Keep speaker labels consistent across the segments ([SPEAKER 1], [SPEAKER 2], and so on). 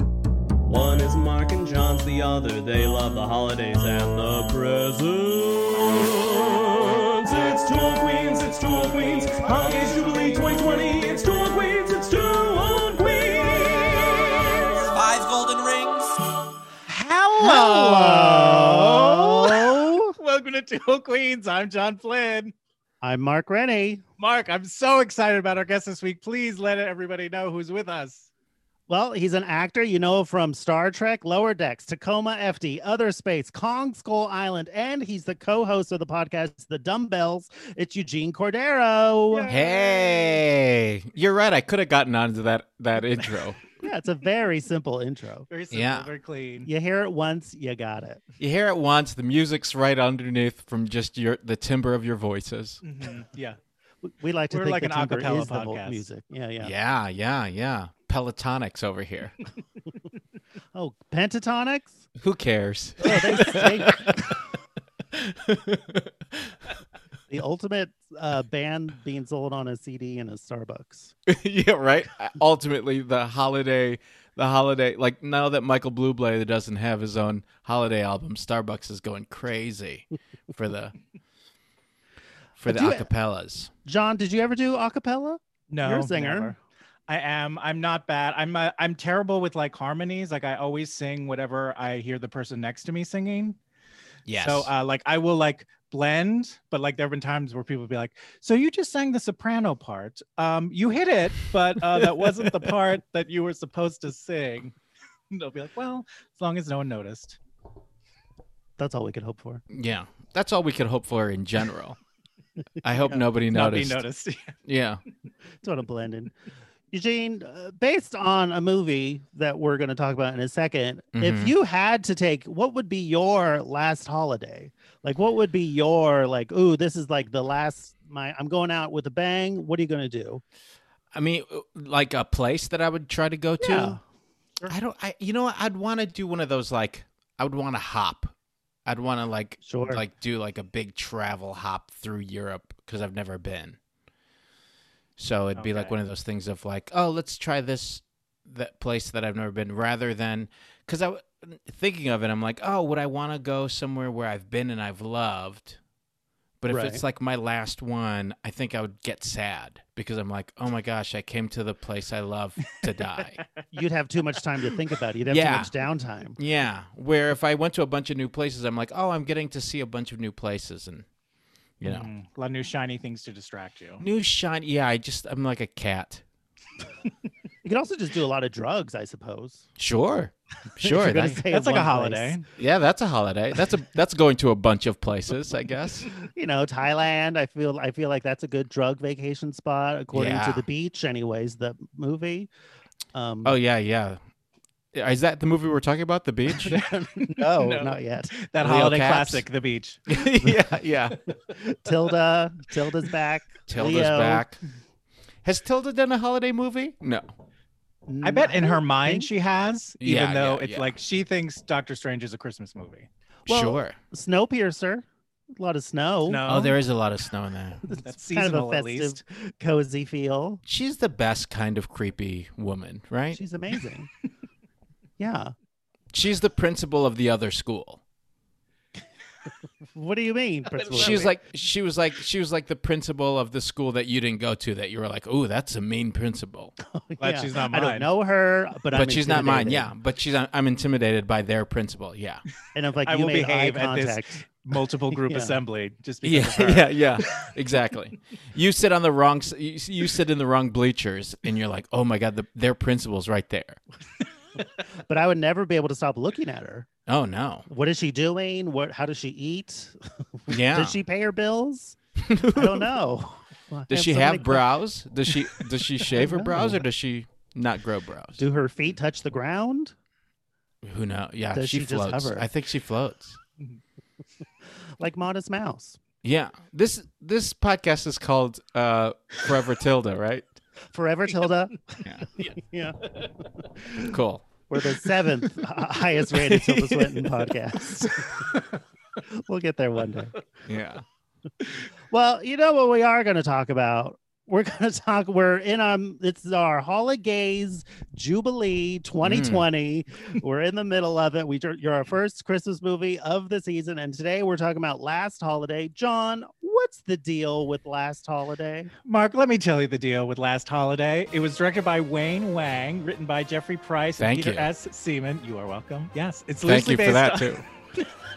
[SPEAKER 1] One is Mark and John's the other. They love the holidays and the presents. It's Tool Queens, it's Tool Queens. Holidays Jubilee 2020. It's Tool Queens, it's Tool Queens.
[SPEAKER 2] Five golden rings.
[SPEAKER 3] Hello.
[SPEAKER 4] Welcome to Tool Queens. I'm John Flynn.
[SPEAKER 3] I'm Mark Rennie.
[SPEAKER 4] Mark, I'm so excited about our guest this week. Please let everybody know who's with us.
[SPEAKER 3] Well, he's an actor you know from Star Trek, Lower Decks, Tacoma FD, Other Space, Kong Skull Island, and he's the co host of the podcast, The Dumbbells. It's Eugene Cordero. Yeah,
[SPEAKER 5] Hey, you're right. I could have gotten onto that that intro.
[SPEAKER 3] it's a very simple intro.
[SPEAKER 4] Very simple,
[SPEAKER 5] Yeah.
[SPEAKER 4] very clean.
[SPEAKER 3] You hear it once, you got it.
[SPEAKER 5] you hear it once, the music's right underneath from just your the timbre of your voices.
[SPEAKER 4] Mhm, yeah.
[SPEAKER 3] We- We like to
[SPEAKER 4] We're
[SPEAKER 3] think
[SPEAKER 4] like
[SPEAKER 3] the
[SPEAKER 4] an
[SPEAKER 3] timbre
[SPEAKER 4] acapella
[SPEAKER 3] is the vo-
[SPEAKER 4] podcast.
[SPEAKER 3] music. Yeah, yeah,
[SPEAKER 5] Yeah, yeah, yeah. Pelotonics over here.
[SPEAKER 3] Oh, pentatonics.
[SPEAKER 5] Who cares?
[SPEAKER 3] Oh, they stink. the ultimate uh, band being sold on a CD in a Starbucks.
[SPEAKER 5] yeah, right. Uh, Ultimately, the holiday, the holiday. Like now that Michael Bublé doesn't have his own holiday album, Starbucks is going crazy for the for the
[SPEAKER 3] Do you-
[SPEAKER 5] acapellas.
[SPEAKER 3] John, did you ever do acapella?
[SPEAKER 4] No,
[SPEAKER 3] You're a singer.
[SPEAKER 4] never. I am. I'm not bad. I'm. Uh, I'm terrible with like harmonies. Like I always sing whatever I hear the person next to me singing.
[SPEAKER 5] Yes.
[SPEAKER 4] So uh, like I will like blend, but like there have been times where people be like, "So you just sang the soprano part. Um, you hit it, but uh, that wasn't the part that you were supposed to sing." And they'll be like, "Well, as long as no one noticed."
[SPEAKER 3] That's all we could hope for.
[SPEAKER 5] yeah, that's all we could hope for in general. I hope nobody
[SPEAKER 4] Nobody
[SPEAKER 5] noticed.
[SPEAKER 4] noticed.
[SPEAKER 5] Yeah.
[SPEAKER 3] It's what I'm blending. Eugene, uh, based on a movie that we're going to talk about in a 2nd
[SPEAKER 5] Mhm.
[SPEAKER 3] if you had to take, what would be your last holiday? Like, what would be your like? Ooh, this is like the last. My, I'm going out with a bang. What are you going to do?
[SPEAKER 5] I mean, like a place that I would try to go to. I don't. I you know what? I'd want to do one of those like I would want to hop. I'd want to like
[SPEAKER 3] Sure.
[SPEAKER 5] like do like a big travel hop through Europe because I've never been. So it'd be like
[SPEAKER 4] Okay.
[SPEAKER 5] one of those things of like, oh, let's try this that place that I've never been, rather than because I w- thinking of it, I'm like, oh, would I want to go somewhere where I've been and I've loved? But if
[SPEAKER 3] Right.
[SPEAKER 5] it's like my last one, I think I would get sad because I'm like, oh my gosh, I came to the place I love to die.
[SPEAKER 3] You'd have too much time to think about it. You'd have
[SPEAKER 5] Yeah.
[SPEAKER 3] too much downtime.
[SPEAKER 5] Yeah, where if I went to a bunch of new places, I'm like, oh, I'm getting to see a bunch of new places and you know,
[SPEAKER 4] Mm, a lot of new shiny things to distract you.
[SPEAKER 5] new shiny. Yeah, I just I'm like a cat.
[SPEAKER 3] You could also just do a lot of drugs, I suppose.
[SPEAKER 5] Sure,
[SPEAKER 3] If you're
[SPEAKER 5] sure.
[SPEAKER 3] gonna
[SPEAKER 5] that-
[SPEAKER 3] stay in
[SPEAKER 4] That's like a
[SPEAKER 3] one place.
[SPEAKER 4] holiday.
[SPEAKER 5] yeah, that's a holiday. That's a that's going to a bunch of places, I guess.
[SPEAKER 3] You know, Thailand. I feel I feel like that's a good drug vacation spot, according
[SPEAKER 5] Yeah.
[SPEAKER 3] to the beach. Anyways, the movie. Um,
[SPEAKER 5] Oh yeah, yeah. Is that the movie we're talking about? The beach?
[SPEAKER 3] no,
[SPEAKER 4] no.
[SPEAKER 3] not yet.
[SPEAKER 4] That
[SPEAKER 5] Leo
[SPEAKER 4] holiday
[SPEAKER 5] Caps.
[SPEAKER 4] classic, the beach.
[SPEAKER 5] yeah, yeah.
[SPEAKER 3] Tilda, Tilda's back.
[SPEAKER 5] Tilda's
[SPEAKER 3] Leo.
[SPEAKER 5] back. Has Tilda done a holiday movie? No.
[SPEAKER 4] I bet in her mind
[SPEAKER 3] Mm, think-
[SPEAKER 4] she has,
[SPEAKER 5] Yeah,
[SPEAKER 4] even though
[SPEAKER 5] yeah,
[SPEAKER 4] it's
[SPEAKER 5] yeah.
[SPEAKER 4] like she thinks Doctor Strange is a Christmas movie.
[SPEAKER 3] Well,
[SPEAKER 5] sure.
[SPEAKER 3] Snowpiercer, a lot of snow.
[SPEAKER 4] No,
[SPEAKER 5] Oh, there is a lot of snow in there.
[SPEAKER 3] It's
[SPEAKER 4] that's
[SPEAKER 3] kind of
[SPEAKER 4] seasonal
[SPEAKER 3] a
[SPEAKER 4] at
[SPEAKER 3] festive, cozy feel.
[SPEAKER 5] She's the best kind of creepy woman, right? She's,
[SPEAKER 3] She's amazing. yeah.
[SPEAKER 5] the principal of the other school.
[SPEAKER 3] What do you mean? Principal
[SPEAKER 5] She's
[SPEAKER 3] Lee?
[SPEAKER 5] like she was like she was like the principal of the school that you didn't go to that you were like, "Oh, that's a mean principal."
[SPEAKER 4] Glad she's not
[SPEAKER 3] I don't
[SPEAKER 4] mine.
[SPEAKER 3] know her, but I'm
[SPEAKER 5] but she's not mine.
[SPEAKER 3] intimidated.
[SPEAKER 5] Yeah, but she's I'm intimidated by their principal. Yeah.
[SPEAKER 3] And I'm like,
[SPEAKER 4] I
[SPEAKER 3] you
[SPEAKER 4] will
[SPEAKER 3] made eye
[SPEAKER 4] behave at this-
[SPEAKER 3] contact.
[SPEAKER 4] Multiple group
[SPEAKER 3] Yeah.
[SPEAKER 4] assembly, just because
[SPEAKER 5] Yeah,
[SPEAKER 4] of her.
[SPEAKER 5] yeah, yeah. Exactly. you sit on the wrong s- you, you sit in the wrong bleachers and you're like, "Oh my god, the, their principal's right there."
[SPEAKER 3] But I would never be able to stop looking at her.
[SPEAKER 5] Oh no.
[SPEAKER 3] What is she doing? What? How does she eat?
[SPEAKER 5] Yeah.
[SPEAKER 3] Does she pay her bills? I don't know. I
[SPEAKER 5] Does she
[SPEAKER 3] so
[SPEAKER 5] have
[SPEAKER 3] many que-
[SPEAKER 5] brows? Does she does she shave her
[SPEAKER 3] don't
[SPEAKER 5] brows or
[SPEAKER 3] know.
[SPEAKER 5] does she not grow brows?
[SPEAKER 3] Do her feet touch the ground?
[SPEAKER 5] Who knows? Yeah,
[SPEAKER 3] Does
[SPEAKER 5] she,
[SPEAKER 3] she just
[SPEAKER 5] floats.
[SPEAKER 3] hover?
[SPEAKER 5] I think she floats.
[SPEAKER 3] Like Modest Mouse.
[SPEAKER 5] Yeah. This this podcast is called uh Forever Tilda, right?
[SPEAKER 3] Forever Tilda.
[SPEAKER 5] Yeah.
[SPEAKER 3] yeah.
[SPEAKER 5] Cool.
[SPEAKER 3] We're the seventh h- highest rated Tilda Swinton podcast. we'll get there one day.
[SPEAKER 5] Yeah.
[SPEAKER 3] Well, you know what we are going to talk about? We're going to talk. We're in um. It's our Holidays Jubilee 2020. We're in the middle of it. We ju- you're our first Christmas movie of the season, and today we're talking about Last Holiday. John, what's the deal with Last Holiday?
[SPEAKER 4] Mark, let me tell you the deal with Last Holiday. It was directed by Wayne Wang, written by Jeffrey Price
[SPEAKER 5] Thank
[SPEAKER 4] and Peter
[SPEAKER 5] you.
[SPEAKER 4] S. Seaman. You are welcome. Yes, it's
[SPEAKER 5] Thank
[SPEAKER 4] loosely
[SPEAKER 5] you for
[SPEAKER 4] based
[SPEAKER 5] that
[SPEAKER 4] on-
[SPEAKER 5] too.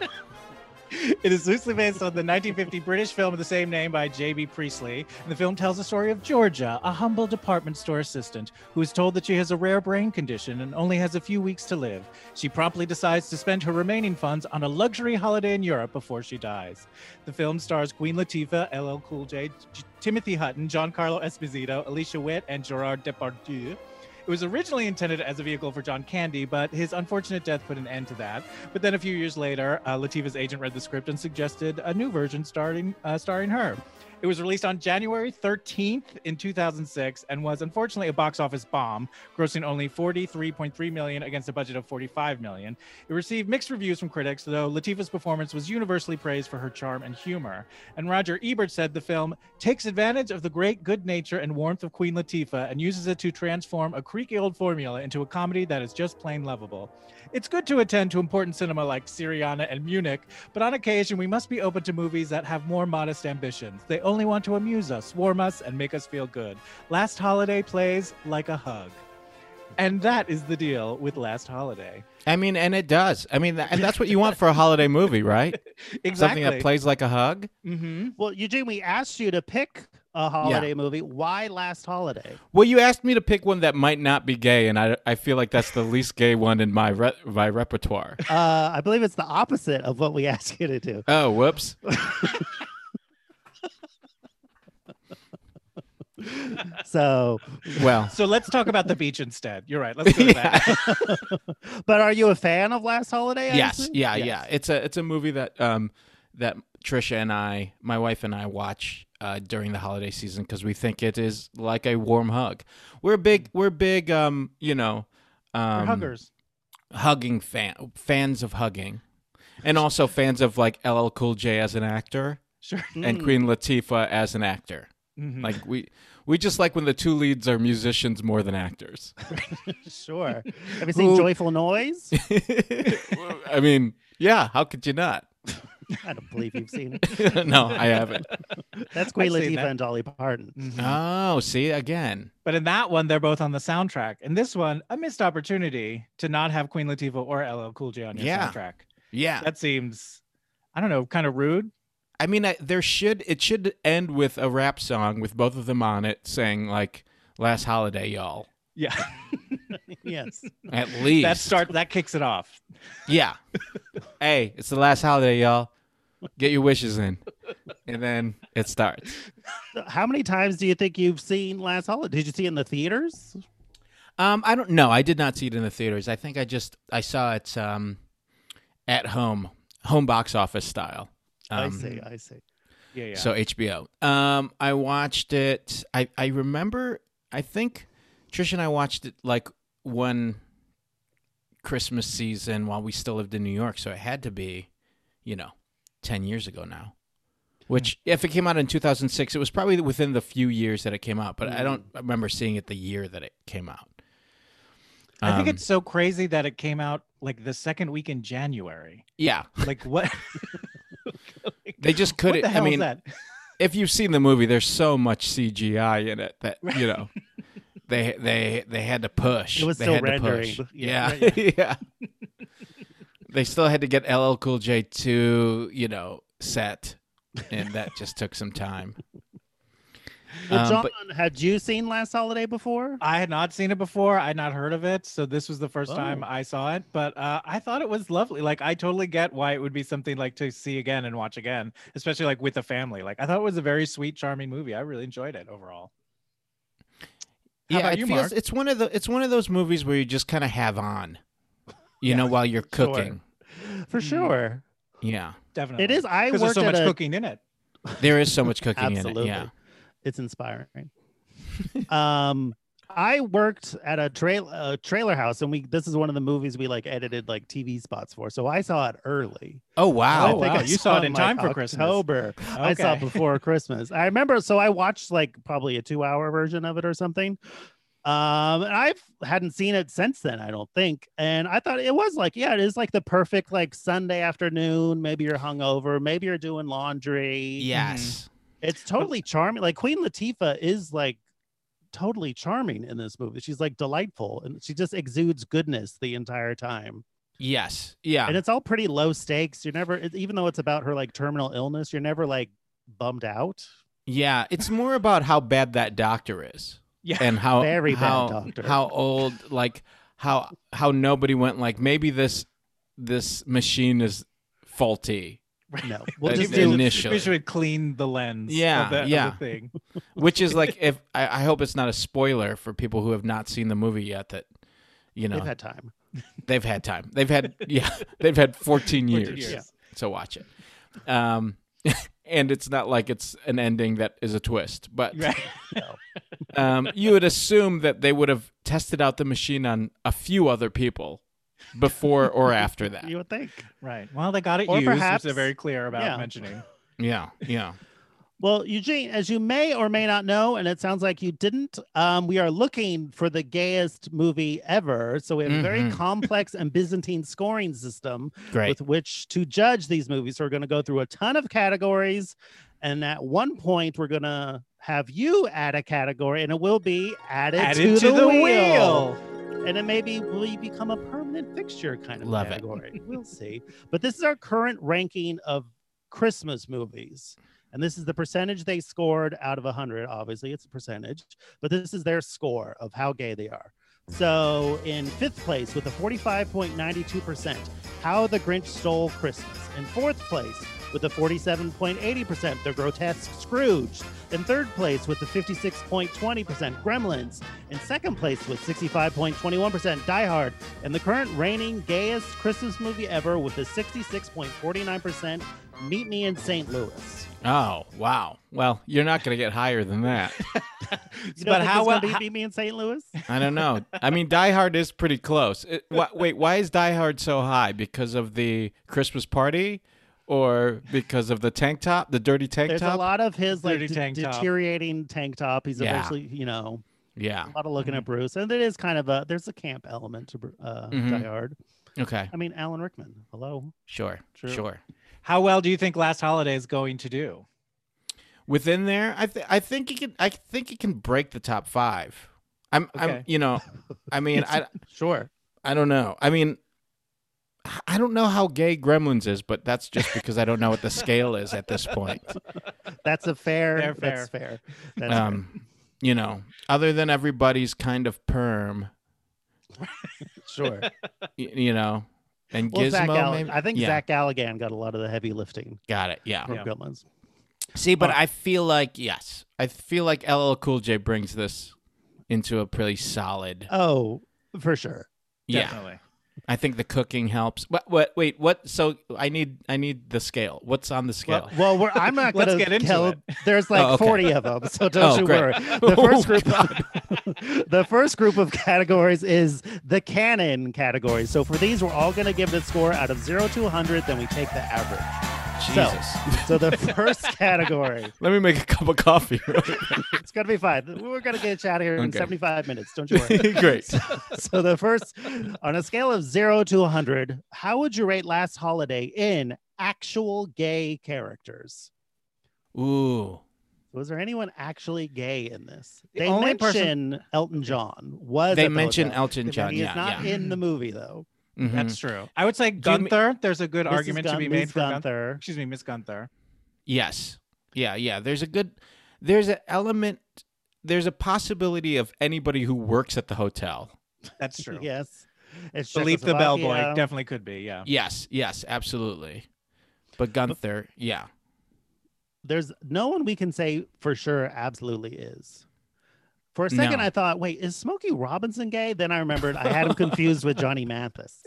[SPEAKER 4] It is loosely based on the 1950 British film of the same name by J.B. Priestley. And the film tells the story of Georgia, a humble department store assistant, who is told that she has a rare brain condition and only has a few weeks to live. She promptly decides to spend her remaining funds on a luxury holiday in Europe before she dies. The film stars Queen Latifah, LL Cool J, J- Timothy Hutton, Giancarlo Esposito, Alicia Witt, and Gerard Depardieu. It was originally intended as a vehicle for John Candy, but his unfortunate death put an end to that. But then a few years later, uh, Latifah's agent read the script and suggested a new version starting uh, starring her. It was released on January 13th in 2006 and was unfortunately a box office bomb, grossing only 43.3 million against a budget of 45 million. It received mixed reviews from critics, though Latifah's performance was universally praised for her charm and humor. And Roger Ebert said the film takes advantage of the great good nature and warmth of Queen Latifah and uses it to transform a creaky old formula into a comedy that is just plain lovable. It's good to attend to important cinema like Syriana and Munich, but on occasion we must be open to movies that have more modest ambitions. They only want to amuse us, warm us, and make us feel good. Last Holiday plays like a hug. And that is the deal with Last Holiday.
[SPEAKER 5] I mean, and it does. I mean, and that's what you want for a holiday movie, right? Something that plays like a hug.
[SPEAKER 4] hmm
[SPEAKER 3] Well, Eugene, we asked you to pick a holiday movie. Why Last Holiday?
[SPEAKER 5] Well, you asked me to pick one that might not be gay, and I, I feel like that's the least gay one in my re- my repertoire.
[SPEAKER 3] Uh, I believe it's the opposite of what we asked you to do.
[SPEAKER 5] Oh, whoops.
[SPEAKER 3] So,
[SPEAKER 5] Well,
[SPEAKER 4] So let's talk about the beach instead. You're right. Let's go to that.
[SPEAKER 3] but are you a fan of Last Holiday? I
[SPEAKER 5] yes,
[SPEAKER 3] assume?
[SPEAKER 5] yeah,
[SPEAKER 3] Yes.
[SPEAKER 5] yeah. It's a it's a movie that um that Trisha and I, my wife and I, watch uh, during the holiday season because we think it is like a warm hug. We're big, we're big, um, you know, um,
[SPEAKER 4] Huggers.
[SPEAKER 5] hugging fan fans of hugging, and also fans of like LL Cool J as an actor
[SPEAKER 4] Sure.
[SPEAKER 5] and Queen Latifah as an actor.
[SPEAKER 4] Mhm.
[SPEAKER 5] Like we we just like when the two leads are musicians more than actors.
[SPEAKER 3] Sure. Have you seen
[SPEAKER 5] Who-
[SPEAKER 3] Joyful Noise?
[SPEAKER 5] I mean, yeah, how could you not?
[SPEAKER 3] I don't believe you've seen it.
[SPEAKER 5] no, I haven't.
[SPEAKER 3] That's Queen
[SPEAKER 4] I've seen
[SPEAKER 3] Latifah
[SPEAKER 4] that.
[SPEAKER 3] and Dolly Parton.
[SPEAKER 5] Oh, see again.
[SPEAKER 4] But in that one, they're both on the soundtrack. In this one, a missed opportunity to not have Queen Latifah or LL Cool J on your
[SPEAKER 5] Yeah.
[SPEAKER 4] soundtrack.
[SPEAKER 5] Yeah.
[SPEAKER 4] That seems, I don't know, kind of rude.
[SPEAKER 5] I mean, I, there should it should end with a rap song with both of them on it saying like "Last Holiday, y'all."
[SPEAKER 4] Yeah.
[SPEAKER 3] Yes.
[SPEAKER 5] At least
[SPEAKER 4] that start that kicks it off.
[SPEAKER 5] Yeah. hey, it's the last holiday, y'all. Get your wishes in, and then it starts.
[SPEAKER 3] So How many times do you think you've seen Last Holiday? Did you see it in the theaters?
[SPEAKER 5] Um, I don't know. I did not see it in the theaters. I think I just I saw it um, at home, home box office style. Um,
[SPEAKER 3] I see. I see.
[SPEAKER 4] Yeah, yeah.
[SPEAKER 5] So HBO. Um, I watched it. I I remember. I think Trish and I watched it like one Christmas season while we still lived in New York. So it had to be, you know, ten years ago now. Which,
[SPEAKER 4] Hmm.
[SPEAKER 5] if it came out in 2006, it was probably within the few years that it came out. But
[SPEAKER 4] Hmm.
[SPEAKER 5] I don't remember seeing it the year that it came out.
[SPEAKER 4] I think
[SPEAKER 5] Um,
[SPEAKER 4] it's so crazy that it came out like the second week in January.
[SPEAKER 5] yeah.
[SPEAKER 4] Like what? Like,
[SPEAKER 5] They just
[SPEAKER 4] what
[SPEAKER 5] couldn't.
[SPEAKER 4] the hell
[SPEAKER 5] I
[SPEAKER 4] is
[SPEAKER 5] mean,
[SPEAKER 4] that?
[SPEAKER 5] if you've seen the movie, there's so much CGI in it that you know they they they had to push.
[SPEAKER 3] It was
[SPEAKER 5] they
[SPEAKER 3] still
[SPEAKER 5] had to
[SPEAKER 3] rendering.
[SPEAKER 5] push.
[SPEAKER 3] Yeah,
[SPEAKER 5] Yeah, yeah. they still had to get LL Cool J to you know set, and that just took some time.
[SPEAKER 3] Well,
[SPEAKER 5] Um,
[SPEAKER 3] John,
[SPEAKER 5] but-
[SPEAKER 3] had you seen Last Holiday before?
[SPEAKER 4] I had not seen it before. I had not heard of it. So this was the first time
[SPEAKER 3] Oh.
[SPEAKER 4] I saw it. But uh, I thought it was lovely. Like I totally get why it would be something like to see again and watch again, especially like with a family. Like I thought it was a very sweet, charming movie. I really enjoyed it overall. How
[SPEAKER 5] yeah,
[SPEAKER 4] about
[SPEAKER 5] it
[SPEAKER 4] you,
[SPEAKER 5] feels
[SPEAKER 4] Mark?
[SPEAKER 5] it's one of the it's one of those movies where you just kind of have on, you know, while you're
[SPEAKER 4] sure.
[SPEAKER 5] cooking.
[SPEAKER 3] For sure.
[SPEAKER 5] Yeah,
[SPEAKER 4] Definitely.
[SPEAKER 3] It is. I
[SPEAKER 4] because
[SPEAKER 3] worked
[SPEAKER 4] Mm, there's so
[SPEAKER 3] at
[SPEAKER 4] much
[SPEAKER 3] a,
[SPEAKER 4] cooking in it.
[SPEAKER 5] there is so much cooking in
[SPEAKER 3] Absolutely.
[SPEAKER 5] it. Yeah,
[SPEAKER 3] It's inspiring. um, I worked at a trail a trailer house, and we this is one of the movies we like edited like TV spots for. So I saw it early.
[SPEAKER 5] Oh
[SPEAKER 4] Oh,
[SPEAKER 5] wow.
[SPEAKER 3] I think
[SPEAKER 4] wow.
[SPEAKER 3] I
[SPEAKER 4] You
[SPEAKER 3] saw
[SPEAKER 4] saw it in
[SPEAKER 3] like,
[SPEAKER 4] time for Christmas.
[SPEAKER 3] October. I saw it
[SPEAKER 4] Okay.
[SPEAKER 3] before Christmas. I remember, so I watched like probably a two-hour version of it or something. Um, and I hadn't seen it since then. I don't think, and I thought it was like, yeah, it is like the perfect like Sunday afternoon. Maybe you're hungover. Maybe you're doing laundry.
[SPEAKER 5] Yes.
[SPEAKER 3] It's totally charming. Like Queen Latifah is like totally charming in this movie. She's like delightful and she just exudes goodness the entire time.
[SPEAKER 5] Yes. Yeah.
[SPEAKER 3] And it's all pretty low stakes. You're never it- even though it's about her like terminal illness, you're never like bummed out.
[SPEAKER 5] Yeah, it's more about how bad that doctor is
[SPEAKER 4] Yeah.
[SPEAKER 5] and how
[SPEAKER 3] Very bad
[SPEAKER 5] how,
[SPEAKER 3] doctor.
[SPEAKER 5] how old like how how nobody went like maybe this this machine is faulty,
[SPEAKER 3] No. We'll
[SPEAKER 5] Uh,
[SPEAKER 3] just
[SPEAKER 5] in-
[SPEAKER 3] do
[SPEAKER 5] initially.
[SPEAKER 4] We should clean the lens.
[SPEAKER 5] Yeah,
[SPEAKER 4] Of the, of the
[SPEAKER 5] yeah.
[SPEAKER 4] thing.
[SPEAKER 5] which is like if I, I hope it's not a spoiler for people who have not seen the movie yet that you know
[SPEAKER 3] they've had time.
[SPEAKER 5] they've had time they've had yeah they've had 14 years,
[SPEAKER 4] 14 years.
[SPEAKER 5] to watch it um and it's not like it's an ending that is a twist but
[SPEAKER 4] Right.
[SPEAKER 5] um, you would assume that they would have tested out the machine on a few other people before or after that.
[SPEAKER 3] You would think.
[SPEAKER 4] Right. Well, they got it
[SPEAKER 3] Or
[SPEAKER 4] used,
[SPEAKER 3] perhaps-
[SPEAKER 4] which they're very clear about
[SPEAKER 3] yeah.
[SPEAKER 4] mentioning.
[SPEAKER 5] Yeah, yeah.
[SPEAKER 3] Well, Eugene, as you may or may not know, and it sounds like you didn't, um, we are looking for the gayest movie ever. So we have a very
[SPEAKER 5] Mhm.
[SPEAKER 3] complex and Byzantine scoring system
[SPEAKER 5] Great.
[SPEAKER 3] with which to judge these movies. So we're going to go through a ton of categories. And at one point, we're going to have you add a category, and it will be added,
[SPEAKER 4] Added to the wheel.
[SPEAKER 3] And it maybe will you become a permanent fixture kind of
[SPEAKER 5] Love it.
[SPEAKER 3] category. we'll see. But this is our current ranking of Christmas movies. And this is the percentage they scored out of 100. Obviously, it's a percentage, but this is their score of how gay they are. So, in fifth place with a 45.92%, How the Grinch Stole Christmas. In fourth place with a 47.80%, The Grotesque Scrooge. In third place with the 56.20%, Gremlins. In second place with 65.21%, Die Hard. And the current reigning gayest Christmas movie ever with the 66.49%, Meet Me in St. Louis.
[SPEAKER 5] Oh, wow. Well, you're not going to get higher than that.
[SPEAKER 3] You
[SPEAKER 4] But
[SPEAKER 3] don't think
[SPEAKER 4] how
[SPEAKER 3] it's
[SPEAKER 4] well-
[SPEAKER 3] gonna be
[SPEAKER 4] how-
[SPEAKER 3] Meet Me in St. Louis?
[SPEAKER 5] I don't know. I mean, Die Hard is pretty close. It, wh- wait, why is Die Hard so high? Because of the Christmas party or because of the tank top, the dirty tank
[SPEAKER 3] There's
[SPEAKER 5] top?
[SPEAKER 3] a lot of his like
[SPEAKER 4] Dirty
[SPEAKER 3] de-
[SPEAKER 4] tank top.
[SPEAKER 3] deteriorating tank top. He's
[SPEAKER 5] Yeah.
[SPEAKER 3] eventually, you know,
[SPEAKER 5] Yeah.
[SPEAKER 3] a lot of looking at Bruce, and it is kind of a there's a camp element to Bru- uh,
[SPEAKER 5] Mhm.
[SPEAKER 3] Die Hard.
[SPEAKER 5] Okay.
[SPEAKER 3] I mean, Alan Rickman. Hello.
[SPEAKER 5] Sure.
[SPEAKER 3] True.
[SPEAKER 5] Sure.
[SPEAKER 4] How well do you think Last Holiday is going to do?
[SPEAKER 5] within there i th- i think he can i think he can break the top 5 i'm i'm
[SPEAKER 4] Okay.
[SPEAKER 5] you know i mean i
[SPEAKER 3] Sure.
[SPEAKER 5] i don't know i mean i don't know how gay gremlins is but that's just because i don't know what the scale is at this point
[SPEAKER 3] That's a fair.
[SPEAKER 4] Fair,
[SPEAKER 3] That's fair. That's fair.
[SPEAKER 5] um you know other than everybody's kind of perm
[SPEAKER 3] sure.
[SPEAKER 5] y- you know and
[SPEAKER 3] Well, Zach
[SPEAKER 5] gizmo
[SPEAKER 3] Galli-
[SPEAKER 5] maybe?
[SPEAKER 3] I think
[SPEAKER 5] yeah,
[SPEAKER 3] Zach Galligan got a lot of the heavy lifting
[SPEAKER 5] got it yeah
[SPEAKER 3] from
[SPEAKER 4] Yeah.
[SPEAKER 3] Gremlins.
[SPEAKER 5] see but i feel like yes i feel like ll cool j brings this into a pretty solid
[SPEAKER 3] Oh, for sure.
[SPEAKER 5] yeah
[SPEAKER 4] Definitely.
[SPEAKER 5] I think the cooking helps. What? What? Wait. What? So I need. I need the scale. What's on the scale?
[SPEAKER 3] Well, we're, I'm not going
[SPEAKER 4] Let's
[SPEAKER 3] to
[SPEAKER 4] get into
[SPEAKER 3] tell.
[SPEAKER 4] it.
[SPEAKER 3] There's like
[SPEAKER 5] Oh, okay.
[SPEAKER 3] 40 of them, so don't
[SPEAKER 5] Oh,
[SPEAKER 3] you
[SPEAKER 5] great.
[SPEAKER 3] worry. The first
[SPEAKER 5] Oh,
[SPEAKER 3] group, the first group of categories is the canon categories. So for these, we're all going to give it a score out of zero to 100. Then we take the average.
[SPEAKER 5] Jesus.
[SPEAKER 3] So the first category,
[SPEAKER 5] Let me make a cup of coffee.
[SPEAKER 3] it's going to be fine. We're going to get you out of here in
[SPEAKER 5] Okay.
[SPEAKER 3] 75 minutes. Don't you worry.
[SPEAKER 5] Great.
[SPEAKER 3] so the first on a scale of 0 to 100 how would you rate last holiday in actual gay characters
[SPEAKER 5] Ooh.
[SPEAKER 3] was there anyone actually gay in this
[SPEAKER 4] The
[SPEAKER 3] they
[SPEAKER 4] only
[SPEAKER 3] mention
[SPEAKER 4] person-
[SPEAKER 3] elton john was
[SPEAKER 5] They
[SPEAKER 3] at the
[SPEAKER 5] mention
[SPEAKER 3] hotel.
[SPEAKER 5] Elton
[SPEAKER 3] But
[SPEAKER 5] John,
[SPEAKER 3] he
[SPEAKER 5] yeah,
[SPEAKER 3] is not
[SPEAKER 5] yeah.
[SPEAKER 3] in
[SPEAKER 4] Mm-hmm.
[SPEAKER 3] the movie though
[SPEAKER 5] Mhm.
[SPEAKER 4] That's true. I would say Gunther. There's a good
[SPEAKER 3] Mrs.
[SPEAKER 4] argument to
[SPEAKER 3] Gun-
[SPEAKER 4] be
[SPEAKER 3] Ms.
[SPEAKER 4] made for Gunther.
[SPEAKER 3] gunther
[SPEAKER 4] Excuse me, Miss Gunther.
[SPEAKER 5] Yes. Yeah, yeah. There's a good there's an element there's a possibility of anybody who works at the hotel.
[SPEAKER 4] That's true.
[SPEAKER 3] yes it's
[SPEAKER 4] Philippe the bellboy
[SPEAKER 3] Czechoslovakia.
[SPEAKER 4] definitely could be. Yeah.
[SPEAKER 5] Yes, yes, absolutely. But Gunther, yeah.
[SPEAKER 3] there's no one we can say for sure absolutely is. For a second,
[SPEAKER 5] No.
[SPEAKER 3] I thought, wait, is Smokey Robinson gay? Then I remembered I had him confused with Johnny Mathis.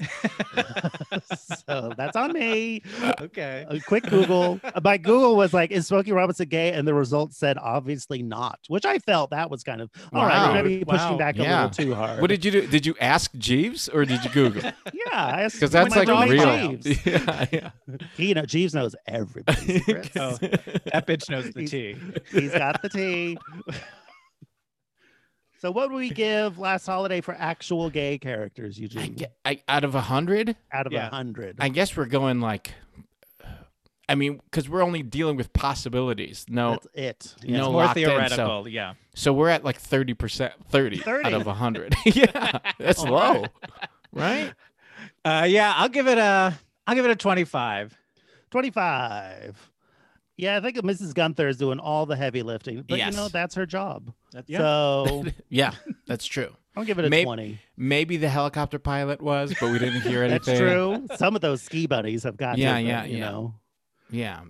[SPEAKER 3] so that's on me.
[SPEAKER 4] Okay.
[SPEAKER 3] A quick Google. uh, My Google was like, is Smokey Robinson gay? And the results said, obviously not, which I felt that was kind of, all right,
[SPEAKER 5] Wow.
[SPEAKER 3] we're going to be pushing
[SPEAKER 4] Wow.
[SPEAKER 3] back
[SPEAKER 5] Yeah.
[SPEAKER 3] a little too hard.
[SPEAKER 5] What did you do? Did you ask Jeeves or did you Google?
[SPEAKER 3] yeah.
[SPEAKER 5] Because that's like
[SPEAKER 4] When
[SPEAKER 5] real.
[SPEAKER 3] Jeeves.
[SPEAKER 5] Yeah, yeah.
[SPEAKER 3] He, know, Jeeves knows everybody's secrets.
[SPEAKER 4] Oh, that bitch knows the
[SPEAKER 3] He's-
[SPEAKER 4] T.
[SPEAKER 3] He's got the tea. so what would we give last holiday for actual gay characters,
[SPEAKER 5] I,
[SPEAKER 3] Eugene?
[SPEAKER 5] ge- I, out of a hundred,
[SPEAKER 3] Out of a
[SPEAKER 4] Yeah.
[SPEAKER 3] hundred.
[SPEAKER 5] I guess we're going like. I mean, because we're only dealing with possibilities. No,
[SPEAKER 3] That's it.
[SPEAKER 5] no
[SPEAKER 4] It's more
[SPEAKER 5] locked in, so-
[SPEAKER 4] theoretical. Yeah.
[SPEAKER 5] So we're at like 30%, 30,
[SPEAKER 3] 30.
[SPEAKER 5] out of 100. yeah, that's
[SPEAKER 3] All
[SPEAKER 5] low,
[SPEAKER 3] right.
[SPEAKER 5] right?
[SPEAKER 4] Uh, yeah. I'll give it a. I'll give it a twenty-five.
[SPEAKER 3] Twenty-five. Yeah, I think Mrs. Gunther is doing all the heavy lifting, but you know
[SPEAKER 5] Yes.
[SPEAKER 3] that's her job.
[SPEAKER 4] That's, uh,
[SPEAKER 3] So
[SPEAKER 5] Yeah, that's true.
[SPEAKER 3] I'll give it a
[SPEAKER 5] Maybe-
[SPEAKER 3] twenty.
[SPEAKER 5] Maybe the helicopter pilot was, but we didn't hear anything.
[SPEAKER 3] That's true. Some of those ski buddies have gotten.
[SPEAKER 5] Yeah,
[SPEAKER 3] it, but,
[SPEAKER 5] yeah,
[SPEAKER 3] You
[SPEAKER 5] yeah. Oh.
[SPEAKER 3] know,
[SPEAKER 5] Yeah.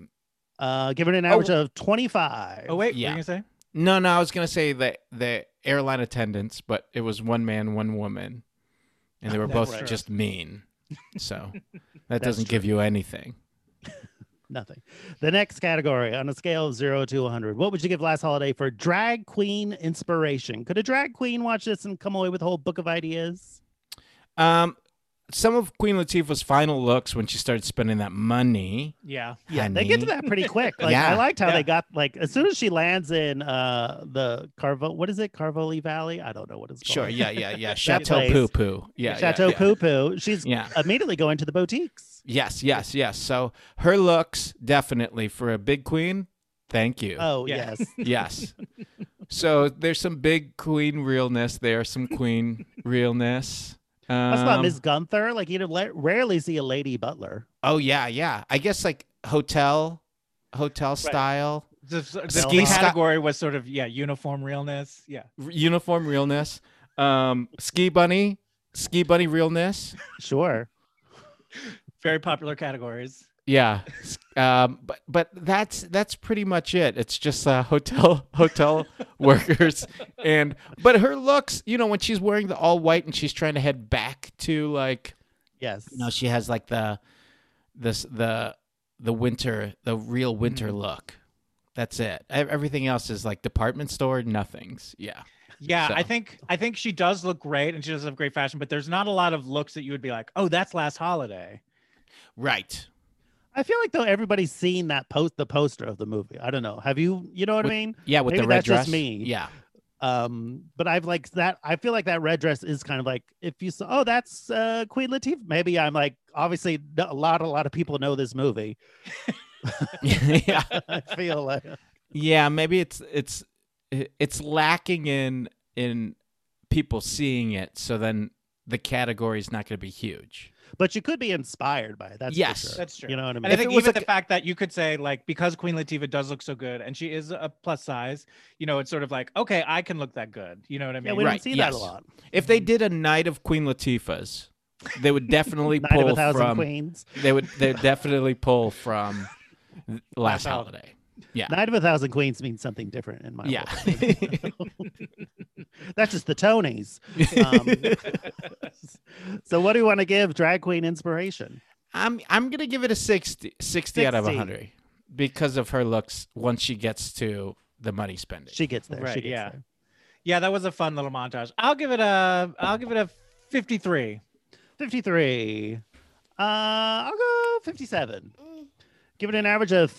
[SPEAKER 3] uh, give it an average of twenty-five.
[SPEAKER 4] Oh wait.
[SPEAKER 5] Yeah.
[SPEAKER 4] What were you gonna say?
[SPEAKER 5] No, no, I was going to say the, the airline attendants, but it was one man, one woman, and they were
[SPEAKER 4] That's
[SPEAKER 5] both
[SPEAKER 4] right.
[SPEAKER 5] just mean. So that
[SPEAKER 3] That's
[SPEAKER 5] doesn't give you anything.
[SPEAKER 3] Nothing. The next category on a scale of zero to 100, what would you give last holiday for drag queen inspiration? Could a drag queen watch this and come away with a whole book of ideas?
[SPEAKER 5] Um, some of Queen Latifah's final looks when she started spending that money.
[SPEAKER 4] Yeah.
[SPEAKER 3] Yeah, they get to
[SPEAKER 5] honey.
[SPEAKER 3] that pretty quick. Like I
[SPEAKER 5] Yeah.
[SPEAKER 3] liked how
[SPEAKER 4] Yeah.
[SPEAKER 3] they got like as soon as she lands in uh the Carvo, what is it, Carvoli Valley? I don't know what it's called.
[SPEAKER 5] Sure. Yeah. Yeah. Yeah. Chateau
[SPEAKER 3] place.
[SPEAKER 5] Poo Poo. Yeah. yeah,
[SPEAKER 3] Chateau
[SPEAKER 5] yeah.
[SPEAKER 3] Poo Poo. She's
[SPEAKER 5] Yeah.
[SPEAKER 3] immediately going to the boutiques.
[SPEAKER 5] Yes, yes, yes. So her looks definitely for a big queen. Thank you.
[SPEAKER 3] Oh
[SPEAKER 4] Yeah.
[SPEAKER 3] yes,
[SPEAKER 5] Yes. so there's some big queen realness there, some queen realness. Um,
[SPEAKER 3] that's about Miss Gunther. Like you don't rarely see a lady butler.
[SPEAKER 5] oh yeah, yeah. I guess like hotel, hotel style,
[SPEAKER 4] The, the
[SPEAKER 5] Ski sky-
[SPEAKER 4] category was sort of yeah uniform realness. Yeah.
[SPEAKER 5] r- uniform realness, um, ski bunny, ski bunny realness.
[SPEAKER 3] Sure.
[SPEAKER 4] Very popular categories.
[SPEAKER 5] Yeah. S- Um, but but that's that's pretty much it. It's just uh, hotel hotel workers and but her looks, you know, when she's wearing the all white and she's trying to head back to like
[SPEAKER 3] Yes.
[SPEAKER 5] you know, she has like the this the the winter the real winter look. That's it. Ev- Everything else is like department store nothings. Yeah.
[SPEAKER 4] Yeah, I
[SPEAKER 5] So.
[SPEAKER 4] think I think she does look great and she does have great fashion, but there's not a lot of looks that you would be like, oh, that's last holiday.
[SPEAKER 5] Right.
[SPEAKER 3] I feel like though everybody's seen that post the poster of the movie. I don't know. Have you you know what
[SPEAKER 5] With-
[SPEAKER 3] I mean?
[SPEAKER 5] Yeah, with
[SPEAKER 3] Maybe
[SPEAKER 5] the red
[SPEAKER 3] that's
[SPEAKER 5] dress.
[SPEAKER 3] just me.
[SPEAKER 5] Yeah.
[SPEAKER 3] Um, but I've like that I feel like that red dress is kind of like if you saw oh that's uh Queen Latifah. Maybe I'm like obviously n- a lot a lot of people know this movie.
[SPEAKER 5] yeah.
[SPEAKER 3] I feel like
[SPEAKER 5] Yeah, maybe it's it's i- it's lacking in in people seeing it, so then the category's not going to be huge.
[SPEAKER 3] but you could be inspired by it. That's for
[SPEAKER 5] Yes.
[SPEAKER 3] sure.
[SPEAKER 4] That's true.
[SPEAKER 3] You know what I mean?
[SPEAKER 4] and I
[SPEAKER 5] If
[SPEAKER 4] think
[SPEAKER 5] it was
[SPEAKER 4] even
[SPEAKER 5] a
[SPEAKER 4] the
[SPEAKER 5] ca-
[SPEAKER 4] fact that you could say like because Queen Latifah does look so good and she is a plus size, you know, it's sort of like okay, I can look that good. You know what I
[SPEAKER 3] yeah,
[SPEAKER 4] mean?
[SPEAKER 3] we
[SPEAKER 5] Right,
[SPEAKER 3] don't see that a
[SPEAKER 5] yes.
[SPEAKER 3] lot.
[SPEAKER 5] If
[SPEAKER 3] Mm-hmm.
[SPEAKER 5] they did a night of Queen Latifah's, they would definitely
[SPEAKER 3] Night of a
[SPEAKER 5] pull
[SPEAKER 3] Thousand
[SPEAKER 5] from
[SPEAKER 3] Queens.
[SPEAKER 5] they would they would definitely pull from th- last
[SPEAKER 4] Last Holiday.
[SPEAKER 5] holiday. Yeah.
[SPEAKER 3] Night of a Thousand Queens means something different in my
[SPEAKER 5] Yeah.
[SPEAKER 3] world. That's just the Tonys. Um, So, what do you want to give drag queen inspiration?
[SPEAKER 5] I'm I'm gonna give it a 60, 60 out of
[SPEAKER 3] 60.
[SPEAKER 5] hundred because of her looks. Once she gets to the money spending,
[SPEAKER 3] She gets there. she
[SPEAKER 4] Right,
[SPEAKER 3] gets
[SPEAKER 4] yeah.
[SPEAKER 3] there.
[SPEAKER 4] Yeah, that was a fun little montage. I'll give it a I'll give it a 53.
[SPEAKER 3] 53. Uh, I'll go 57. Give it an average of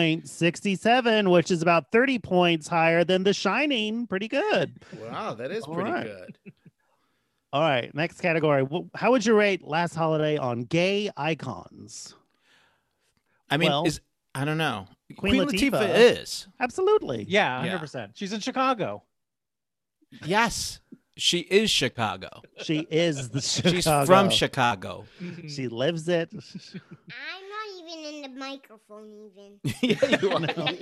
[SPEAKER 3] 56.67, which is about 30 points higher than The Shining. Pretty good.
[SPEAKER 5] wow, that is
[SPEAKER 3] All pretty right.
[SPEAKER 5] good.
[SPEAKER 3] All right, next category. Wh- How would you rate Last Holiday on gay icons?
[SPEAKER 5] I mean,
[SPEAKER 3] Well,
[SPEAKER 5] is I don't know.
[SPEAKER 3] Queen Latifah.
[SPEAKER 5] Latifah is
[SPEAKER 3] Absolutely.
[SPEAKER 4] Yeah,
[SPEAKER 5] Yeah.
[SPEAKER 4] 100%. She's in Chicago.
[SPEAKER 5] yes, she is Chicago.
[SPEAKER 3] She is the Chicago.
[SPEAKER 5] She's from Chicago.
[SPEAKER 3] She lives it.
[SPEAKER 2] I'm not even in the microphone, even.
[SPEAKER 5] yeah, you are.
[SPEAKER 2] But, no, I'm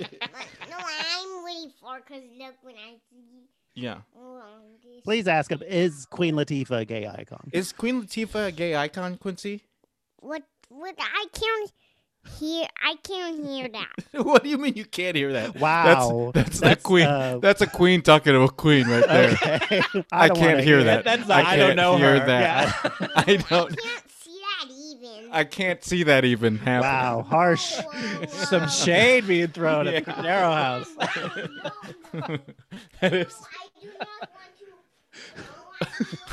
[SPEAKER 2] really far because look when I see.
[SPEAKER 5] yeah.
[SPEAKER 2] Oh, I'm just-
[SPEAKER 3] Please ask him, is Queen Latifah a gay icon?
[SPEAKER 5] Is Queen Latifah a gay icon, Quincy?
[SPEAKER 2] What? What? I can't hear. I can't hear that.
[SPEAKER 5] what do you mean you can't hear that?
[SPEAKER 3] Wow.
[SPEAKER 5] That's, that's, the queen.
[SPEAKER 3] uh,
[SPEAKER 5] that's a queen talking to a queen right there.
[SPEAKER 3] Okay.
[SPEAKER 5] I,
[SPEAKER 3] don't
[SPEAKER 5] can't
[SPEAKER 3] wanna
[SPEAKER 5] hear that.
[SPEAKER 4] That's
[SPEAKER 5] I,
[SPEAKER 4] not-
[SPEAKER 5] can't
[SPEAKER 4] I don't know
[SPEAKER 5] hear
[SPEAKER 4] her.
[SPEAKER 5] that. I don't.
[SPEAKER 2] can't see that even.
[SPEAKER 5] I can't see that even
[SPEAKER 3] it.
[SPEAKER 5] happening.
[SPEAKER 3] Wow, harsh. Ah.
[SPEAKER 4] Some shade being thrown at the Darrow house.
[SPEAKER 5] that is,
[SPEAKER 2] I do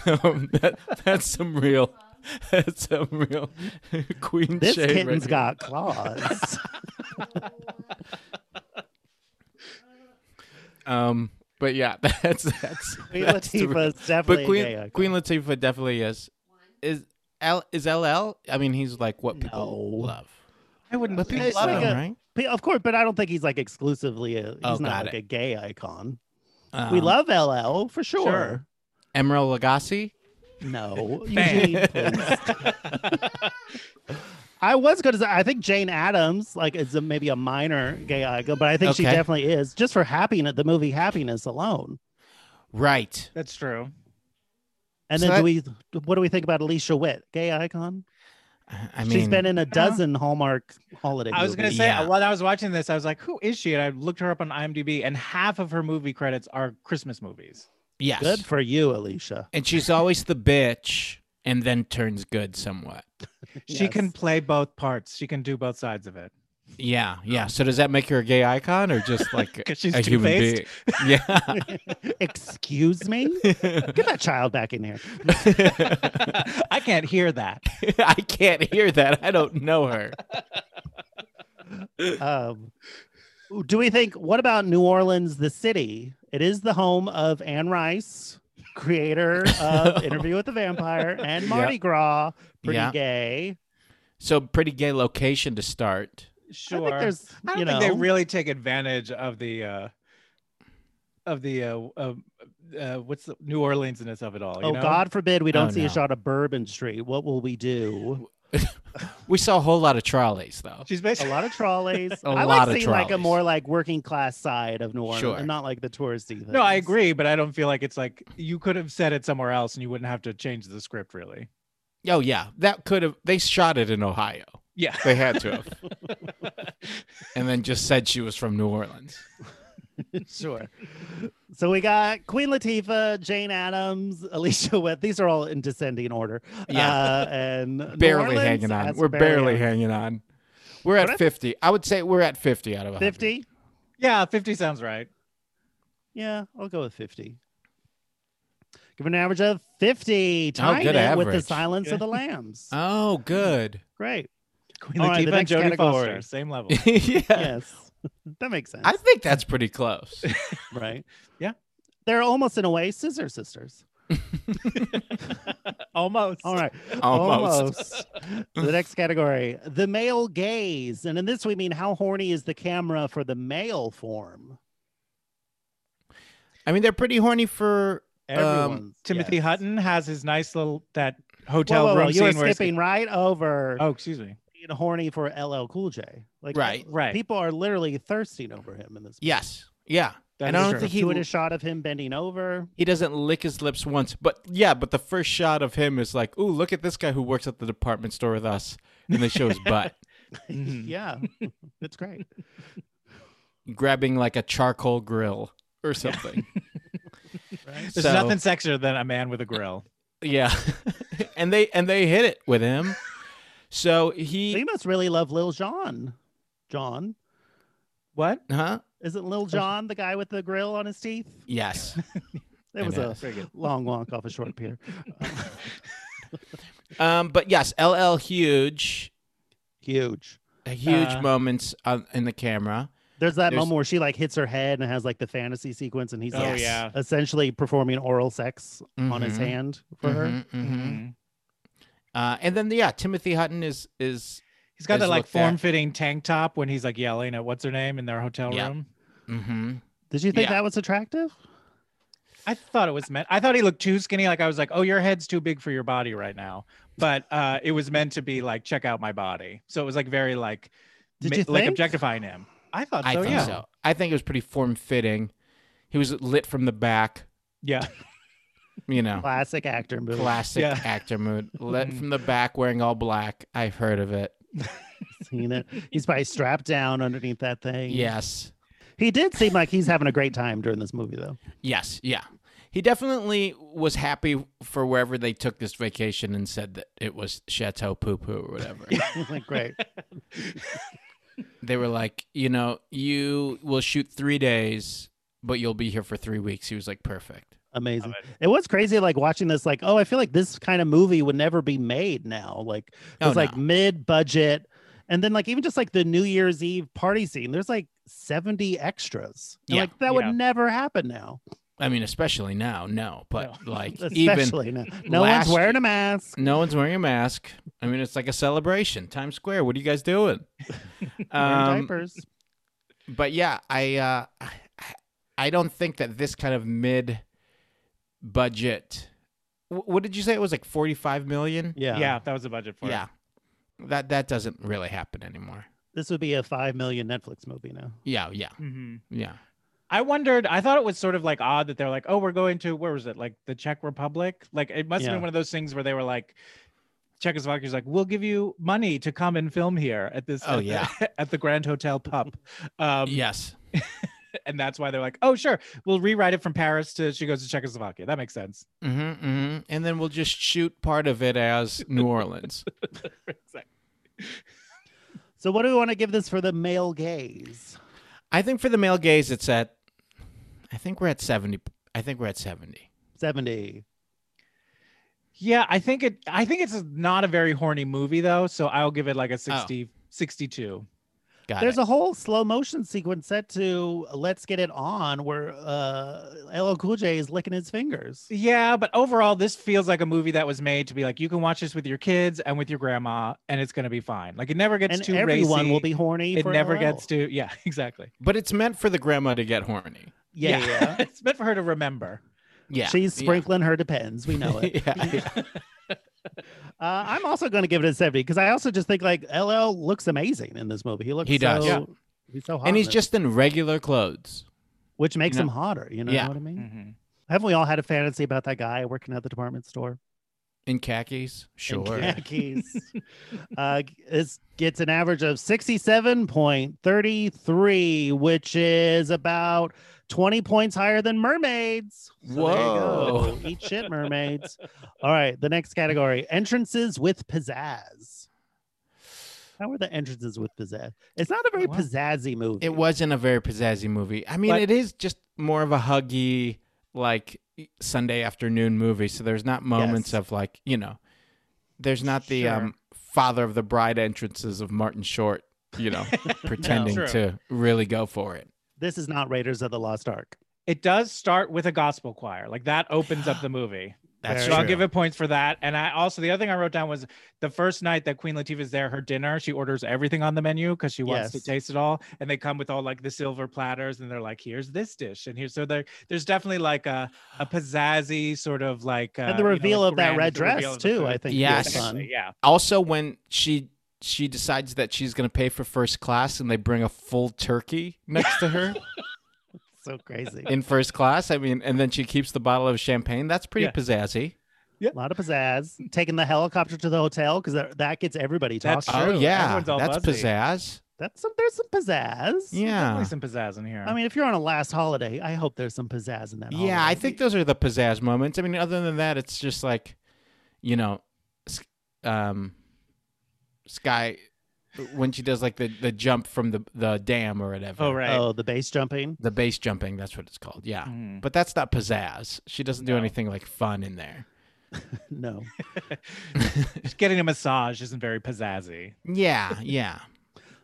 [SPEAKER 2] not want to.
[SPEAKER 5] um, that, that's some real. That's some real queen
[SPEAKER 3] This
[SPEAKER 5] shade. right
[SPEAKER 3] kitten's
[SPEAKER 5] here.
[SPEAKER 3] got claws.
[SPEAKER 5] Um, but yeah, that's that's.
[SPEAKER 3] Queen
[SPEAKER 5] that's the real-
[SPEAKER 3] Latifah's definitely
[SPEAKER 5] But
[SPEAKER 3] a gay
[SPEAKER 5] Queen
[SPEAKER 3] icon.
[SPEAKER 5] Queen Latifah definitely is. Is L is LL? I mean, he's like what people
[SPEAKER 3] No.
[SPEAKER 5] love.
[SPEAKER 4] I wouldn't
[SPEAKER 5] But people
[SPEAKER 3] It's
[SPEAKER 5] love
[SPEAKER 3] like
[SPEAKER 5] him,
[SPEAKER 3] a-
[SPEAKER 5] right?
[SPEAKER 3] P- Of course, but I don't think he's like exclusively a. He's
[SPEAKER 5] Oh,
[SPEAKER 3] not
[SPEAKER 5] got
[SPEAKER 3] like
[SPEAKER 5] it.
[SPEAKER 3] a gay icon.
[SPEAKER 5] Um,
[SPEAKER 3] we love LL for sure.
[SPEAKER 5] Emeril Lagasse.
[SPEAKER 3] No, Eugene, please. I was going to say I think Jane Addams like is a, maybe a minor gay icon, but I think she
[SPEAKER 5] Okay.
[SPEAKER 3] definitely is just for happiness. The movie Happiness alone.
[SPEAKER 5] Right.
[SPEAKER 4] That's true.
[SPEAKER 3] And
[SPEAKER 5] So
[SPEAKER 3] then do
[SPEAKER 5] that-
[SPEAKER 3] we? What do we think about Alicia Witt? Gay icon.
[SPEAKER 5] I I mean,
[SPEAKER 3] She's been in a dozen Hallmark holiday.
[SPEAKER 4] I was going to
[SPEAKER 3] movies.
[SPEAKER 4] say
[SPEAKER 5] Yeah.
[SPEAKER 4] when I was watching this, I was like, "Who is she?" And I looked her up on IMDb, and half of her movie credits are Christmas movies.
[SPEAKER 5] yes.
[SPEAKER 3] Good for you, Alicia.
[SPEAKER 5] and she's always the bitch, and then turns good somewhat.
[SPEAKER 4] She can
[SPEAKER 3] Yes.
[SPEAKER 4] play both parts. She can do both sides of it.
[SPEAKER 5] Yeah, yeah. So does that make her a gay icon, or just like
[SPEAKER 4] 'Cause she's
[SPEAKER 5] a human
[SPEAKER 4] two-faced.
[SPEAKER 5] being? Yeah.
[SPEAKER 3] Excuse me. Get that child back in here.
[SPEAKER 4] I can't hear that.
[SPEAKER 5] I can't hear that. I don't know her.
[SPEAKER 3] um, do we think what about new orleans the city it is the home of anne rice creator of interview with the vampire and mardi gras pretty
[SPEAKER 5] Yeah.
[SPEAKER 3] gay
[SPEAKER 5] So pretty gay location to start.
[SPEAKER 4] Sure.
[SPEAKER 3] i think there's
[SPEAKER 4] I don't
[SPEAKER 3] you
[SPEAKER 4] think
[SPEAKER 3] know
[SPEAKER 4] they really take advantage of the uh of the uh, uh, uh what's the New Orleansness of it all. you
[SPEAKER 3] oh
[SPEAKER 4] know?
[SPEAKER 3] god forbid we don't
[SPEAKER 5] Oh,
[SPEAKER 3] see a
[SPEAKER 5] no.
[SPEAKER 3] shot of bourbon street what will we do
[SPEAKER 5] We saw a whole lot of trolleys, though.
[SPEAKER 4] She's
[SPEAKER 3] a
[SPEAKER 4] basically
[SPEAKER 3] lot of trolleys
[SPEAKER 5] A
[SPEAKER 3] i
[SPEAKER 5] lot
[SPEAKER 3] like
[SPEAKER 5] of
[SPEAKER 3] seeing like a
[SPEAKER 5] trolleys.
[SPEAKER 3] more like working class side of new orleans
[SPEAKER 5] Sure.
[SPEAKER 3] and not like the touristy things.
[SPEAKER 4] no, I agree, but I don't feel like it's like you could have said it somewhere else, and you wouldn't have to change the script, really.
[SPEAKER 5] Oh yeah, that could have. They shot it in Ohio.
[SPEAKER 4] Yeah,
[SPEAKER 5] They had to have. and then just said she was from New Orleans.
[SPEAKER 3] sure. So we got Queen Latifah, Jane Addams, Alicia Witt. These are all in descending order.
[SPEAKER 5] Yeah.
[SPEAKER 3] Uh, and New
[SPEAKER 5] barely
[SPEAKER 3] Orleans
[SPEAKER 5] hanging on.
[SPEAKER 3] has
[SPEAKER 5] We're barely
[SPEAKER 3] on
[SPEAKER 5] hanging on. We're at
[SPEAKER 3] What?
[SPEAKER 5] 50. I would say we're at 50 out of 100.
[SPEAKER 3] 50?
[SPEAKER 4] yeah, fifty sounds right.
[SPEAKER 3] Yeah, I'll go with 50. Give an average of 50. Tied
[SPEAKER 5] Oh, good
[SPEAKER 3] it with the
[SPEAKER 5] average.
[SPEAKER 3] Silence of the Lambs.
[SPEAKER 5] Oh, good.
[SPEAKER 3] Great.
[SPEAKER 4] Queen
[SPEAKER 3] All right, the
[SPEAKER 4] Latifah and
[SPEAKER 3] next
[SPEAKER 4] Jodie
[SPEAKER 3] category.
[SPEAKER 4] Foster, same level.
[SPEAKER 5] yeah.
[SPEAKER 3] Yes. that makes sense.
[SPEAKER 5] I think that's pretty close.
[SPEAKER 3] right.
[SPEAKER 4] Yeah.
[SPEAKER 3] They're almost in a way scissor sisters.
[SPEAKER 4] Almost.
[SPEAKER 3] All right.
[SPEAKER 5] Almost.
[SPEAKER 3] Almost. the next category, the male gaze. And in this, we mean how horny is the camera for the male form?
[SPEAKER 5] I mean, they're pretty horny for. Um,
[SPEAKER 3] Everyone's.
[SPEAKER 4] Timothy
[SPEAKER 3] yes.
[SPEAKER 4] Hutton has his nice little that
[SPEAKER 3] Whoa,
[SPEAKER 4] hotel
[SPEAKER 3] whoa, whoa,
[SPEAKER 4] room
[SPEAKER 3] You were
[SPEAKER 4] scene where he's-
[SPEAKER 3] skipping right over
[SPEAKER 4] Oh, excuse me.
[SPEAKER 3] being horny for LL Cool J. Like, uh,
[SPEAKER 5] Right.
[SPEAKER 4] Right.
[SPEAKER 3] People are literally thirsting over him in this.
[SPEAKER 5] yes. Yeah.
[SPEAKER 4] That
[SPEAKER 5] and
[SPEAKER 4] is
[SPEAKER 5] I don't
[SPEAKER 4] true.
[SPEAKER 5] think
[SPEAKER 3] He would
[SPEAKER 5] he
[SPEAKER 3] a shot of him bending over.
[SPEAKER 5] he doesn't lick his lips once. But yeah, but the first shot of him is like, "Ooh, look at this guy who works at the department store with us," and they show his butt
[SPEAKER 4] Mhm.
[SPEAKER 5] Mm-hmm.
[SPEAKER 3] Yeah, that's great.
[SPEAKER 5] grabbing like a charcoal grill or something.
[SPEAKER 3] Right?
[SPEAKER 4] There's
[SPEAKER 5] So-
[SPEAKER 4] nothing sexier than a man with a grill.
[SPEAKER 5] Yeah. and they and they hit it with him. So he
[SPEAKER 3] So you must really love Lil John. John.
[SPEAKER 4] What?
[SPEAKER 5] huh?
[SPEAKER 3] Isn't Lil John the guy with the grill on his teeth?
[SPEAKER 5] Yes. I
[SPEAKER 3] It was
[SPEAKER 5] know.
[SPEAKER 3] a long walk off a short pier.
[SPEAKER 5] Um, but yes, LL huge,
[SPEAKER 3] Huge.
[SPEAKER 5] huge
[SPEAKER 4] Uh,
[SPEAKER 5] moments on, in the camera.
[SPEAKER 3] There's that
[SPEAKER 5] There's-
[SPEAKER 3] moment where she like hits her head and has like the fantasy sequence, and he's
[SPEAKER 4] Oh,
[SPEAKER 3] like,
[SPEAKER 4] yeah.
[SPEAKER 3] essentially performing oral sex on his
[SPEAKER 5] Mhm.
[SPEAKER 3] hand for her.
[SPEAKER 5] Mhm,
[SPEAKER 4] Mm-hmm.
[SPEAKER 5] mhm. Uh, and then yeah, Timothy Hutton is is
[SPEAKER 4] He's got
[SPEAKER 5] Just
[SPEAKER 4] that like
[SPEAKER 5] looked at.
[SPEAKER 4] form fitting tank top when he's like yelling at what's her name in their hotel
[SPEAKER 5] Yeah.
[SPEAKER 4] room.
[SPEAKER 5] mhm.
[SPEAKER 3] Did you think
[SPEAKER 5] Yeah.
[SPEAKER 3] that was attractive?
[SPEAKER 4] I thought it was meant. I thought he looked too skinny. Like I was like, oh, your head's too big for your body right now. But uh, it was meant to be like, check out my body. So it was like very like,
[SPEAKER 3] Did
[SPEAKER 4] ma-
[SPEAKER 3] you
[SPEAKER 4] like
[SPEAKER 3] think?
[SPEAKER 4] objectifying him. I thought
[SPEAKER 5] I
[SPEAKER 4] so.
[SPEAKER 5] think
[SPEAKER 4] yeah.
[SPEAKER 5] so. I think it was pretty form fitting. He was lit from the back,
[SPEAKER 4] Yeah.
[SPEAKER 5] you know,
[SPEAKER 3] Classic actor move.
[SPEAKER 5] classic
[SPEAKER 4] Yeah.
[SPEAKER 5] actor mood. Lit from the back, wearing all black. I've heard of it.
[SPEAKER 3] Seen it. He's probably strapped down underneath that thing.
[SPEAKER 5] Yes.
[SPEAKER 3] He did seem like he's having a great time during this movie, though.
[SPEAKER 5] Yes, yeah. He definitely was happy for wherever they took this vacation and said that it was Chateau Poo Poo or whatever.
[SPEAKER 3] like, great.
[SPEAKER 5] they were like, you know, you will shoot three days, but you'll be here for three weeks. He was like, perfect.
[SPEAKER 3] Amazing. It was crazy, like watching this, like, oh, I feel like this kind of movie would never be made now. Like, it's
[SPEAKER 5] Oh,
[SPEAKER 3] like
[SPEAKER 5] no.
[SPEAKER 3] mid budget. And then, like, even just like the New Year's Eve party scene, there's like 70 extras. And,
[SPEAKER 5] Yeah.
[SPEAKER 3] Like, that
[SPEAKER 4] Yeah.
[SPEAKER 3] would never happen now.
[SPEAKER 5] I mean, especially now, no, but like, even
[SPEAKER 3] Especially now. No
[SPEAKER 5] last
[SPEAKER 3] one's wearing
[SPEAKER 5] year-
[SPEAKER 3] a mask.
[SPEAKER 5] no one's wearing a mask. I mean, it's like a celebration. Times Square. What are you guys doing?
[SPEAKER 3] wearing
[SPEAKER 5] Um,
[SPEAKER 3] diapers.
[SPEAKER 5] but yeah, I uh, I- I don't think that this kind of mid budget. wh- What did you say? It was like forty five million.
[SPEAKER 3] Yeah.
[SPEAKER 4] yeah. That was a budget for
[SPEAKER 5] yeah,
[SPEAKER 4] it.
[SPEAKER 5] that that doesn't really happen anymore.
[SPEAKER 3] This would be a 5 million Netflix movie now.
[SPEAKER 5] Yeah, yeah,
[SPEAKER 4] Mhm.
[SPEAKER 5] yeah.
[SPEAKER 4] I wondered, I thought it was sort of like odd that they're like, oh, we're going to, where was it? Like the Czech Republic? Like it must have
[SPEAKER 3] Yeah.
[SPEAKER 4] been one of those things where they were like, Czechoslovakia's like, we'll give you money to come and film here at this,
[SPEAKER 5] Oh,
[SPEAKER 4] at the- at the Grand Hotel Pup. Um,
[SPEAKER 5] yes,
[SPEAKER 4] and that's why they're like, oh, sure, we'll rewrite it from Paris to she goes to Czechoslovakia. That makes sense.
[SPEAKER 5] hmm hmm and then we'll just shoot part of it as New Orleans.
[SPEAKER 3] So, what do we want to give this for the male gaze?
[SPEAKER 5] I think for the male gaze, it's at. I think we're at seventy. I think we're at seventy.
[SPEAKER 3] 70.
[SPEAKER 4] Yeah, I think it. I think it's not a very horny movie though, so I'll give it like a 60, 62.
[SPEAKER 5] Got
[SPEAKER 3] There's
[SPEAKER 5] it.
[SPEAKER 3] a whole slow motion sequence set to "Let's Get It On," where uh, LL Cool J is licking his fingers.
[SPEAKER 4] Yeah, but overall, this feels like a movie that was made to be like you can watch this with your kids and with your grandma, and it's gonna be fine. Like it never gets
[SPEAKER 3] and
[SPEAKER 4] too
[SPEAKER 3] everyone
[SPEAKER 4] racy.
[SPEAKER 3] will be horny.
[SPEAKER 4] It
[SPEAKER 3] for
[SPEAKER 4] never
[SPEAKER 3] LL.
[SPEAKER 4] gets too. Yeah, exactly.
[SPEAKER 5] but it's meant for the grandma to get horny.
[SPEAKER 3] Yeah, yeah. yeah.
[SPEAKER 4] it's meant for her to remember.
[SPEAKER 5] Yeah,
[SPEAKER 3] She's
[SPEAKER 5] yeah.
[SPEAKER 3] sprinkling her depends. We know it.
[SPEAKER 5] yeah, yeah.
[SPEAKER 3] Uh, I'm also going to give it a 70 because I also just think like LL looks amazing in this movie. He looks
[SPEAKER 5] He does.
[SPEAKER 3] So,
[SPEAKER 5] Yeah.
[SPEAKER 3] He's so hot,
[SPEAKER 5] and
[SPEAKER 3] in
[SPEAKER 5] he's
[SPEAKER 3] this,
[SPEAKER 5] just in regular clothes.
[SPEAKER 3] which makes
[SPEAKER 5] know-
[SPEAKER 3] him hotter. You know
[SPEAKER 5] Yeah. Mm.
[SPEAKER 3] what I mean?
[SPEAKER 4] Mhm.
[SPEAKER 3] Haven't we all had a fantasy about that guy working at the department store?
[SPEAKER 5] In khakis,
[SPEAKER 3] and
[SPEAKER 5] sure.
[SPEAKER 3] khakis. uh, this gets an average of 67.33, which is about 20 points higher than mermaids. there you go. Eat shit, mermaids. All right, the next category entrances with pizzazz. How were the entrances with pizzazz? It's not a very
[SPEAKER 4] Wow.
[SPEAKER 3] pizzazzy movie.
[SPEAKER 5] It wasn't a very pizzazzy movie. I mean,
[SPEAKER 4] But-
[SPEAKER 5] it is just more of a huggy, like Sunday afternoon movie. So there's not moments
[SPEAKER 3] Yes.
[SPEAKER 5] of like you know, there's not the
[SPEAKER 4] Sure.
[SPEAKER 5] um, father of the bride entrances of Martin Short. You know, pretending
[SPEAKER 4] True.
[SPEAKER 5] to really go for it.
[SPEAKER 3] This is not Raiders of the Lost Ark.
[SPEAKER 4] It does start with a gospel choir. Like that opens up the movie.
[SPEAKER 5] That's
[SPEAKER 4] so
[SPEAKER 5] true.
[SPEAKER 4] I'll give it points for that. And I also the other thing I wrote down was the first night that Queen Latifah's there, her dinner, she orders everything on the menu because she wants
[SPEAKER 3] Yes.
[SPEAKER 4] to taste it all. And they come with all like the silver platters, and they're like, "Here's this dish," and here's so there. There's definitely like a a pizzazzy sort of like uh,
[SPEAKER 3] And
[SPEAKER 4] you
[SPEAKER 3] the
[SPEAKER 4] know,
[SPEAKER 3] reveal
[SPEAKER 4] like,
[SPEAKER 3] of that
[SPEAKER 4] grand
[SPEAKER 3] red
[SPEAKER 4] reveal
[SPEAKER 3] dress,
[SPEAKER 4] of the
[SPEAKER 3] too,
[SPEAKER 4] food.
[SPEAKER 3] I think
[SPEAKER 5] Yes.
[SPEAKER 3] was fun.
[SPEAKER 4] Technically, yeah.
[SPEAKER 5] Also, when she she decides that she's going to pay for first class, and they bring a full turkey next to her
[SPEAKER 3] So crazy.
[SPEAKER 5] in first class. I mean, and then she keeps the bottle of champagne. That's pretty
[SPEAKER 4] Yeah.
[SPEAKER 5] pizzazzy.
[SPEAKER 3] A lot of pizzazz. Taking the helicopter to the hotel because that, that gets everybody talking.
[SPEAKER 4] That's
[SPEAKER 5] Oh
[SPEAKER 4] True.
[SPEAKER 5] yeah,
[SPEAKER 4] Everyone's all
[SPEAKER 5] that's
[SPEAKER 4] buzzy.
[SPEAKER 5] pizzazz.
[SPEAKER 3] That's some. There's some pizzazz.
[SPEAKER 5] Yeah.
[SPEAKER 4] Definitely some pizzazz in here.
[SPEAKER 3] I mean, if you're on a last holiday, I hope there's some pizzazz in that.
[SPEAKER 5] Yeah, I
[SPEAKER 3] holiday.
[SPEAKER 5] think those are the pizzazz moments. I mean, other than that, it's just like, you know, um Sky when she does like the the jump from the the dam or whatever.
[SPEAKER 4] Oh, right.
[SPEAKER 3] Oh, the base jumping.
[SPEAKER 5] The base jumping, that's what it's called. Yeah.
[SPEAKER 4] Mm.
[SPEAKER 5] But that's not pizzazz. She doesn't do anything like fun in there.
[SPEAKER 3] No.
[SPEAKER 4] Just getting a massage isn't very pizzazzy.
[SPEAKER 5] Yeah, yeah.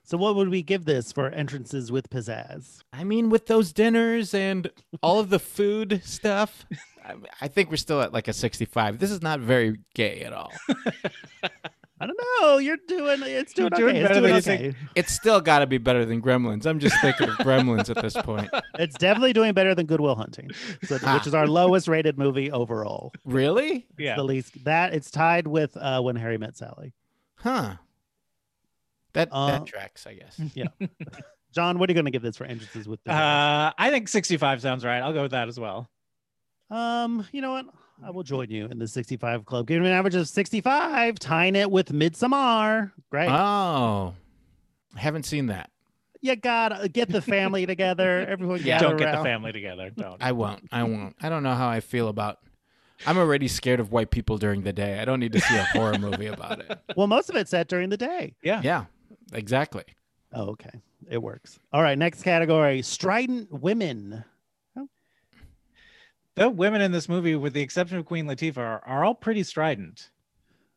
[SPEAKER 3] So what would we give this for entrances with pizzazz?
[SPEAKER 5] I mean, with those dinners and all of the food stuff, I, I think we're still at like a 65. This is not very gay at all.
[SPEAKER 3] I don't know. You're doing it's
[SPEAKER 4] You're
[SPEAKER 3] doing,
[SPEAKER 4] doing
[SPEAKER 3] okay.
[SPEAKER 4] better than you
[SPEAKER 3] it's doing okay.
[SPEAKER 4] think.
[SPEAKER 5] It's still got to be better than Gremlins. I'm just thinking of Gremlins at this point.
[SPEAKER 3] It's definitely doing better than Goodwill Hunting, so-
[SPEAKER 5] Ah.
[SPEAKER 3] which is our lowest rated movie overall.
[SPEAKER 5] Really?
[SPEAKER 4] Yeah.
[SPEAKER 3] The least that it's tied with uh, When Harry Met Sally.
[SPEAKER 5] Huh. That
[SPEAKER 3] Uh,
[SPEAKER 5] that tracks, I guess.
[SPEAKER 3] John, what are you going to give this for entrances with pizzazz?
[SPEAKER 4] Uh, I think 65 sounds right. I'll go with that as well.
[SPEAKER 3] um, you know what? I will join you in the 65 club. Giving an average of 65, tying it with Midsommar. Great.
[SPEAKER 5] Oh. Haven't seen that.
[SPEAKER 3] you gotta get the family together. Everyone,
[SPEAKER 5] Yeah.
[SPEAKER 3] gather
[SPEAKER 4] Don't get the
[SPEAKER 3] around.
[SPEAKER 4] family together. Don't.
[SPEAKER 5] I won't. I won't. I don't know how I feel about I'm already scared of white people during the day. I don't need to see a horror movie about it.
[SPEAKER 3] Well, most of it's set during the day.
[SPEAKER 4] yeah.
[SPEAKER 5] Yeah. Exactly.
[SPEAKER 3] Oh, okay. It works. All right. Next category strident women.
[SPEAKER 4] The women in this movie, with the exception of Queen Latifah, are, are all pretty strident.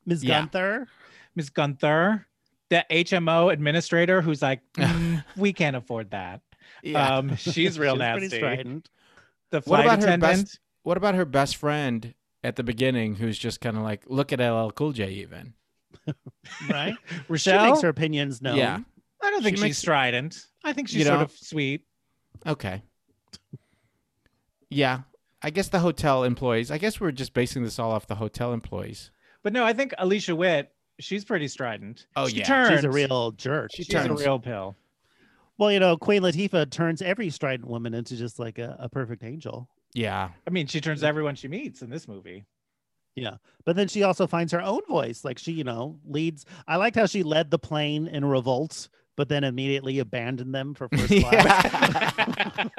[SPEAKER 3] Ms.
[SPEAKER 5] Yeah.
[SPEAKER 3] Gunther.
[SPEAKER 4] Ms. Gunther, the HMO administrator, who's like, "Mm, we can't afford that.
[SPEAKER 5] Yeah.
[SPEAKER 4] Um, she's real
[SPEAKER 3] She's pretty
[SPEAKER 4] nasty.
[SPEAKER 3] strident.
[SPEAKER 4] The
[SPEAKER 5] What
[SPEAKER 4] flight
[SPEAKER 5] about her
[SPEAKER 4] attendant.
[SPEAKER 5] best- what about her best friend at the beginning who's just kind of like, look at LL Cool J even?
[SPEAKER 3] Right. she
[SPEAKER 4] Rochelle.
[SPEAKER 3] makes her opinions known.
[SPEAKER 5] Yeah.
[SPEAKER 4] I don't think
[SPEAKER 5] she
[SPEAKER 4] she's
[SPEAKER 5] makes-
[SPEAKER 4] strident. I think she's
[SPEAKER 5] You
[SPEAKER 4] sort
[SPEAKER 5] know?
[SPEAKER 4] of sweet.
[SPEAKER 5] Okay. Yeah. I guess the hotel employees. I guess we're just basing this all off the hotel employees.
[SPEAKER 4] But no, I think Alicia Witt, she's pretty strident.
[SPEAKER 5] Oh,
[SPEAKER 4] she
[SPEAKER 5] yeah.
[SPEAKER 4] Turns.
[SPEAKER 3] She's a real jerk.
[SPEAKER 5] She
[SPEAKER 4] She's a
[SPEAKER 5] turns.
[SPEAKER 4] real pill.
[SPEAKER 3] well, you know, Queen Latifah turns every strident woman into just like a, a perfect angel.
[SPEAKER 5] Yeah.
[SPEAKER 4] I mean, she turns everyone she meets in this movie.
[SPEAKER 3] But then she also finds her own voice. Like she, you know, leads. I liked how she led the plane in revolt, but then immediately abandoned them for first class.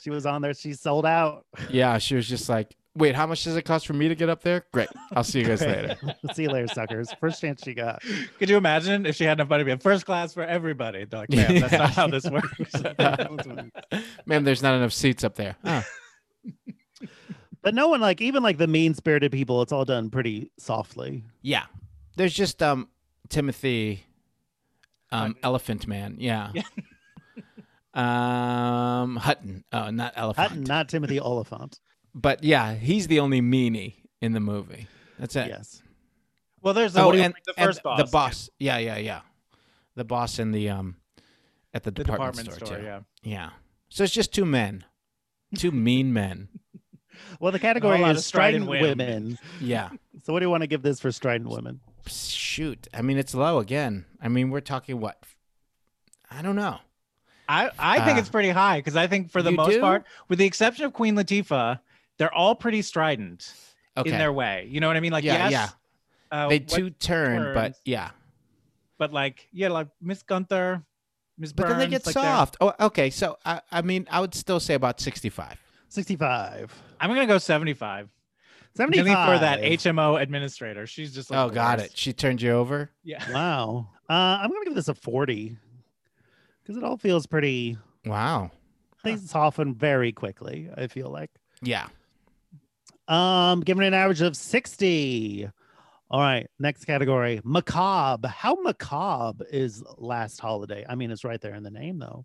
[SPEAKER 3] She was on there. She sold out.
[SPEAKER 5] yeah. She was just like, wait, how much does it cost for me to get up there? Great. I'll see you guys
[SPEAKER 3] Great.
[SPEAKER 5] later.
[SPEAKER 3] See you later, suckers. First chance she got.
[SPEAKER 4] Could you imagine if she had enough money to be in first class for everybody? They're like, man, that's not how this works.
[SPEAKER 5] Oh, Man, there's not enough seats up there. Huh.
[SPEAKER 3] But no one like even like the mean spirited people, it's all done pretty softly.
[SPEAKER 5] Yeah. There's just um Timothy um Elephant Man. Yeah. um Hutton. Oh, not Elephant.
[SPEAKER 3] Hutton, not Timothy Oliphant.
[SPEAKER 5] But yeah, he's the only meanie in the movie. That's it.
[SPEAKER 3] Yes.
[SPEAKER 4] well, there's the,
[SPEAKER 5] Oh,
[SPEAKER 4] one-
[SPEAKER 5] and
[SPEAKER 4] the
[SPEAKER 5] and
[SPEAKER 4] first boss.
[SPEAKER 5] The boss. Yeah, yeah, yeah. The boss in the um at the,
[SPEAKER 4] The
[SPEAKER 5] department,
[SPEAKER 4] department
[SPEAKER 5] store,
[SPEAKER 4] store,
[SPEAKER 5] too.
[SPEAKER 4] yeah.
[SPEAKER 5] Yeah. So it's just two men. Two mean men.
[SPEAKER 3] Well, the category
[SPEAKER 4] lot
[SPEAKER 3] is
[SPEAKER 4] of strident
[SPEAKER 3] strident women.
[SPEAKER 4] women.
[SPEAKER 5] Yeah.
[SPEAKER 3] So what do you want to give this for strident women?
[SPEAKER 5] Shoot. I mean, it's low again. I mean, we're talking what? I don't know.
[SPEAKER 4] I, I think
[SPEAKER 5] Ah.
[SPEAKER 4] it's pretty high because I think for the
[SPEAKER 5] You
[SPEAKER 4] most
[SPEAKER 5] do?
[SPEAKER 4] part, with the exception of Queen Latifah, they're all pretty strident
[SPEAKER 5] Okay.
[SPEAKER 4] in their way. You know what I mean? Like,
[SPEAKER 5] Yeah,
[SPEAKER 4] yes,
[SPEAKER 5] yeah.
[SPEAKER 4] uh,
[SPEAKER 5] they
[SPEAKER 4] what-
[SPEAKER 5] do turn, but
[SPEAKER 4] turns?
[SPEAKER 5] yeah.
[SPEAKER 4] but like, yeah, like Miss Gunther, Miss
[SPEAKER 5] But then they
[SPEAKER 4] Burns,
[SPEAKER 5] get
[SPEAKER 4] like, they're-
[SPEAKER 5] soft. Oh, okay. So I, I mean, I would still say about sixty-five.
[SPEAKER 3] Sixty five.
[SPEAKER 4] I'm gonna go 75.
[SPEAKER 3] Seventy
[SPEAKER 4] Mainly for
[SPEAKER 3] five
[SPEAKER 4] that HMO administrator. She's just like,
[SPEAKER 5] oh,
[SPEAKER 4] the
[SPEAKER 5] got
[SPEAKER 4] worst.
[SPEAKER 5] it. She turned you over.
[SPEAKER 4] Yeah.
[SPEAKER 3] Wow. Uh, I'm gonna give this a forty. Because it all feels pretty
[SPEAKER 5] Wow.
[SPEAKER 3] things soften very quickly, I feel like.
[SPEAKER 5] Yeah.
[SPEAKER 3] Um, giving it an average of 60. All right, next category. Macabre. How macabre is last holiday? I mean, it's right there in the name though.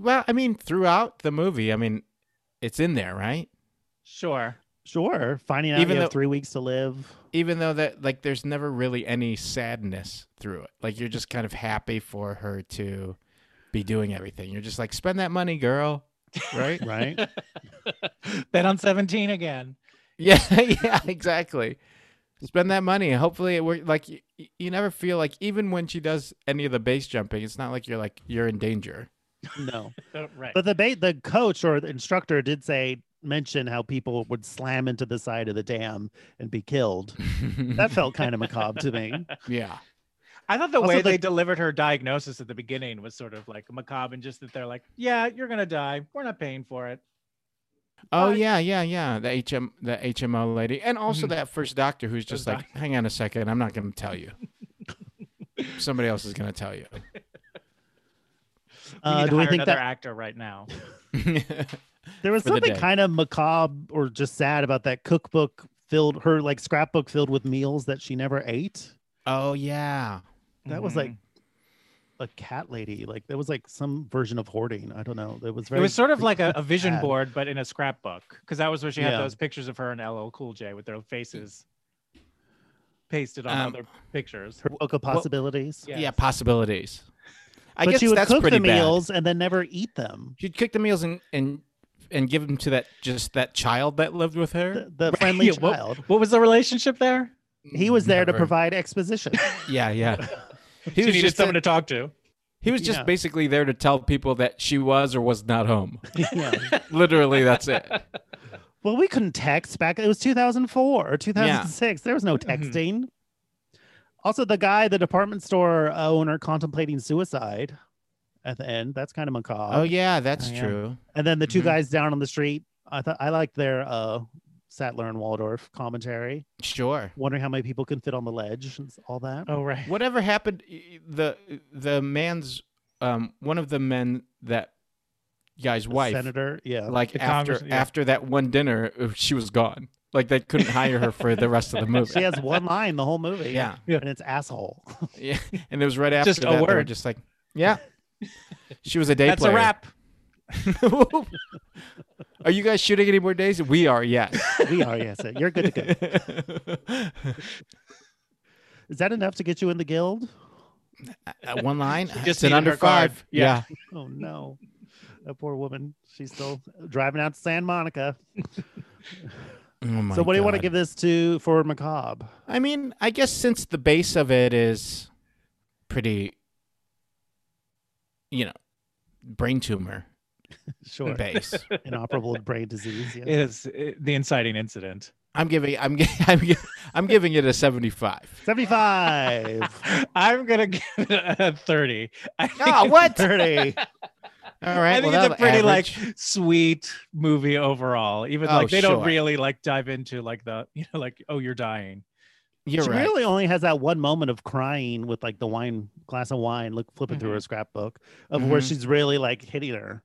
[SPEAKER 5] Well, I mean, throughout the movie, I mean, it's in there, right?
[SPEAKER 4] Sure.
[SPEAKER 3] Sure. Finding out
[SPEAKER 5] Even
[SPEAKER 3] you
[SPEAKER 5] though-
[SPEAKER 3] have three weeks to live.
[SPEAKER 5] Even though that, like, there's never really any sadness through it. Like, you're just kind of happy for her to be doing everything. You're just like, spend that money, girl. Right?
[SPEAKER 3] Right?
[SPEAKER 4] Bet on 17 again.
[SPEAKER 5] Yeah, yeah, exactly. Spend that money. and Hopefully, it work. Like you, you never feel like even when she does any of the base jumping, it's not like you're like you're in danger.
[SPEAKER 3] no.
[SPEAKER 4] Oh, right.
[SPEAKER 3] But the ba- the coach or the instructor did say mention how people would slam into the side of the dam and be killed. That felt kind of macabre to me.
[SPEAKER 5] yeah,
[SPEAKER 4] I thought the
[SPEAKER 3] Also,
[SPEAKER 4] way
[SPEAKER 3] the-
[SPEAKER 4] they delivered her diagnosis at the beginning was sort of like macabre and just that they're like, yeah, you're going to die. We're not paying for it.
[SPEAKER 5] Oh
[SPEAKER 4] Right.
[SPEAKER 5] yeah, yeah, yeah. The HM, the HMO lady, and also that Mm-hmm. first doctor who's just
[SPEAKER 4] First
[SPEAKER 5] like, "Hang on a second, I'm not going to tell you. Somebody else is going to tell you."
[SPEAKER 4] We
[SPEAKER 3] Uh,
[SPEAKER 4] need to
[SPEAKER 3] do we
[SPEAKER 4] hire
[SPEAKER 3] think
[SPEAKER 4] another
[SPEAKER 3] that
[SPEAKER 4] actor right now.
[SPEAKER 3] there was
[SPEAKER 5] for the
[SPEAKER 3] something
[SPEAKER 5] day.
[SPEAKER 3] kind of macabre or just sad about that cookbook filled her like scrapbook filled with meals that she never ate?
[SPEAKER 5] oh yeah,
[SPEAKER 3] That was like
[SPEAKER 5] Mm-hmm.
[SPEAKER 3] a cat lady. Like that was like some version of hoarding. I don't know. It was
[SPEAKER 4] it
[SPEAKER 3] very.
[SPEAKER 4] was sort of like a, a vision
[SPEAKER 3] sad.
[SPEAKER 4] board, but in a scrapbook, because that was where she had
[SPEAKER 3] Yeah.
[SPEAKER 4] those pictures of her and LL Cool J with their faces pasted on
[SPEAKER 5] Um,
[SPEAKER 4] other pictures.
[SPEAKER 3] her book of
[SPEAKER 5] Well-
[SPEAKER 3] possibilities.
[SPEAKER 5] yeah. Possibilities. I
[SPEAKER 3] but
[SPEAKER 5] guess
[SPEAKER 3] she would
[SPEAKER 5] that's
[SPEAKER 3] cook
[SPEAKER 5] pretty
[SPEAKER 3] the
[SPEAKER 5] bad.
[SPEAKER 3] meals and then never eat them.
[SPEAKER 5] She'd cook the meals and and and give them to that just that child that lived with her.
[SPEAKER 3] The, the friendly
[SPEAKER 4] Yeah, what-
[SPEAKER 3] child.
[SPEAKER 4] What was the relationship there?
[SPEAKER 3] He was there to
[SPEAKER 5] Never.
[SPEAKER 3] provide exposition.
[SPEAKER 5] Yeah, yeah.
[SPEAKER 4] She
[SPEAKER 5] He was
[SPEAKER 4] needed
[SPEAKER 5] just
[SPEAKER 4] someone
[SPEAKER 5] a-
[SPEAKER 4] to talk to.
[SPEAKER 5] he was just
[SPEAKER 3] Yeah.
[SPEAKER 5] basically there to tell people that she was or was not home.
[SPEAKER 3] yeah.
[SPEAKER 5] Literally, that's it.
[SPEAKER 3] Well, we couldn't text back. It was 2004 or 2006. There was no
[SPEAKER 5] Mm-hmm.
[SPEAKER 3] texting. Also, the guy, the department store owner, contemplating suicide at the end. That's kind of macabre.
[SPEAKER 5] Oh yeah, that's
[SPEAKER 4] yeah.
[SPEAKER 5] true.
[SPEAKER 3] And then the 2
[SPEAKER 5] Mhm.
[SPEAKER 3] guys down on the street. I thought I liked their uh, Sattler and Waldorf commentary,
[SPEAKER 5] Sure.
[SPEAKER 3] wondering how many people can fit on the ledge and s- all that.
[SPEAKER 4] Oh right.
[SPEAKER 5] Whatever happened, y- the the man's um one of the men that guy's
[SPEAKER 3] The
[SPEAKER 5] wife
[SPEAKER 3] senator, yeah.
[SPEAKER 5] like
[SPEAKER 4] The
[SPEAKER 5] after
[SPEAKER 4] congress- yeah.
[SPEAKER 5] after that one dinner uh, she was gone. Like they couldn't hire her for the rest of the movie.
[SPEAKER 3] she has one line the whole movie.
[SPEAKER 5] Yeah.
[SPEAKER 4] Yeah.
[SPEAKER 3] And it's asshole.
[SPEAKER 5] yeah. And it was right after
[SPEAKER 4] Just a
[SPEAKER 5] that they were
[SPEAKER 4] word.
[SPEAKER 5] just like yeah. She was a day
[SPEAKER 4] That's
[SPEAKER 5] player.
[SPEAKER 4] a wrap.
[SPEAKER 5] are you guys shooting any more days? We are, yes.
[SPEAKER 3] we are, yes. You're good to go. Is that enough to get you in the guild?
[SPEAKER 5] Uh, one line.
[SPEAKER 4] just
[SPEAKER 5] It's an
[SPEAKER 4] needed
[SPEAKER 5] under
[SPEAKER 4] her card.
[SPEAKER 5] five.
[SPEAKER 4] Yeah.
[SPEAKER 3] Oh no. That poor woman. She's still driving out to San Monica.
[SPEAKER 5] Yeah. Oh my
[SPEAKER 3] so what do you want to
[SPEAKER 5] God.
[SPEAKER 3] give this to for macabre?
[SPEAKER 5] I mean, I guess since the base of it is pretty, you know, brain tumor
[SPEAKER 3] Sure.
[SPEAKER 5] base.
[SPEAKER 3] Inoperable brain disease. Yeah.
[SPEAKER 4] It is uh, the inciting incident.
[SPEAKER 5] I'm giving. I'm. gi- I'm. gi- I'm giving it a seventy-five.
[SPEAKER 3] 75.
[SPEAKER 4] I'm gonna give it a 30. I think
[SPEAKER 5] Oh,
[SPEAKER 4] it's-
[SPEAKER 5] what?
[SPEAKER 3] 30.
[SPEAKER 5] All right.
[SPEAKER 4] Ah, I think
[SPEAKER 5] well,
[SPEAKER 4] it's a pretty
[SPEAKER 5] that'll average.
[SPEAKER 4] like sweet movie overall. Even
[SPEAKER 5] Oh,
[SPEAKER 4] like they don't
[SPEAKER 5] sure.
[SPEAKER 4] really like dive into like the you know like oh you're dying.
[SPEAKER 5] You're
[SPEAKER 3] she
[SPEAKER 5] right.
[SPEAKER 3] really only has that one moment of crying with like the wine glass of wine, look flipping
[SPEAKER 5] Mm-hmm.
[SPEAKER 3] through her scrapbook of where
[SPEAKER 5] Mhm.
[SPEAKER 3] she's really like hitting her.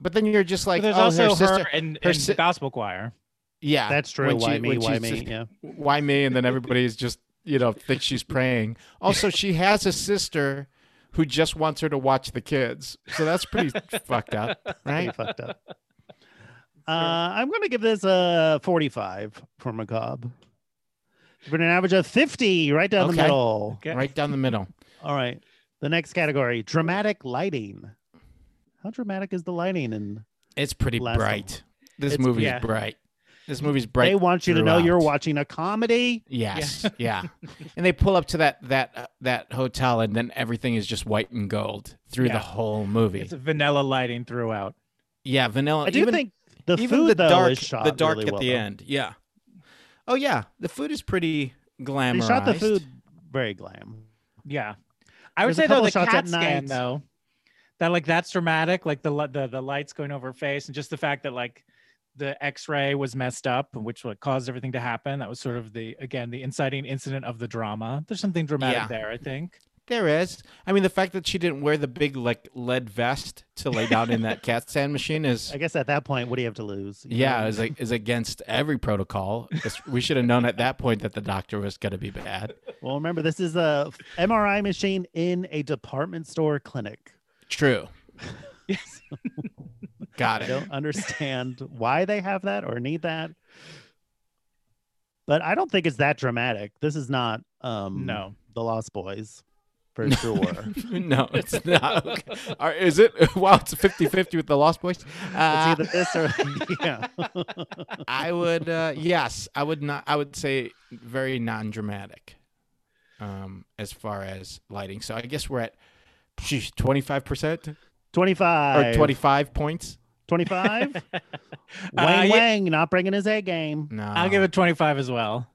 [SPEAKER 5] But then you're just
[SPEAKER 4] But
[SPEAKER 5] like,
[SPEAKER 4] there's
[SPEAKER 5] oh,
[SPEAKER 4] also
[SPEAKER 5] her
[SPEAKER 4] her,
[SPEAKER 5] sister.
[SPEAKER 4] and,
[SPEAKER 5] her
[SPEAKER 4] and
[SPEAKER 5] si-
[SPEAKER 4] gospel choir.
[SPEAKER 5] yeah,
[SPEAKER 3] That's true.
[SPEAKER 5] when
[SPEAKER 3] Why
[SPEAKER 5] she-
[SPEAKER 3] me?
[SPEAKER 5] when
[SPEAKER 3] Why
[SPEAKER 5] she's
[SPEAKER 3] me?
[SPEAKER 5] just-
[SPEAKER 3] yeah.
[SPEAKER 5] why me? And then everybody is just, you know, thinks she's praying. Also, she has a sister who just wants her to watch the kids. So that's pretty fucked up,
[SPEAKER 3] Pretty
[SPEAKER 5] right?
[SPEAKER 3] fucked up. Uh, I'm going to give this a 45 for macabre. For an average of 50, right down the
[SPEAKER 5] Okay.
[SPEAKER 3] middle.
[SPEAKER 4] Okay.
[SPEAKER 5] Right down the middle.
[SPEAKER 3] All right. The next category dramatic lighting. How dramatic is the lighting? And
[SPEAKER 5] It's pretty
[SPEAKER 3] Last
[SPEAKER 5] bright. This
[SPEAKER 3] It's-
[SPEAKER 5] movie's
[SPEAKER 4] yeah.
[SPEAKER 5] bright. This movie's bright.
[SPEAKER 3] they want you to know you're
[SPEAKER 5] throughout.
[SPEAKER 3] watching a comedy.
[SPEAKER 5] Yes, yeah. And they pull up to that that uh, that hotel, and then everything is just white and gold through
[SPEAKER 4] Yeah.
[SPEAKER 5] the whole movie.
[SPEAKER 4] It's vanilla lighting throughout.
[SPEAKER 5] yeah, vanilla.
[SPEAKER 3] I do
[SPEAKER 5] even,
[SPEAKER 3] think the
[SPEAKER 5] even
[SPEAKER 3] food,
[SPEAKER 5] the
[SPEAKER 3] though,
[SPEAKER 5] dark,
[SPEAKER 3] is shot
[SPEAKER 5] the dark
[SPEAKER 3] really
[SPEAKER 5] at
[SPEAKER 3] well.
[SPEAKER 5] the end. Yeah. Oh yeah, the food is pretty
[SPEAKER 3] They
[SPEAKER 5] glamorized.
[SPEAKER 3] shot the food very glam.
[SPEAKER 4] Yeah, I would
[SPEAKER 3] There's a
[SPEAKER 4] say though
[SPEAKER 3] couple
[SPEAKER 4] the
[SPEAKER 3] shots
[SPEAKER 4] cat
[SPEAKER 3] at
[SPEAKER 4] scan
[SPEAKER 3] night.
[SPEAKER 4] though that like that's dramatic. Like the li- the the lights going over her face and just the fact that like the X-ray was messed up, which what caused everything to happen. That was sort of the again the inciting incident of the drama. There's something dramatic
[SPEAKER 5] Yeah.
[SPEAKER 4] there, I think.
[SPEAKER 5] There is. I mean, the fact that she didn't wear the big like lead vest to lay down in that cat stand machine is
[SPEAKER 3] I guess at that point, what do you have to lose? You
[SPEAKER 5] yeah
[SPEAKER 3] know?
[SPEAKER 5] is like, is against every protocol. It's- we should have known at that point that the doctor was going to be bad.
[SPEAKER 3] Well, remember, this is a MRI machine in a department store clinic.
[SPEAKER 5] True. Got
[SPEAKER 3] I
[SPEAKER 5] it.
[SPEAKER 3] don't understand why they have that or need that. But I don't think it's that dramatic. This is not um
[SPEAKER 4] No.
[SPEAKER 3] The Lost Boys for sure. it's
[SPEAKER 5] no, it's not. Okay. Are- Is it? Wow, it's 50-50 with the Lost Boys. Uh,
[SPEAKER 3] either this or yeah.
[SPEAKER 5] I would. Uh, yes, I would not. I would say very non-dramatic, um, as far as lighting. So I guess we're at twenty-five percent
[SPEAKER 3] 25
[SPEAKER 5] or Uh, twenty-five points.
[SPEAKER 3] 25
[SPEAKER 4] yeah.
[SPEAKER 3] Wang Wang not bringing his A game.
[SPEAKER 5] No,
[SPEAKER 4] I'll give it 25 as well.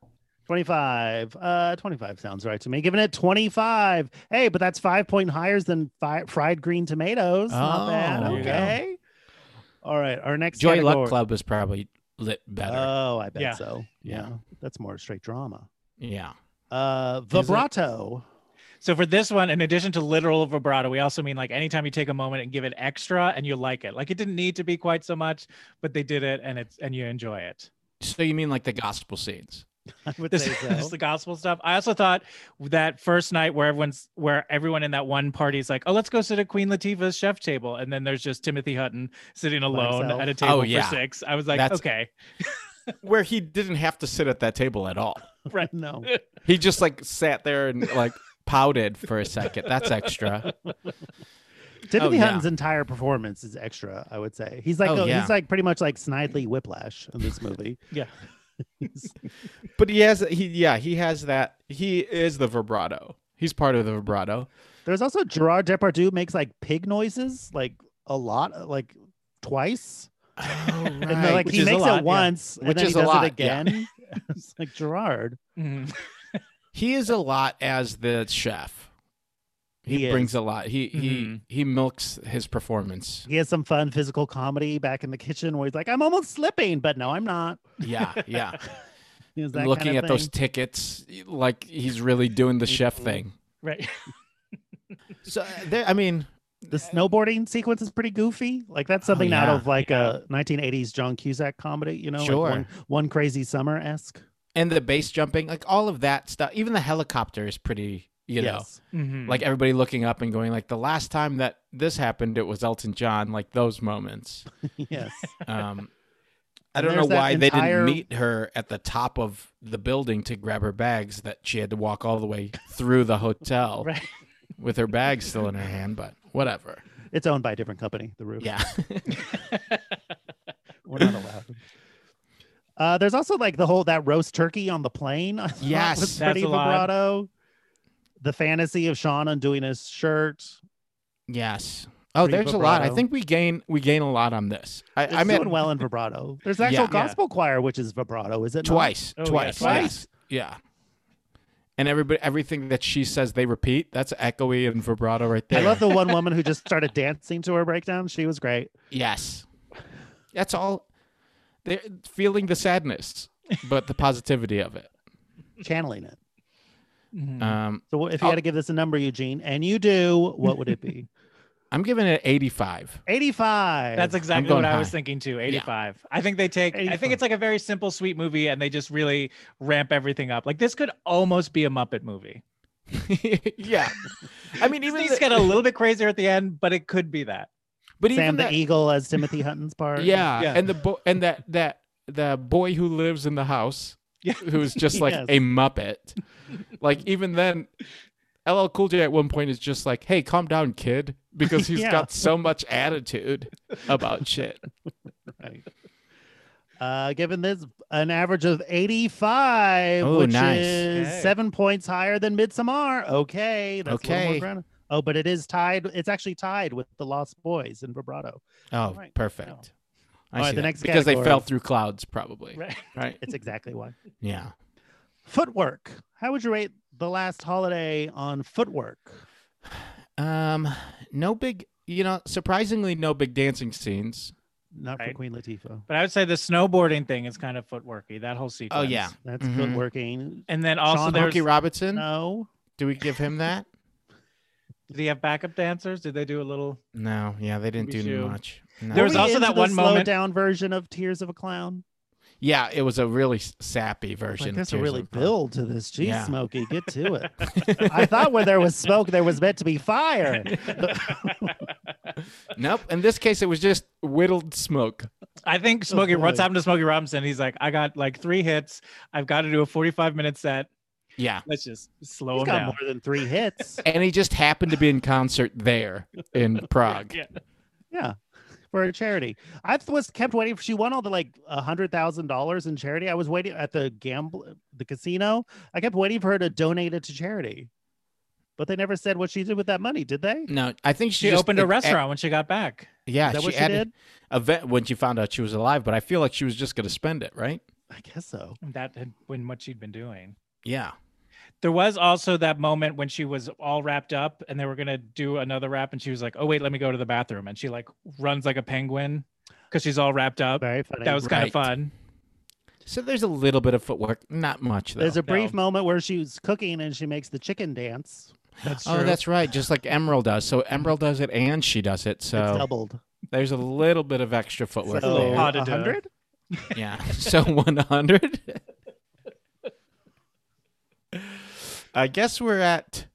[SPEAKER 3] 25. Uh 25 sounds right to me. Giving it 25. Hey, but that's 5 point higher than fi- fried green tomatoes. Not bad.
[SPEAKER 5] Oh.
[SPEAKER 3] Okay. All right, our next
[SPEAKER 5] Joy
[SPEAKER 3] category.
[SPEAKER 5] Luck Club is probably lit better.
[SPEAKER 3] Oh, I bet
[SPEAKER 4] Yeah.
[SPEAKER 3] so.
[SPEAKER 5] Yeah.
[SPEAKER 3] that's more straight drama.
[SPEAKER 5] yeah.
[SPEAKER 3] Uh,
[SPEAKER 5] it-
[SPEAKER 3] vibrato.
[SPEAKER 4] So for this one, in addition to literal vibrato, we also mean like anytime you take a moment and give it extra and you like it. Like it didn't need to be quite so much, but they did it and it's and you enjoy it.
[SPEAKER 5] So you mean like the gospel scenes?
[SPEAKER 3] I would
[SPEAKER 4] This,
[SPEAKER 3] say
[SPEAKER 4] this is
[SPEAKER 3] so.
[SPEAKER 4] the gospel stuff. I also thought that first night where everyone's where everyone in that one party is like, oh, let's go sit at Queen Latifah's chef table, and then there's just Timothy Hutton sitting alone
[SPEAKER 3] himself.
[SPEAKER 4] at
[SPEAKER 3] Oh,
[SPEAKER 4] a table
[SPEAKER 5] yeah.
[SPEAKER 4] for six. I was like,
[SPEAKER 5] That's-
[SPEAKER 4] okay,
[SPEAKER 5] Where he didn't have to sit at that table at all.
[SPEAKER 4] right.
[SPEAKER 3] no.
[SPEAKER 5] He just like sat there and like pouted for a second. That's extra.
[SPEAKER 3] Timothy
[SPEAKER 5] Oh, yeah.
[SPEAKER 3] Hutton's entire performance is extra. I would say he's like
[SPEAKER 5] Oh,
[SPEAKER 3] a-
[SPEAKER 5] yeah.
[SPEAKER 3] he's like pretty much like Snidely Whiplash in this movie.
[SPEAKER 4] Yeah.
[SPEAKER 5] But he has he yeah, he has that he is the vibrato. He's part of the vibrato.
[SPEAKER 3] There's also Gerard Depardieu makes like pig noises like a lot, like twice.
[SPEAKER 5] Oh,
[SPEAKER 3] And then, like
[SPEAKER 4] Which
[SPEAKER 3] he
[SPEAKER 4] is a
[SPEAKER 3] makes
[SPEAKER 4] lot, yeah.
[SPEAKER 3] it once, and
[SPEAKER 5] Which
[SPEAKER 3] then
[SPEAKER 5] is
[SPEAKER 3] he
[SPEAKER 5] a
[SPEAKER 3] does
[SPEAKER 5] lot,
[SPEAKER 3] it
[SPEAKER 5] yeah.
[SPEAKER 3] again. it's like Gerard.
[SPEAKER 4] Mhm.
[SPEAKER 5] He is a lot as the chef. He, Mm-hmm.
[SPEAKER 3] He
[SPEAKER 5] brings
[SPEAKER 3] is.
[SPEAKER 5] a lot. He he he milks his performance.
[SPEAKER 3] He has some fun physical comedy back in the kitchen where he's like, "I'm almost slipping," but no, I'm not.
[SPEAKER 5] Yeah, yeah.
[SPEAKER 3] He does that
[SPEAKER 5] Looking
[SPEAKER 3] kind of
[SPEAKER 5] at those
[SPEAKER 3] thing. Mm-hmm.
[SPEAKER 5] tickets, like he's really doing the chef thing.
[SPEAKER 4] Right.
[SPEAKER 5] So uh, there, I mean,
[SPEAKER 3] the snowboarding sequence is pretty goofy. Like that's
[SPEAKER 5] Oh,
[SPEAKER 3] something out
[SPEAKER 5] yeah,
[SPEAKER 3] of like a 1980s John Cusack comedy, you know, like
[SPEAKER 5] Sure.
[SPEAKER 3] one, one crazy summer esque.
[SPEAKER 5] and the base jumping, like all of that stuff. Even the helicopter is pretty, you know,
[SPEAKER 4] Mhm.
[SPEAKER 5] like everybody looking up and going, like the last time that this happened, it was Elton John. Like those moments.
[SPEAKER 3] yes.
[SPEAKER 5] Um, I
[SPEAKER 3] And
[SPEAKER 5] don't know
[SPEAKER 3] there's that
[SPEAKER 5] why they didn't
[SPEAKER 3] entire-
[SPEAKER 5] meet her at the top of the building to grab her bags. That she had to walk all the way through the hotel
[SPEAKER 4] Right.
[SPEAKER 5] with her bags still in her hand. But whatever.
[SPEAKER 3] It's owned by a different company, the roof.
[SPEAKER 5] Yeah.
[SPEAKER 3] We're not allowed. Uh, there's also like the whole that roast turkey on the plane. I thought
[SPEAKER 5] Yes.
[SPEAKER 3] was
[SPEAKER 4] That's
[SPEAKER 3] pretty
[SPEAKER 4] a lot.
[SPEAKER 3] vibrato. The fantasy of Sean undoing his shirt.
[SPEAKER 5] yes. Oh,
[SPEAKER 3] Pretty
[SPEAKER 5] there's a lot. I
[SPEAKER 3] vibrato.
[SPEAKER 5] think we gain we gain a lot on this. I, I
[SPEAKER 3] It's
[SPEAKER 5] meant
[SPEAKER 3] doing well in vibrato. There's an
[SPEAKER 5] Yeah.
[SPEAKER 3] actual
[SPEAKER 5] Yeah.
[SPEAKER 3] gospel choir, which is vibrato, is it? not?
[SPEAKER 5] twice,
[SPEAKER 4] Oh, yeah,
[SPEAKER 5] twice,
[SPEAKER 4] twice.
[SPEAKER 5] yes. yeah. And everybody, everything that she says, they repeat. That's echoey and vibrato right there.
[SPEAKER 3] I love the one woman who just started dancing to her breakdown. She was great.
[SPEAKER 5] Yes. That's all. They're feeling the sadness, but the positivity of it.
[SPEAKER 3] Channeling it.
[SPEAKER 4] Mhm.
[SPEAKER 5] Um,
[SPEAKER 3] So wh- if you had to give this a number, Eugene, and you do, what would it be?
[SPEAKER 5] I'm giving it 85.
[SPEAKER 3] 85.
[SPEAKER 4] That's exactly
[SPEAKER 5] going
[SPEAKER 4] what I was
[SPEAKER 5] high.
[SPEAKER 4] thinking too. 85. I think they take I
[SPEAKER 3] 85.
[SPEAKER 4] think it's like a very simple sweet movie and they just really ramp everything up. Like this could almost be a Muppet movie.
[SPEAKER 5] yeah. I mean, even
[SPEAKER 4] Even
[SPEAKER 5] the,
[SPEAKER 4] get a little bit crazier at the end, but it could be that.
[SPEAKER 5] but even
[SPEAKER 3] Sam the
[SPEAKER 5] that,
[SPEAKER 3] Eagle as Timothy Hutton's part.
[SPEAKER 5] yeah,
[SPEAKER 4] Yeah.
[SPEAKER 5] and the bo- and that that the boy who lives in the house,
[SPEAKER 4] Yeah.
[SPEAKER 5] who's just like
[SPEAKER 3] Yes.
[SPEAKER 5] a muppet. Like even then, LL Cool J at one point is just like, "Hey, calm down, kid," because he's
[SPEAKER 3] Yeah.
[SPEAKER 5] got so much attitude about shit.
[SPEAKER 3] Right. Uh, given this an average of 85,
[SPEAKER 5] Oh,
[SPEAKER 3] which
[SPEAKER 5] nice.
[SPEAKER 3] is
[SPEAKER 4] Okay.
[SPEAKER 3] seven points higher than Midsommar. Okay. That's a little more
[SPEAKER 5] Okay.
[SPEAKER 3] ground- Oh, but it is tied. It's actually tied with The Lost Boys in vibrato.
[SPEAKER 5] Oh,
[SPEAKER 3] Right.
[SPEAKER 5] perfect.
[SPEAKER 3] No.
[SPEAKER 5] I
[SPEAKER 3] All right,
[SPEAKER 5] see that.
[SPEAKER 3] the next
[SPEAKER 5] because they
[SPEAKER 3] category.
[SPEAKER 5] fell through clouds, probably. Right.
[SPEAKER 3] It's exactly why.
[SPEAKER 5] Yeah.
[SPEAKER 3] Footwork. How would you rate The Last Holiday on footwork?
[SPEAKER 5] Um, no big. You know, surprisingly, no big dancing scenes.
[SPEAKER 3] Not for
[SPEAKER 4] Right.
[SPEAKER 3] Queen Latifah.
[SPEAKER 4] But I would say the snowboarding thing is kind of footworky, that whole sequence.
[SPEAKER 5] Oh yeah.
[SPEAKER 3] That's
[SPEAKER 5] Mhm.
[SPEAKER 3] footworking.
[SPEAKER 4] And then also
[SPEAKER 3] Sean
[SPEAKER 4] there's
[SPEAKER 5] Smokey Robinson.
[SPEAKER 3] No.
[SPEAKER 5] Do we give him that?
[SPEAKER 4] did he have backup dancers? Did they do a little
[SPEAKER 5] no. Yeah, they didn't
[SPEAKER 4] Maybe
[SPEAKER 5] do
[SPEAKER 4] you.
[SPEAKER 5] much. No.
[SPEAKER 4] There was
[SPEAKER 3] Were we
[SPEAKER 4] also
[SPEAKER 3] into
[SPEAKER 4] that
[SPEAKER 3] the
[SPEAKER 4] one
[SPEAKER 3] slowed
[SPEAKER 4] moment-
[SPEAKER 3] down version of Tears of a Clown.
[SPEAKER 5] Yeah, it was a really s- sappy version.
[SPEAKER 3] Like,
[SPEAKER 5] of
[SPEAKER 3] there's a
[SPEAKER 5] Tears
[SPEAKER 3] really
[SPEAKER 5] of Clown.
[SPEAKER 3] build to this. Geez,
[SPEAKER 5] Yeah.
[SPEAKER 3] Smokey, get to it. I thought where there was smoke, there was meant to be fire.
[SPEAKER 5] Nope. In this case, it was just whittled smoke.
[SPEAKER 4] I
[SPEAKER 5] Oh,
[SPEAKER 4] think Smokey what's
[SPEAKER 3] boy.
[SPEAKER 4] happened to Smokey Robinson? He's like, I got like three hits. I've got to do a 45 minute set.
[SPEAKER 5] Yeah,
[SPEAKER 4] Let's just slow
[SPEAKER 5] Oh,
[SPEAKER 3] He's
[SPEAKER 4] him
[SPEAKER 3] got
[SPEAKER 4] down.
[SPEAKER 3] more than three hits.
[SPEAKER 5] and he just happened to be in concert there in Prague.
[SPEAKER 4] Yeah.
[SPEAKER 3] Yeah. For a charity, I th- was kept waiting. For, she won all the like a hundred thousand dollars in charity. I was waiting at the gamble, the casino. I kept waiting for her to donate it to charity, but they never said what she did with that money, did they?
[SPEAKER 5] No, I think she,
[SPEAKER 4] She
[SPEAKER 5] just-
[SPEAKER 4] opened a
[SPEAKER 5] it-
[SPEAKER 4] restaurant when she got back.
[SPEAKER 5] yeah,
[SPEAKER 3] Is that
[SPEAKER 5] she
[SPEAKER 3] what she
[SPEAKER 5] added
[SPEAKER 3] did?
[SPEAKER 5] event when she found out she was alive. But I feel like she was just going to spend it, right?
[SPEAKER 3] I guess so.
[SPEAKER 4] That had been what she'd been doing.
[SPEAKER 5] Yeah.
[SPEAKER 4] There was also that moment when she was all wrapped up and they were gonna do another wrap, and she was like, "Oh wait, let me go to the bathroom," and she like runs like a penguin. because she's all wrapped up.
[SPEAKER 3] Very funny.
[SPEAKER 4] That was kind
[SPEAKER 5] Right.
[SPEAKER 4] of fun.
[SPEAKER 5] So there's a little bit of footwork, not much though.
[SPEAKER 3] There's a brief
[SPEAKER 4] No.
[SPEAKER 3] moment where she's cooking and she makes the chicken dance.
[SPEAKER 4] That's true.
[SPEAKER 5] oh, that's right, just like Emerald does. So Emerald does it and she does it.
[SPEAKER 3] It's
[SPEAKER 5] So
[SPEAKER 3] doubled.
[SPEAKER 5] there's a little bit of extra footwork
[SPEAKER 4] a little
[SPEAKER 5] there.
[SPEAKER 4] hot. how to do it.
[SPEAKER 3] 100?
[SPEAKER 5] Yeah. So 100. I guess we're at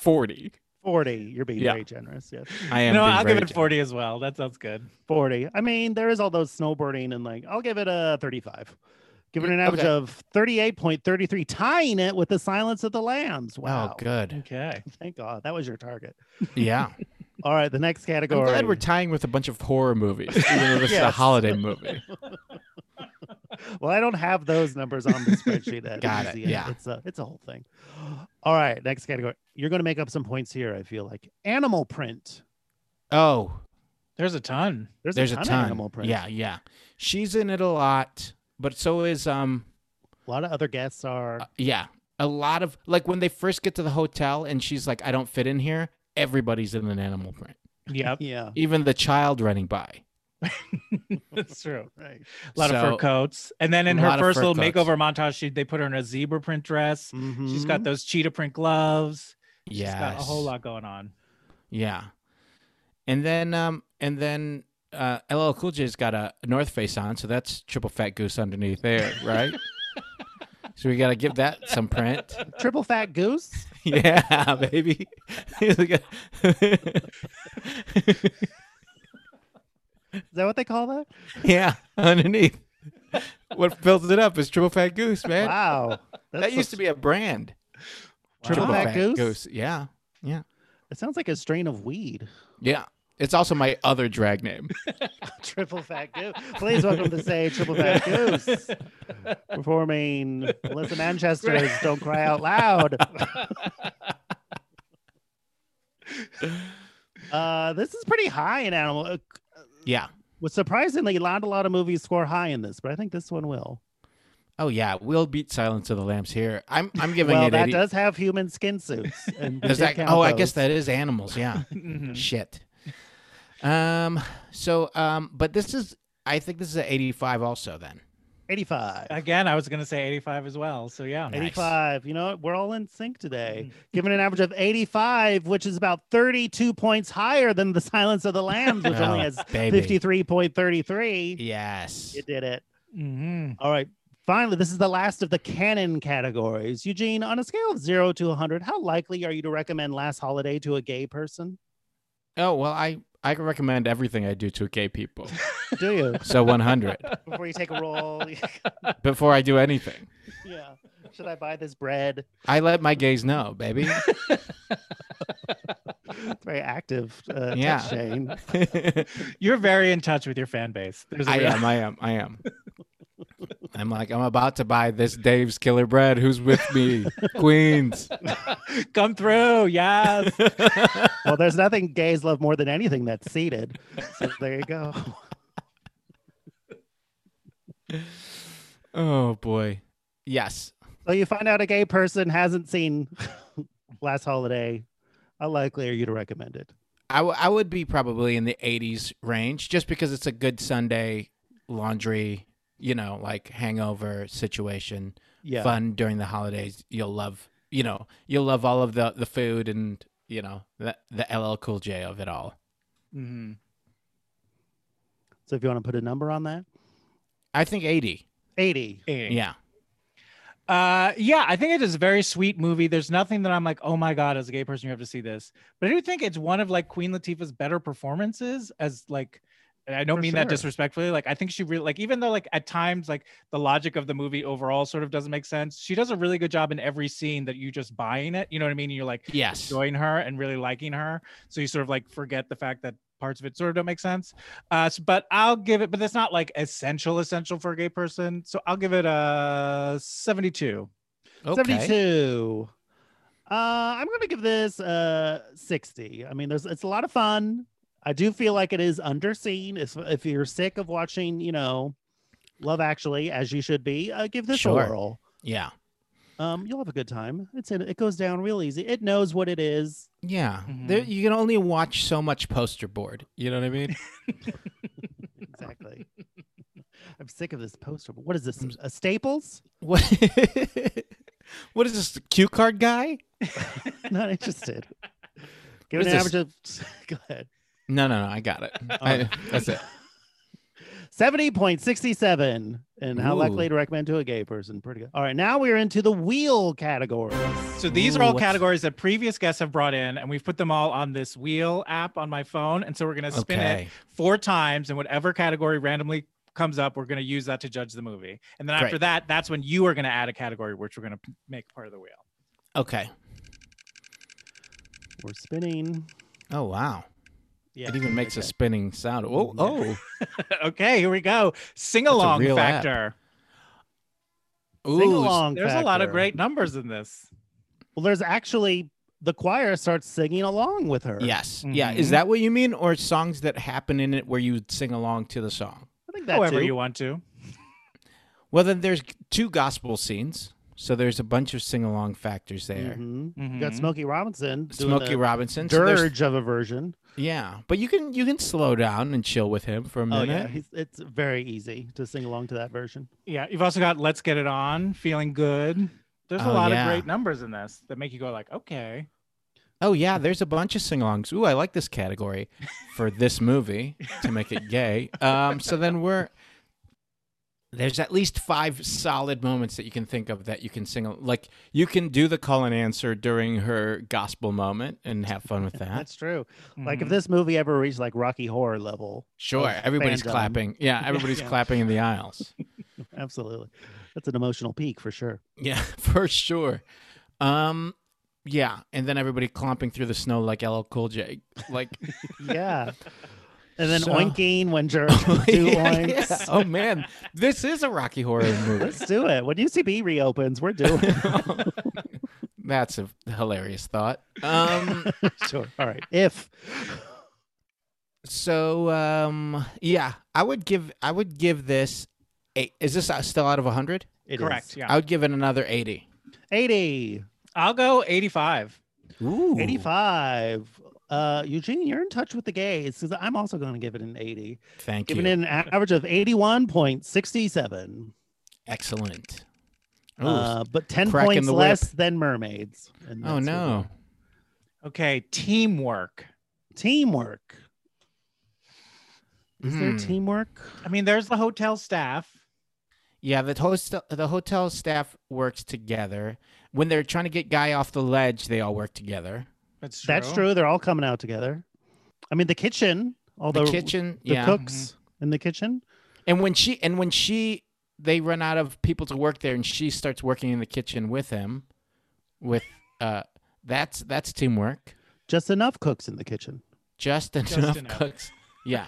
[SPEAKER 5] 40.
[SPEAKER 3] 40. You're being
[SPEAKER 5] Yeah.
[SPEAKER 3] very generous. Yes.
[SPEAKER 5] I am.
[SPEAKER 4] no,
[SPEAKER 5] being
[SPEAKER 4] I'll
[SPEAKER 5] very
[SPEAKER 4] give it
[SPEAKER 5] gen-
[SPEAKER 4] 40 as well. That sounds good.
[SPEAKER 3] 40. I mean, there is all those snowboarding and like, I'll give it a 35. Give it an
[SPEAKER 5] Mm,
[SPEAKER 3] average
[SPEAKER 5] okay.
[SPEAKER 3] of 38.33, tying it with the Silence of the Lambs. Wow.
[SPEAKER 5] Oh, good.
[SPEAKER 4] Okay.
[SPEAKER 3] Thank God. That was your target.
[SPEAKER 5] Yeah.
[SPEAKER 3] All right. The next
[SPEAKER 5] I'm
[SPEAKER 3] category.
[SPEAKER 5] glad we're tying with a bunch of horror movies, even though this is a
[SPEAKER 3] Yes.
[SPEAKER 5] holiday movie.
[SPEAKER 3] well, I don't have those numbers on the spreadsheet. at
[SPEAKER 5] Got it,
[SPEAKER 3] easy end.
[SPEAKER 5] yeah.
[SPEAKER 3] It's a it's a whole thing. All right, next category. You're going to make up some points here. I feel like animal print.
[SPEAKER 5] Oh,
[SPEAKER 4] There's a ton.
[SPEAKER 3] There's,
[SPEAKER 5] there's
[SPEAKER 3] a, ton of animal print.
[SPEAKER 5] Yeah, yeah. She's in it a lot, but so is um
[SPEAKER 3] a lot of other guests are.
[SPEAKER 5] uh, yeah, a lot of like when they first get to the hotel and she's like I don't fit in here, everybody's in an animal print.
[SPEAKER 4] Yep.
[SPEAKER 3] yeah,
[SPEAKER 5] Even the child running by.
[SPEAKER 4] that's true.
[SPEAKER 3] right.
[SPEAKER 4] A lot of fur
[SPEAKER 5] So-
[SPEAKER 4] coats. And then in
[SPEAKER 5] A lot
[SPEAKER 4] her
[SPEAKER 5] of
[SPEAKER 4] first
[SPEAKER 5] fur
[SPEAKER 4] little
[SPEAKER 5] coats.
[SPEAKER 4] makeover montage, she, they put her in a zebra print dress. She's got
[SPEAKER 5] Mm-hmm.
[SPEAKER 3] Mhm.
[SPEAKER 4] those cheetah print gloves.
[SPEAKER 5] Yeah.
[SPEAKER 4] She's got a whole lot going on.
[SPEAKER 5] Yeah. And then um and then uh LL Cool J's got a North Face on, so that's triple fat goose underneath there, right? so we got to give that some print.
[SPEAKER 3] triple fat goose.
[SPEAKER 5] yeah, baby.
[SPEAKER 3] Is that what they call that?
[SPEAKER 5] yeah, underneath. What fills it up is triple fat goose, man.
[SPEAKER 3] Wow,
[SPEAKER 5] That used to be a brand.
[SPEAKER 3] Triple Fat Goose?
[SPEAKER 5] Yeah. Yeah.
[SPEAKER 3] It sounds like a strain of weed.
[SPEAKER 5] Yeah. It's also my other drag name.
[SPEAKER 3] Triple fat goose. Please welcome to say triple fat goose. Performing Melissa Manchester's "Don't Cry Out Loud." uh, this is pretty high in animal. Uh,
[SPEAKER 5] Yeah.
[SPEAKER 3] was surprisingly not a lot of movies score high in this, but I think this one will.
[SPEAKER 5] Oh yeah, we'll beat Silence of the Lambs here. I'm I'm giving
[SPEAKER 3] well,
[SPEAKER 5] it
[SPEAKER 3] that
[SPEAKER 5] 80.
[SPEAKER 3] does have human skin suits. And we
[SPEAKER 5] Does
[SPEAKER 3] did
[SPEAKER 5] that-
[SPEAKER 3] count
[SPEAKER 5] oh, I guess
[SPEAKER 3] those.
[SPEAKER 5] that is animals. Yeah.
[SPEAKER 4] Mhm.
[SPEAKER 5] Shit. Um. So um. But this is. I think this is an 85 also. Then.
[SPEAKER 3] eighty-five.
[SPEAKER 4] Again, I was going to say 85 as well. So, yeah.
[SPEAKER 5] Nice.
[SPEAKER 3] 85. You know, what? we're all in sync today. Given an average of 85, which is about 32 points higher than the Silence of the Lambs, which only
[SPEAKER 5] Oh,
[SPEAKER 3] has
[SPEAKER 5] baby.
[SPEAKER 3] 53.33.
[SPEAKER 5] Yes.
[SPEAKER 3] You did it.
[SPEAKER 4] hmm
[SPEAKER 3] All right. Finally, this is the last of the canon categories. Eugene, on a scale of zero to 100, how likely are you to recommend Last Holiday to a gay person?
[SPEAKER 5] Oh well, I I can recommend everything I do to gay people.
[SPEAKER 3] Do you?
[SPEAKER 5] So 100
[SPEAKER 3] Before you take a roll?
[SPEAKER 5] before I do anything.
[SPEAKER 3] yeah. Should I buy this bread?
[SPEAKER 5] I let my gays know, baby.
[SPEAKER 3] It's very active. Uh, yeah.
[SPEAKER 5] Yeah.
[SPEAKER 3] Shane.
[SPEAKER 5] I
[SPEAKER 4] You're very in touch with your fan base. There's a real-
[SPEAKER 5] am. I am. I am. I'm like I'm about to buy this Dave's Killer Bread. Who's with me, Queens?
[SPEAKER 4] Come through. Yes.
[SPEAKER 3] well, there's nothing gays love more than anything that's seated. So there you go.
[SPEAKER 5] Oh boy. Yes.
[SPEAKER 3] So you find out a gay person hasn't seen Last Holiday. How likely are you to recommend it?
[SPEAKER 5] I, w- I would be probably in the 80s range just because it's a good Sunday laundry, you know, like hangover situation.
[SPEAKER 3] Yeah.
[SPEAKER 5] Fun during the holidays. You'll love, you know, you'll love all of the, the food and, you know, the, the LL Cool J of it all.
[SPEAKER 4] hmm
[SPEAKER 3] So if you want to put a number on that,
[SPEAKER 5] I think 80.
[SPEAKER 3] 80.
[SPEAKER 5] Yeah.
[SPEAKER 4] Uh, yeah, I think it is a very sweet movie. There's nothing that I'm like, oh my god, as a gay person, you have to see this. But I do think it's one of like Queen Latifah's better performances. As like, and I don't
[SPEAKER 3] For
[SPEAKER 4] mean
[SPEAKER 3] sure.
[SPEAKER 4] that disrespectfully. Like, I think she really like, even though like at times like the logic of the movie overall sort of doesn't make sense. She does a really good job in every scene that you just buying it. You know what I mean? You're like
[SPEAKER 5] Yes.
[SPEAKER 4] enjoying her and really liking her. So you sort of like forget the fact that parts of it sort of don't make sense. Uh, s- but I'll give it. But it's not like essential essential for a gay person. So I'll give it a 72.
[SPEAKER 5] Okay.
[SPEAKER 3] 72. Uh, I'm going to give this uh, 60. I mean, there's it's a lot of fun. I do feel like it is underseen. If, if you're sick of watching, you know, Love Actually, as you should be, uh, give this
[SPEAKER 5] Sure.
[SPEAKER 3] a whirl.
[SPEAKER 5] Yeah.
[SPEAKER 3] Um, you'll have a good time. It's in, it goes down real easy. It knows what it is.
[SPEAKER 5] Mm-hmm. Yeah. There, you can only watch so much poster board. You know what I mean?
[SPEAKER 3] exactly. Mm. I'm sick of this poster. What is this? some- A Staples?
[SPEAKER 5] What? what is this? Cue card guy?
[SPEAKER 3] Not interested. Give
[SPEAKER 5] What
[SPEAKER 3] it
[SPEAKER 5] is
[SPEAKER 3] an average of. Go ahead.
[SPEAKER 5] No, no, no. I got it. I, that's it.
[SPEAKER 3] Seventy point sixty-seven, and how
[SPEAKER 5] Ooh.
[SPEAKER 3] likely to recommend to a gay person? Pretty good. All right, now we're into the wheel category.
[SPEAKER 4] So these
[SPEAKER 5] Ooh,
[SPEAKER 4] are all
[SPEAKER 5] what's-
[SPEAKER 4] categories that previous guests have brought in, and we've put them all on this wheel app on my phone. And so we're gonna spin
[SPEAKER 5] Okay.
[SPEAKER 4] it four times, and whatever category randomly comes up, we're gonna use that to judge the movie. And then
[SPEAKER 5] Great.
[SPEAKER 4] after that, that's when you are gonna add a category, which we're gonna p- make part of the wheel.
[SPEAKER 5] Okay.
[SPEAKER 3] We're spinning.
[SPEAKER 5] Oh wow.
[SPEAKER 3] Yeah,
[SPEAKER 5] it even makes a spinning sound. Oh,
[SPEAKER 3] Yeah.
[SPEAKER 5] oh.
[SPEAKER 4] okay, here we go. Sing along
[SPEAKER 5] real app.
[SPEAKER 4] factor.
[SPEAKER 5] Ooh,
[SPEAKER 3] sing along.
[SPEAKER 4] There's a lot of
[SPEAKER 3] factor.
[SPEAKER 4] great numbers in this.
[SPEAKER 3] Well, there's actually the choir starts singing along with her.
[SPEAKER 5] Yes. Yeah.
[SPEAKER 4] Mhm.
[SPEAKER 3] Mm-hmm.
[SPEAKER 5] Is that what you mean, or songs that happen in it where you sing along to the song?
[SPEAKER 3] I think that
[SPEAKER 4] However
[SPEAKER 3] too.
[SPEAKER 4] you want to.
[SPEAKER 5] Well, then there's two gospel scenes, so there's a bunch of sing along factors there.
[SPEAKER 3] Mhm. You
[SPEAKER 4] Mhm.
[SPEAKER 3] got Smokey Robinson. doing
[SPEAKER 5] Smokey
[SPEAKER 3] the
[SPEAKER 5] Robinson, so there's-
[SPEAKER 3] Dirge of a version.
[SPEAKER 5] yeah, but you can you can slow down and chill with him for a
[SPEAKER 3] Oh
[SPEAKER 5] minute.
[SPEAKER 3] yeah, he's, it's very easy to sing along to that version.
[SPEAKER 4] Yeah, you've also got Let's Get It On, Feeling Good. There's a
[SPEAKER 5] Oh,
[SPEAKER 4] lot
[SPEAKER 5] yeah.
[SPEAKER 4] of great numbers in this that make you go like, okay.
[SPEAKER 5] Oh yeah, there's a bunch of sing-alongs. Ooh, I like this category for this movie to make it gay. Um, so then we're there's at least five solid moments that you can think of that you can sing. al- Like you can do the call and answer during her gospel moment and have fun with that.
[SPEAKER 3] That's true. Like
[SPEAKER 5] Mm-hmm.
[SPEAKER 3] if
[SPEAKER 4] Mhm.
[SPEAKER 3] this movie ever reached like Rocky Horror level,
[SPEAKER 5] Sure,
[SPEAKER 3] of
[SPEAKER 5] everybody's
[SPEAKER 3] fandom.
[SPEAKER 5] clapping. Yeah, everybody's
[SPEAKER 4] yeah.
[SPEAKER 5] clapping in the aisles.
[SPEAKER 3] Absolutely, that's an emotional peak for sure.
[SPEAKER 5] Yeah, for sure. Um, yeah, and then everybody clomping through the snow like LL Cool J. Like
[SPEAKER 3] Yeah. And then
[SPEAKER 5] So- Oh,
[SPEAKER 3] oinking when Jer do
[SPEAKER 5] Yeah,
[SPEAKER 3] oinks.
[SPEAKER 5] yeah. Oh man, this is a Rocky Horror movie.
[SPEAKER 3] Let's do it. When UCB reopens, we're doing it.
[SPEAKER 5] That's a hilarious thought. Um,
[SPEAKER 3] sure. All right. If
[SPEAKER 5] so um, yeah, I would give I would give this. Eight, is this uh, still out of hundred?
[SPEAKER 3] it is
[SPEAKER 4] Correct. Yeah.
[SPEAKER 5] I would give it another eighty.
[SPEAKER 3] 80,
[SPEAKER 4] I'll go 85.
[SPEAKER 5] Ooh,
[SPEAKER 3] 85. Uh, Eugene, you're in touch with the gays because I'm also going to give it an 80,
[SPEAKER 5] Thank you.
[SPEAKER 3] giving it an average of 81.67,
[SPEAKER 5] Excellent. Ooh,
[SPEAKER 3] uh, but 10
[SPEAKER 5] cracking
[SPEAKER 3] points
[SPEAKER 5] the whip.
[SPEAKER 3] less than mermaids. And
[SPEAKER 5] oh
[SPEAKER 3] that's where we
[SPEAKER 5] no.
[SPEAKER 3] are.
[SPEAKER 4] Okay, teamwork.
[SPEAKER 3] Teamwork. Is there
[SPEAKER 5] Hmm.
[SPEAKER 3] teamwork?
[SPEAKER 4] I mean, there's the hotel staff.
[SPEAKER 5] Yeah, the host the hotel staff works together. When they're trying to get guy off the ledge, they all work together.
[SPEAKER 4] That's true.
[SPEAKER 3] That's true. They're all coming out together. I mean, the kitchen, although
[SPEAKER 5] the kitchen,
[SPEAKER 3] the
[SPEAKER 5] yeah. mm-hmm.
[SPEAKER 3] cooks in the kitchen.
[SPEAKER 5] And when she and when she they run out of people to work there and she starts working in the kitchen with him with uh that's that's teamwork.
[SPEAKER 3] Just enough cooks in the kitchen.
[SPEAKER 5] Just enough,
[SPEAKER 4] enough.
[SPEAKER 5] cooks. Yeah.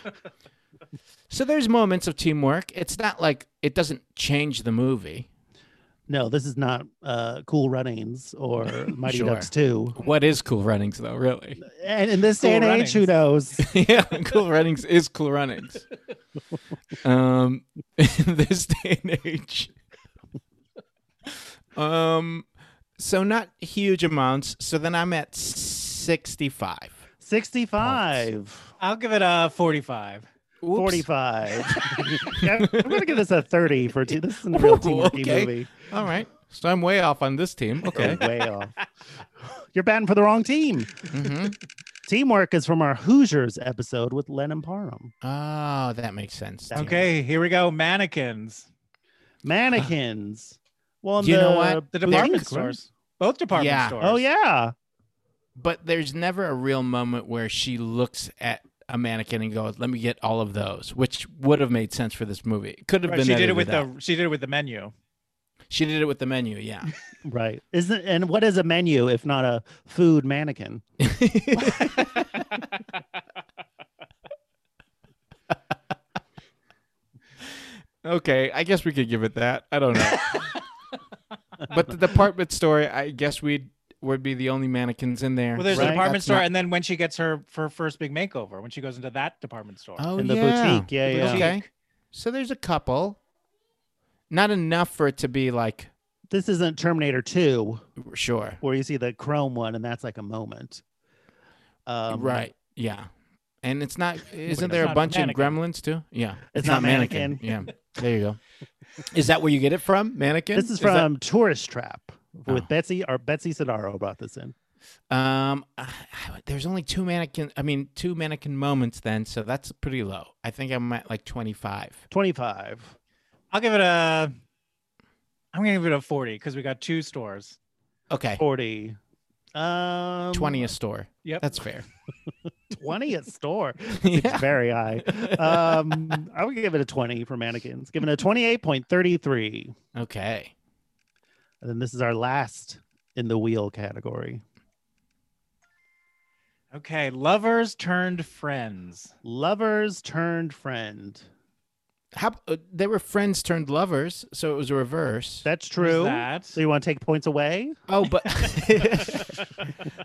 [SPEAKER 5] so there's moments of teamwork. It's not like it doesn't change the movie.
[SPEAKER 3] No, this is not uh, Cool Runnings or Mighty
[SPEAKER 5] Sure.
[SPEAKER 3] Ducks 2.
[SPEAKER 5] What is cool runnings though, really?
[SPEAKER 3] And in this
[SPEAKER 4] Cool
[SPEAKER 3] day and age, who
[SPEAKER 4] Runnings.
[SPEAKER 3] knows?
[SPEAKER 5] yeah, cool runnings is cool runnings. Um, in this day and age. Um, so not huge amounts. So then I'm at sixty-five.
[SPEAKER 3] 65,
[SPEAKER 4] I'll give it a 45.
[SPEAKER 5] Oops.
[SPEAKER 3] 45. Yeah, I'm going to give this a 30 for two. This isn't a real
[SPEAKER 5] Ooh,
[SPEAKER 3] teamworky
[SPEAKER 5] okay.
[SPEAKER 3] movie.
[SPEAKER 5] All right. So I'm way off on this team. Okay.
[SPEAKER 3] You're Way off. You're batting for the wrong team.
[SPEAKER 5] hmm
[SPEAKER 3] Teamwork is from our Hoosiers episode with Lennon Parham.
[SPEAKER 5] Oh, that makes sense. Teamwork.
[SPEAKER 4] Okay, here we go. Mannequins.
[SPEAKER 3] Mannequins. Well, in
[SPEAKER 5] You
[SPEAKER 3] the,
[SPEAKER 5] know what?
[SPEAKER 4] The department
[SPEAKER 3] boutique, right?
[SPEAKER 4] stores. Both department
[SPEAKER 5] Yeah.
[SPEAKER 4] stores.
[SPEAKER 3] Oh, yeah.
[SPEAKER 5] But there's never a real moment where she looks at a mannequin and goes, "Let me get all of those," which would have made sense for this movie. It Could have
[SPEAKER 4] Right,
[SPEAKER 5] been.
[SPEAKER 4] she did it
[SPEAKER 5] edited
[SPEAKER 4] with
[SPEAKER 5] out.
[SPEAKER 4] the she did it with the menu.
[SPEAKER 5] She did it with the menu. Yeah.
[SPEAKER 3] Right. Isn't and what is a menu if not a food mannequin?
[SPEAKER 5] Okay, I guess we could give it that. I don't know. but the department store, I guess we would be the only mannequins in there.
[SPEAKER 4] Well, there's
[SPEAKER 3] Right.
[SPEAKER 4] a department
[SPEAKER 5] That's
[SPEAKER 4] store,
[SPEAKER 5] not-
[SPEAKER 4] and then when she gets her her first big makeover, when she goes into that department store.
[SPEAKER 5] Oh,
[SPEAKER 3] in the
[SPEAKER 5] yeah.
[SPEAKER 3] boutique. Yeah,
[SPEAKER 4] The
[SPEAKER 3] yeah.
[SPEAKER 4] boutique.
[SPEAKER 5] Okay. So there's a couple. Not enough for it to be like
[SPEAKER 3] This isn't Terminator 2
[SPEAKER 5] sure.
[SPEAKER 3] where you see the chrome one and that's like a moment. Um,
[SPEAKER 5] right. Yeah. And it's not. Isn't
[SPEAKER 4] it's
[SPEAKER 5] there a
[SPEAKER 4] not
[SPEAKER 5] bunch in
[SPEAKER 4] mannequin.
[SPEAKER 5] Gremlins too? Yeah,
[SPEAKER 3] It's not mannequin.
[SPEAKER 5] Yeah, there you go.
[SPEAKER 6] Is that where you get it from? Mannequin?
[SPEAKER 3] This is
[SPEAKER 5] that-
[SPEAKER 3] from Tourist Trap with
[SPEAKER 5] Oh.
[SPEAKER 3] Betsy or Betsy Sidaro brought this in.
[SPEAKER 5] Um, I- I- there's only two mannequin. I mean, two mannequin moments then, so that's pretty low. I think I'm at like 25.
[SPEAKER 3] 25.
[SPEAKER 4] I'll give it a. I'm gonna give it a forty because we got two stores.
[SPEAKER 5] Okay,
[SPEAKER 3] 40. Um
[SPEAKER 5] 20 a store.
[SPEAKER 4] Yep.
[SPEAKER 5] that's fair.
[SPEAKER 3] 20 at store.
[SPEAKER 5] Yeah.
[SPEAKER 3] It's very high. Um I would give it a 20 for mannequins. Given a 28.33.
[SPEAKER 5] Okay.
[SPEAKER 3] And then this is our last in the wheel category.
[SPEAKER 4] Okay, lovers turned friends.
[SPEAKER 3] Lovers turned friend.
[SPEAKER 5] How uh, they were friends turned lovers, so it was a reverse.
[SPEAKER 4] There's
[SPEAKER 3] That's true.
[SPEAKER 4] That.
[SPEAKER 3] So you want to take points away?
[SPEAKER 5] oh, but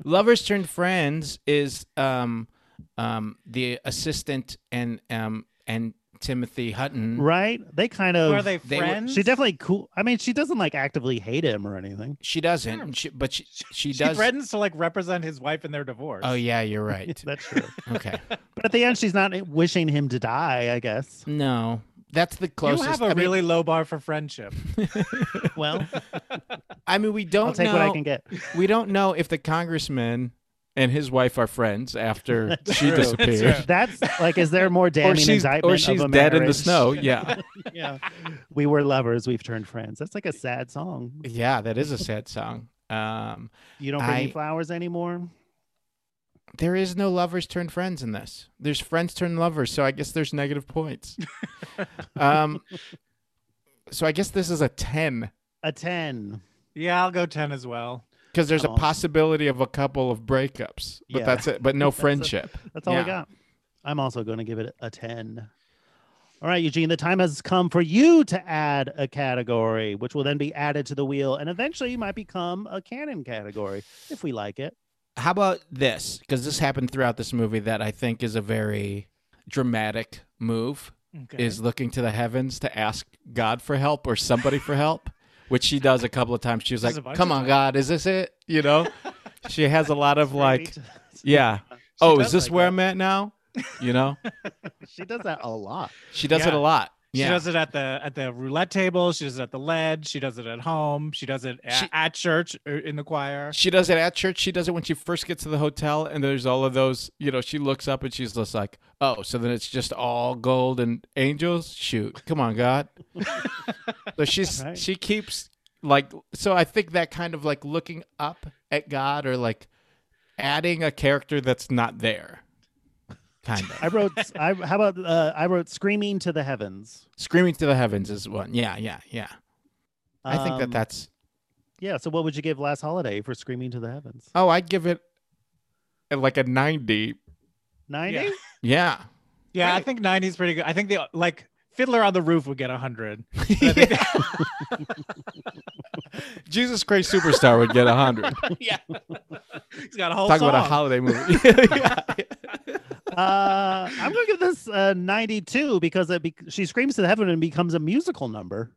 [SPEAKER 5] lovers turned friends is um um the assistant and um and Timothy Hutton.
[SPEAKER 3] Right? They kind of
[SPEAKER 4] Are they
[SPEAKER 5] They were-
[SPEAKER 4] friends?
[SPEAKER 3] She definitely cool. I mean, she doesn't like actively hate him or anything.
[SPEAKER 5] She doesn't, she, but she she
[SPEAKER 4] She
[SPEAKER 5] does.
[SPEAKER 4] threatens to like represent his wife in their divorce.
[SPEAKER 5] Oh yeah, you're right.
[SPEAKER 3] That's true.
[SPEAKER 5] okay.
[SPEAKER 3] but at the end, she's not wishing him to die. I guess.
[SPEAKER 5] No, that's the closest.
[SPEAKER 4] You have a
[SPEAKER 5] I mean-
[SPEAKER 4] really low bar for friendship.
[SPEAKER 3] Well,
[SPEAKER 5] I mean, we don't
[SPEAKER 3] I'll take
[SPEAKER 5] know.
[SPEAKER 3] what I can get.
[SPEAKER 5] We don't know if the congressman and his wife are friends after she
[SPEAKER 4] true.
[SPEAKER 5] disappeared,
[SPEAKER 3] That's like, is there more damning
[SPEAKER 5] or she's
[SPEAKER 3] indictment
[SPEAKER 5] or she's
[SPEAKER 3] of a
[SPEAKER 5] dead in the
[SPEAKER 3] marriage?
[SPEAKER 5] snow. Yeah,
[SPEAKER 3] yeah. We were lovers. We've turned friends. That's like a sad song.
[SPEAKER 5] yeah, that is a sad song. Um,
[SPEAKER 3] You don't bring me
[SPEAKER 5] I-
[SPEAKER 3] flowers anymore.
[SPEAKER 5] there is no lovers turn friends in this. There's friends turn lovers, so I guess there's negative points. um, so I guess this is a ten
[SPEAKER 3] A ten.
[SPEAKER 4] Yeah, I'll go ten as well.
[SPEAKER 5] because there's
[SPEAKER 3] Oh.
[SPEAKER 5] a possibility of a couple of breakups, but
[SPEAKER 3] Yeah.
[SPEAKER 5] that's it. But no friendship.
[SPEAKER 3] That's all I
[SPEAKER 5] Yeah.
[SPEAKER 3] got. I'm also going to give it a ten. All right, Eugene, the time has come for you to add a category, which will then be added to the wheel and eventually might become a canon category if we like it.
[SPEAKER 5] How about this? Because this happened throughout this movie that I think is a very dramatic move
[SPEAKER 4] Okay.
[SPEAKER 5] is looking to the heavens to ask God for help or somebody for help, which she does a couple of times. She was
[SPEAKER 4] There's a
[SPEAKER 5] like,
[SPEAKER 4] bunch
[SPEAKER 5] "Come
[SPEAKER 4] of
[SPEAKER 5] on, God, is this it?" You know, she has a lot of like, yeah, oh, is
[SPEAKER 3] does
[SPEAKER 5] this
[SPEAKER 3] like
[SPEAKER 5] where
[SPEAKER 3] that.
[SPEAKER 5] I'm at now? You know,
[SPEAKER 3] she does that a lot.
[SPEAKER 5] she does it
[SPEAKER 4] Yeah.
[SPEAKER 5] a lot.
[SPEAKER 4] She
[SPEAKER 5] Yeah,
[SPEAKER 4] does it at the at the roulette table. She does it at the lead. She does it at home. She does it a-
[SPEAKER 5] She-
[SPEAKER 4] at church or in the choir.
[SPEAKER 5] She does it at church. She does it when she first gets to the hotel, and there's all of those. You know, she looks up and she's just like, "Oh, so then it's just all gold and angels." Shoot, come on, God. so she's
[SPEAKER 3] Right.
[SPEAKER 5] she keeps like so. I think that kind of like looking up at God or like adding a character that's not there, kind
[SPEAKER 3] I
[SPEAKER 5] of
[SPEAKER 3] wrote. I how about uh, I wrote "Screaming to the Heavens."
[SPEAKER 5] screaming to the heavens is one. Yeah, yeah, yeah. I think
[SPEAKER 3] Um,
[SPEAKER 5] that that's.
[SPEAKER 3] yeah. So, what would you give Last Holiday for "Screaming to the Heavens"?
[SPEAKER 5] Oh, I'd give it uh, like a ninety.
[SPEAKER 3] Ninety.
[SPEAKER 4] Yeah.
[SPEAKER 5] Yeah.
[SPEAKER 4] Yeah, I
[SPEAKER 5] Right.
[SPEAKER 4] think 90 is pretty good. I think the like Fiddler on the Roof would get 100.
[SPEAKER 5] Jesus Christ Superstar would get 100.
[SPEAKER 4] He's got a whole
[SPEAKER 5] Talk
[SPEAKER 4] Oh, song.
[SPEAKER 5] about a holiday movie. yeah.
[SPEAKER 3] Uh, I'm gonna give this uh, 92 because it be- she screams to the heaven and becomes a musical number.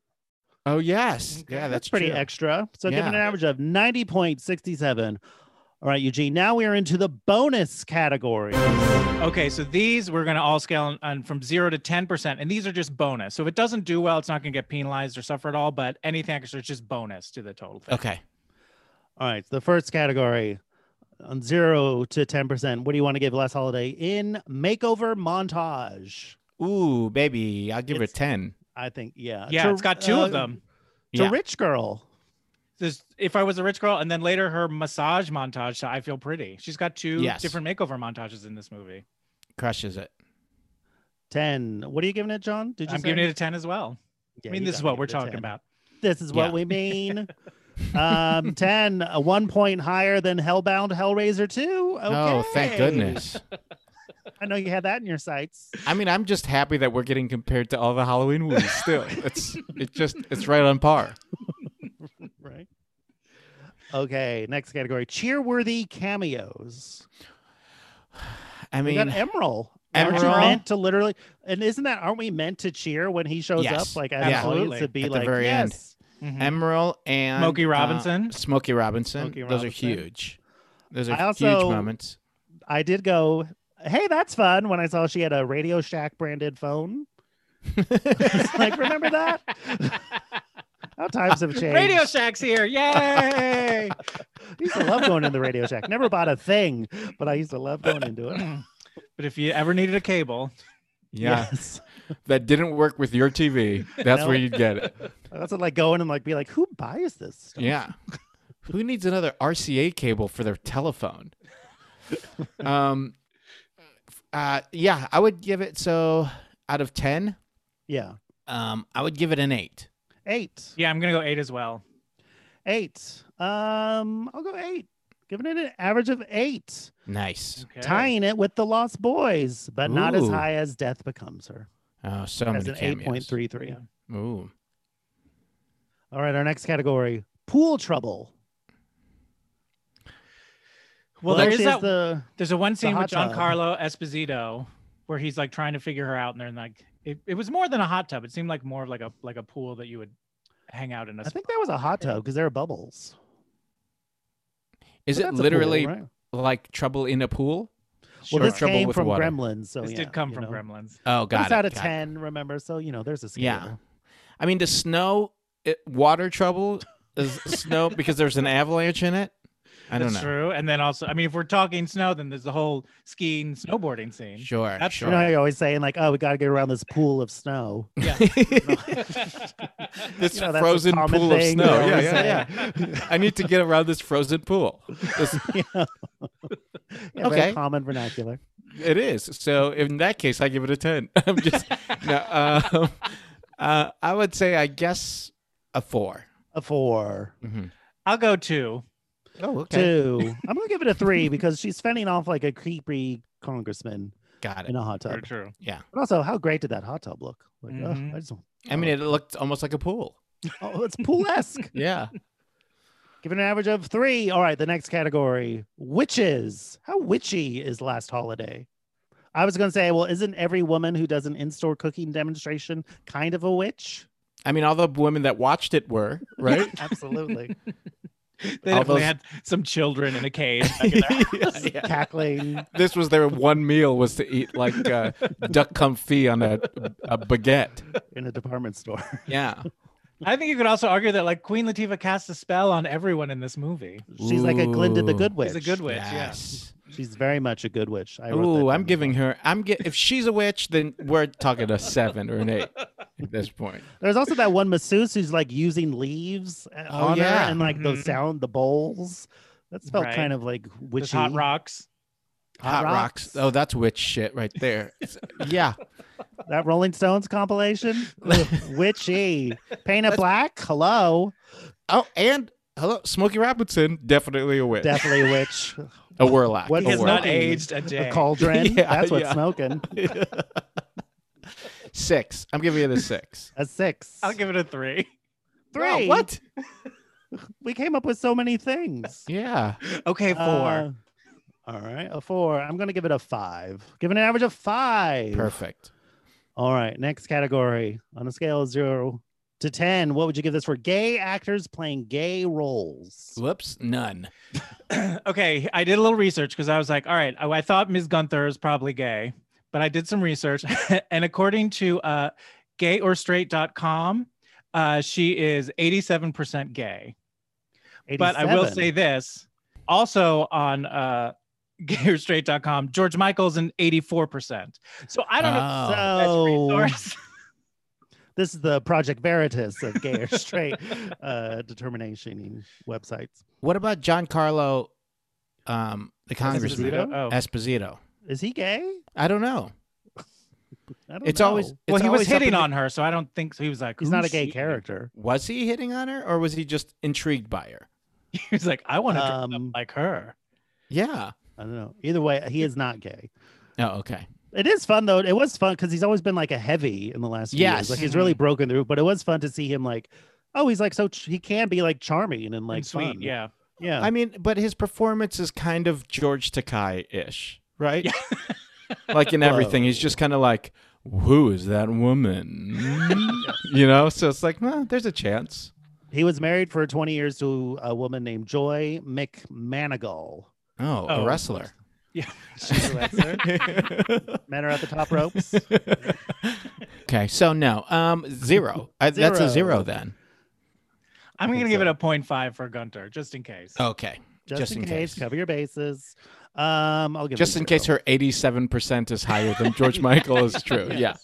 [SPEAKER 5] Oh, yes. Yeah, that's,
[SPEAKER 3] That's pretty
[SPEAKER 5] true.
[SPEAKER 3] extra. So, given an
[SPEAKER 5] Yeah.
[SPEAKER 3] average of 90.67. All right, Eugene. Now we are into the bonus category.
[SPEAKER 4] Okay, so these we're going to all scale on, on from 0 to 10% and these are just bonus. So if it doesn't do well, it's not going to get penalized or suffer at all, but anything extra is just bonus to the total thing.
[SPEAKER 5] Okay.
[SPEAKER 3] All right, the first category on zero to 10%. What do you want to give Last Holiday in makeover montage?
[SPEAKER 5] Ooh, baby. I'll give
[SPEAKER 3] It's-
[SPEAKER 5] it 10.
[SPEAKER 3] I think, yeah.
[SPEAKER 4] Yeah,
[SPEAKER 3] To-
[SPEAKER 4] it's got two
[SPEAKER 3] uh,
[SPEAKER 4] of them.
[SPEAKER 3] To
[SPEAKER 5] Yeah.
[SPEAKER 3] Rich Girl.
[SPEAKER 4] There's if I was a rich girl and then later her massage montage to I feel pretty. She's got two
[SPEAKER 5] Yes.
[SPEAKER 4] different makeover montages in this movie.
[SPEAKER 5] Crushes it.
[SPEAKER 3] 10. What are you giving it, John? Did you
[SPEAKER 4] I'm
[SPEAKER 3] say?
[SPEAKER 4] giving it a 10 as well.
[SPEAKER 3] Yeah,
[SPEAKER 4] I mean,
[SPEAKER 3] you
[SPEAKER 4] this is
[SPEAKER 3] gotta
[SPEAKER 4] what we're
[SPEAKER 3] give it a
[SPEAKER 4] talking
[SPEAKER 3] 10.
[SPEAKER 4] about.
[SPEAKER 3] This is what
[SPEAKER 5] Yeah.
[SPEAKER 3] we mean. um, 10, uh, one point higher than Hellbound Hellraiser 2. Okay.
[SPEAKER 5] Oh, thank goodness.
[SPEAKER 3] I know you had that in your sights.
[SPEAKER 5] I mean, I'm just happy that we're getting compared to all the Halloween movies still. It's it's just it's right on par.
[SPEAKER 3] Right. Okay, next category cheerworthy cameos.
[SPEAKER 5] I
[SPEAKER 3] We got
[SPEAKER 5] mean,
[SPEAKER 3] Emerald. Aren't you
[SPEAKER 5] Emerald?
[SPEAKER 3] meant to literally, and isn't that? Aren't we meant to cheer when he shows
[SPEAKER 5] Yes,
[SPEAKER 3] up? Like, as an audience
[SPEAKER 4] absolutely.
[SPEAKER 3] to be
[SPEAKER 5] At the
[SPEAKER 3] like,
[SPEAKER 5] very end.
[SPEAKER 3] yes.
[SPEAKER 4] Mhm.
[SPEAKER 5] Emerald and
[SPEAKER 4] Smokey
[SPEAKER 5] uh,
[SPEAKER 4] Robinson.
[SPEAKER 5] Smokey Robinson.
[SPEAKER 3] Smokey
[SPEAKER 5] Those are
[SPEAKER 3] Robinson.
[SPEAKER 5] huge. Those are
[SPEAKER 3] I
[SPEAKER 5] huge
[SPEAKER 3] also-
[SPEAKER 5] moments.
[SPEAKER 3] I did go hey, that's fun. When I saw she had a Radio Shack branded phone, It's like remember that? How times have changed.
[SPEAKER 4] Radio Shack's here. Yay.
[SPEAKER 3] I used to love going in the Radio Shack. Never bought a thing, but I used to love going into it.
[SPEAKER 4] but if you ever needed a cable,
[SPEAKER 5] Yeah. that didn't work with your TV. That's
[SPEAKER 3] No.
[SPEAKER 5] where you'd get it.
[SPEAKER 3] That's what, like going and like be like, who buys this stuff?
[SPEAKER 5] Yeah. Who needs another RCA cable for their telephone? um uh yeah, I would give it so out of 10,
[SPEAKER 3] Yeah.
[SPEAKER 5] um I would give it an 8.
[SPEAKER 3] Eight.
[SPEAKER 4] yeah, I'm gonna go eight as well.
[SPEAKER 3] Eight. Um, I'll go eight. Giving it an average of eight.
[SPEAKER 5] Nice.
[SPEAKER 4] Okay.
[SPEAKER 3] Tying it with the Lost Boys, but not as
[SPEAKER 5] Ooh.
[SPEAKER 3] high as Death Becomes Her.
[SPEAKER 5] Oh, so
[SPEAKER 3] as
[SPEAKER 5] many
[SPEAKER 3] an
[SPEAKER 5] cameos.
[SPEAKER 3] 8.33.
[SPEAKER 5] Ooh.
[SPEAKER 3] All right, our next category, pool trouble.
[SPEAKER 4] Well, there
[SPEAKER 3] Which
[SPEAKER 4] is that.
[SPEAKER 3] the
[SPEAKER 4] there's a one scene
[SPEAKER 3] the
[SPEAKER 4] with
[SPEAKER 3] hot tub.
[SPEAKER 4] Giancarlo Esposito where he's like trying to figure her out, and they're in, like, it, it was more than a hot tub. It seemed like more of like a like a pool that you would hang out in. A
[SPEAKER 3] I think that was a hot tub because there are bubbles.
[SPEAKER 5] Is it
[SPEAKER 3] But that's a pool,
[SPEAKER 5] literally
[SPEAKER 3] right?
[SPEAKER 5] like trouble in a pool?
[SPEAKER 3] Well,
[SPEAKER 5] Or
[SPEAKER 3] this
[SPEAKER 5] trouble
[SPEAKER 3] came
[SPEAKER 5] with
[SPEAKER 3] from
[SPEAKER 5] water?
[SPEAKER 3] Gremlins, so
[SPEAKER 4] this
[SPEAKER 3] yeah,
[SPEAKER 4] did come
[SPEAKER 3] you
[SPEAKER 4] from
[SPEAKER 3] know.
[SPEAKER 4] Gremlins.
[SPEAKER 5] Oh,
[SPEAKER 3] But
[SPEAKER 5] got
[SPEAKER 3] it's
[SPEAKER 5] it.
[SPEAKER 3] out of
[SPEAKER 5] got it.
[SPEAKER 3] ten, remember? So you know, there's a scale.
[SPEAKER 5] Yeah. I mean, does snow it, water trouble is snow because there's an avalanche in it? I don't
[SPEAKER 4] That's
[SPEAKER 5] know.
[SPEAKER 4] true. And then also, I mean, if we're talking snow, then there's the whole skiing, snowboarding scene.
[SPEAKER 5] Sure,
[SPEAKER 4] That's
[SPEAKER 5] sure.
[SPEAKER 3] You know, I always saying like, "Oh, we got to get around this pool of snow."
[SPEAKER 5] this
[SPEAKER 3] You know, that's a
[SPEAKER 5] frozen
[SPEAKER 3] common
[SPEAKER 5] pool of
[SPEAKER 3] thing
[SPEAKER 5] snow.
[SPEAKER 3] they
[SPEAKER 5] Yeah,
[SPEAKER 3] always
[SPEAKER 5] yeah, yeah. I need to get around this frozen pool. This-
[SPEAKER 3] Yeah, very
[SPEAKER 5] Okay.
[SPEAKER 3] common vernacular.
[SPEAKER 5] it is. So in that case, I give it a ten. I'm just. no, um, uh, I would say, I guess, a four. Mm-hmm.
[SPEAKER 3] A four,
[SPEAKER 4] I'll go two.
[SPEAKER 5] Oh,
[SPEAKER 3] two. I'm gonna give it a three because she's fending off like a creepy congressman
[SPEAKER 5] Got
[SPEAKER 3] in
[SPEAKER 5] it.
[SPEAKER 3] a hot
[SPEAKER 4] True,
[SPEAKER 3] tub.
[SPEAKER 4] true.
[SPEAKER 5] Yeah.
[SPEAKER 3] But also, how great did that hot tub look? Like, ugh,
[SPEAKER 4] Mhm.
[SPEAKER 3] I just,
[SPEAKER 5] I mean, it looked almost like a pool.
[SPEAKER 3] oh, it's pool esque.
[SPEAKER 5] Yeah.
[SPEAKER 3] Give it an average of three. All right, the next category witches. How witchy is last holiday? I was going to say, well, isn't every woman who does an in store cooking demonstration kind of a witch?
[SPEAKER 5] I mean, all the women that watched it were right.
[SPEAKER 3] Absolutely.
[SPEAKER 4] They
[SPEAKER 5] All
[SPEAKER 4] definitely
[SPEAKER 5] those-
[SPEAKER 4] had some children in a cage. Back in their house.
[SPEAKER 3] Cackling.
[SPEAKER 5] this was their one meal was to eat like uh, duck confit on a, a baguette.
[SPEAKER 3] in a department store.
[SPEAKER 5] Yeah.
[SPEAKER 4] I think you could also argue that like Queen Latifah casts a spell on everyone in this movie.
[SPEAKER 3] She's like a Glinda the
[SPEAKER 5] Ooh.
[SPEAKER 3] Good Witch.
[SPEAKER 4] She's a good witch.
[SPEAKER 5] Yes.
[SPEAKER 3] She's very much a good witch. I wrote
[SPEAKER 5] Ooh,
[SPEAKER 3] that
[SPEAKER 5] I'm
[SPEAKER 3] down.
[SPEAKER 5] giving her. I'm get. If she's a witch, then we're talking a seven or an eight at this point.
[SPEAKER 3] There's also that one masseuse who's like using leaves uh,
[SPEAKER 5] Oh,
[SPEAKER 3] on
[SPEAKER 5] yeah.
[SPEAKER 3] her and like those
[SPEAKER 4] Mhm.
[SPEAKER 3] sound the bowls. That's felt
[SPEAKER 4] Right.
[SPEAKER 3] kind of like
[SPEAKER 4] Yeah.
[SPEAKER 3] witchy.
[SPEAKER 4] There's hot rocks.
[SPEAKER 5] Hot,
[SPEAKER 3] Hot
[SPEAKER 5] rocks.
[SPEAKER 3] rocks.
[SPEAKER 5] Oh, that's witch shit right there. It's- yeah.
[SPEAKER 3] That Rolling Stones compilation, Ugh, witchy. Paint it black. Hello,
[SPEAKER 5] Oh, and hello, Smokey Robinson, definitely a witch.
[SPEAKER 3] definitely a witch.
[SPEAKER 5] a warlock.
[SPEAKER 3] What
[SPEAKER 5] a
[SPEAKER 4] He has not
[SPEAKER 5] warlock.
[SPEAKER 3] smoking.
[SPEAKER 4] aged a
[SPEAKER 3] A
[SPEAKER 4] day.
[SPEAKER 3] cauldron.
[SPEAKER 5] Yeah,
[SPEAKER 3] That's what's
[SPEAKER 5] yeah.
[SPEAKER 3] smoking.
[SPEAKER 5] six. I'm giving it a six.
[SPEAKER 3] A six.
[SPEAKER 4] I'll give it a three.
[SPEAKER 5] Wow,
[SPEAKER 3] three.
[SPEAKER 5] what?
[SPEAKER 3] We came up with so many things.
[SPEAKER 5] Yeah.
[SPEAKER 4] Okay, four.
[SPEAKER 3] Uh, all right, a four. I'm gonna give it a five. Give it an average of five.
[SPEAKER 5] Perfect.
[SPEAKER 3] All right, next category on a scale of zero to ten. What would you give this for? Gay actors playing gay roles.
[SPEAKER 5] Whoops. None.
[SPEAKER 4] Uh, okay, I did a little research because I was like, all right, oh, I, I thought Ms. Gunther is probably gay, but I did some research. and according to uh, gayorstraight.com, uh, she is 87% gay. But I will
[SPEAKER 3] 87.
[SPEAKER 4] say this also on uh, gayorstraight.com, George Michael's an 84%. So I don't know.
[SPEAKER 5] Oh.
[SPEAKER 4] if that's
[SPEAKER 3] so.
[SPEAKER 4] resource.
[SPEAKER 3] This is the Project Veritas of gay or straight uh, determination websites.
[SPEAKER 5] What about John Carlo, um, the congressman
[SPEAKER 3] Esposito?
[SPEAKER 4] Oh.
[SPEAKER 5] Esposito?
[SPEAKER 3] Is he gay?
[SPEAKER 5] I don't know.
[SPEAKER 3] I don't
[SPEAKER 5] It's
[SPEAKER 3] know.
[SPEAKER 5] always
[SPEAKER 4] Well,
[SPEAKER 5] it's
[SPEAKER 4] he was
[SPEAKER 5] always something
[SPEAKER 4] hitting
[SPEAKER 5] that-
[SPEAKER 4] on her, so I don't think so. He was like,
[SPEAKER 3] he's not a
[SPEAKER 4] "Who's
[SPEAKER 3] gay
[SPEAKER 4] she?"
[SPEAKER 3] character.
[SPEAKER 5] Was he hitting on her, or was he just intrigued by her?
[SPEAKER 4] He was like, I want to dress up
[SPEAKER 3] Um,
[SPEAKER 4] like her.
[SPEAKER 5] Yeah.
[SPEAKER 3] I don't know. Either way, he is not gay.
[SPEAKER 5] Oh, okay.
[SPEAKER 3] It is fun though. It was fun because he's always been like a heavy in the last few
[SPEAKER 5] Yes. Mm-hmm.
[SPEAKER 3] years. Like he's really broken through. But it was fun to see him like, oh, he's like so ch- he can be like charming and like
[SPEAKER 4] and sweet.
[SPEAKER 3] fun.
[SPEAKER 4] Yeah.
[SPEAKER 3] yeah.
[SPEAKER 5] I mean, but his performance is kind of George Takai ish, right? like in everything, he's just kind of like, "Who is that woman?" you know. So it's like, well, there's a chance.
[SPEAKER 3] He was married for 20 years to a woman named Joy McManigal.
[SPEAKER 5] Oh,
[SPEAKER 4] Oh.
[SPEAKER 5] a wrestler.
[SPEAKER 4] Yeah.
[SPEAKER 3] Men are at the top ropes.
[SPEAKER 5] Okay, so no, um, zero. I, That's a
[SPEAKER 3] Zero.
[SPEAKER 5] zero then.
[SPEAKER 4] I'm going to give it a 0.5 for Gunter, just in case.
[SPEAKER 5] Okay,
[SPEAKER 3] Just, in, case. cover your bases. Um, I'll give. it
[SPEAKER 5] Just
[SPEAKER 3] a
[SPEAKER 5] in case
[SPEAKER 3] zero.
[SPEAKER 5] her eighty-seven percent is higher than George Michael is true. Yeah.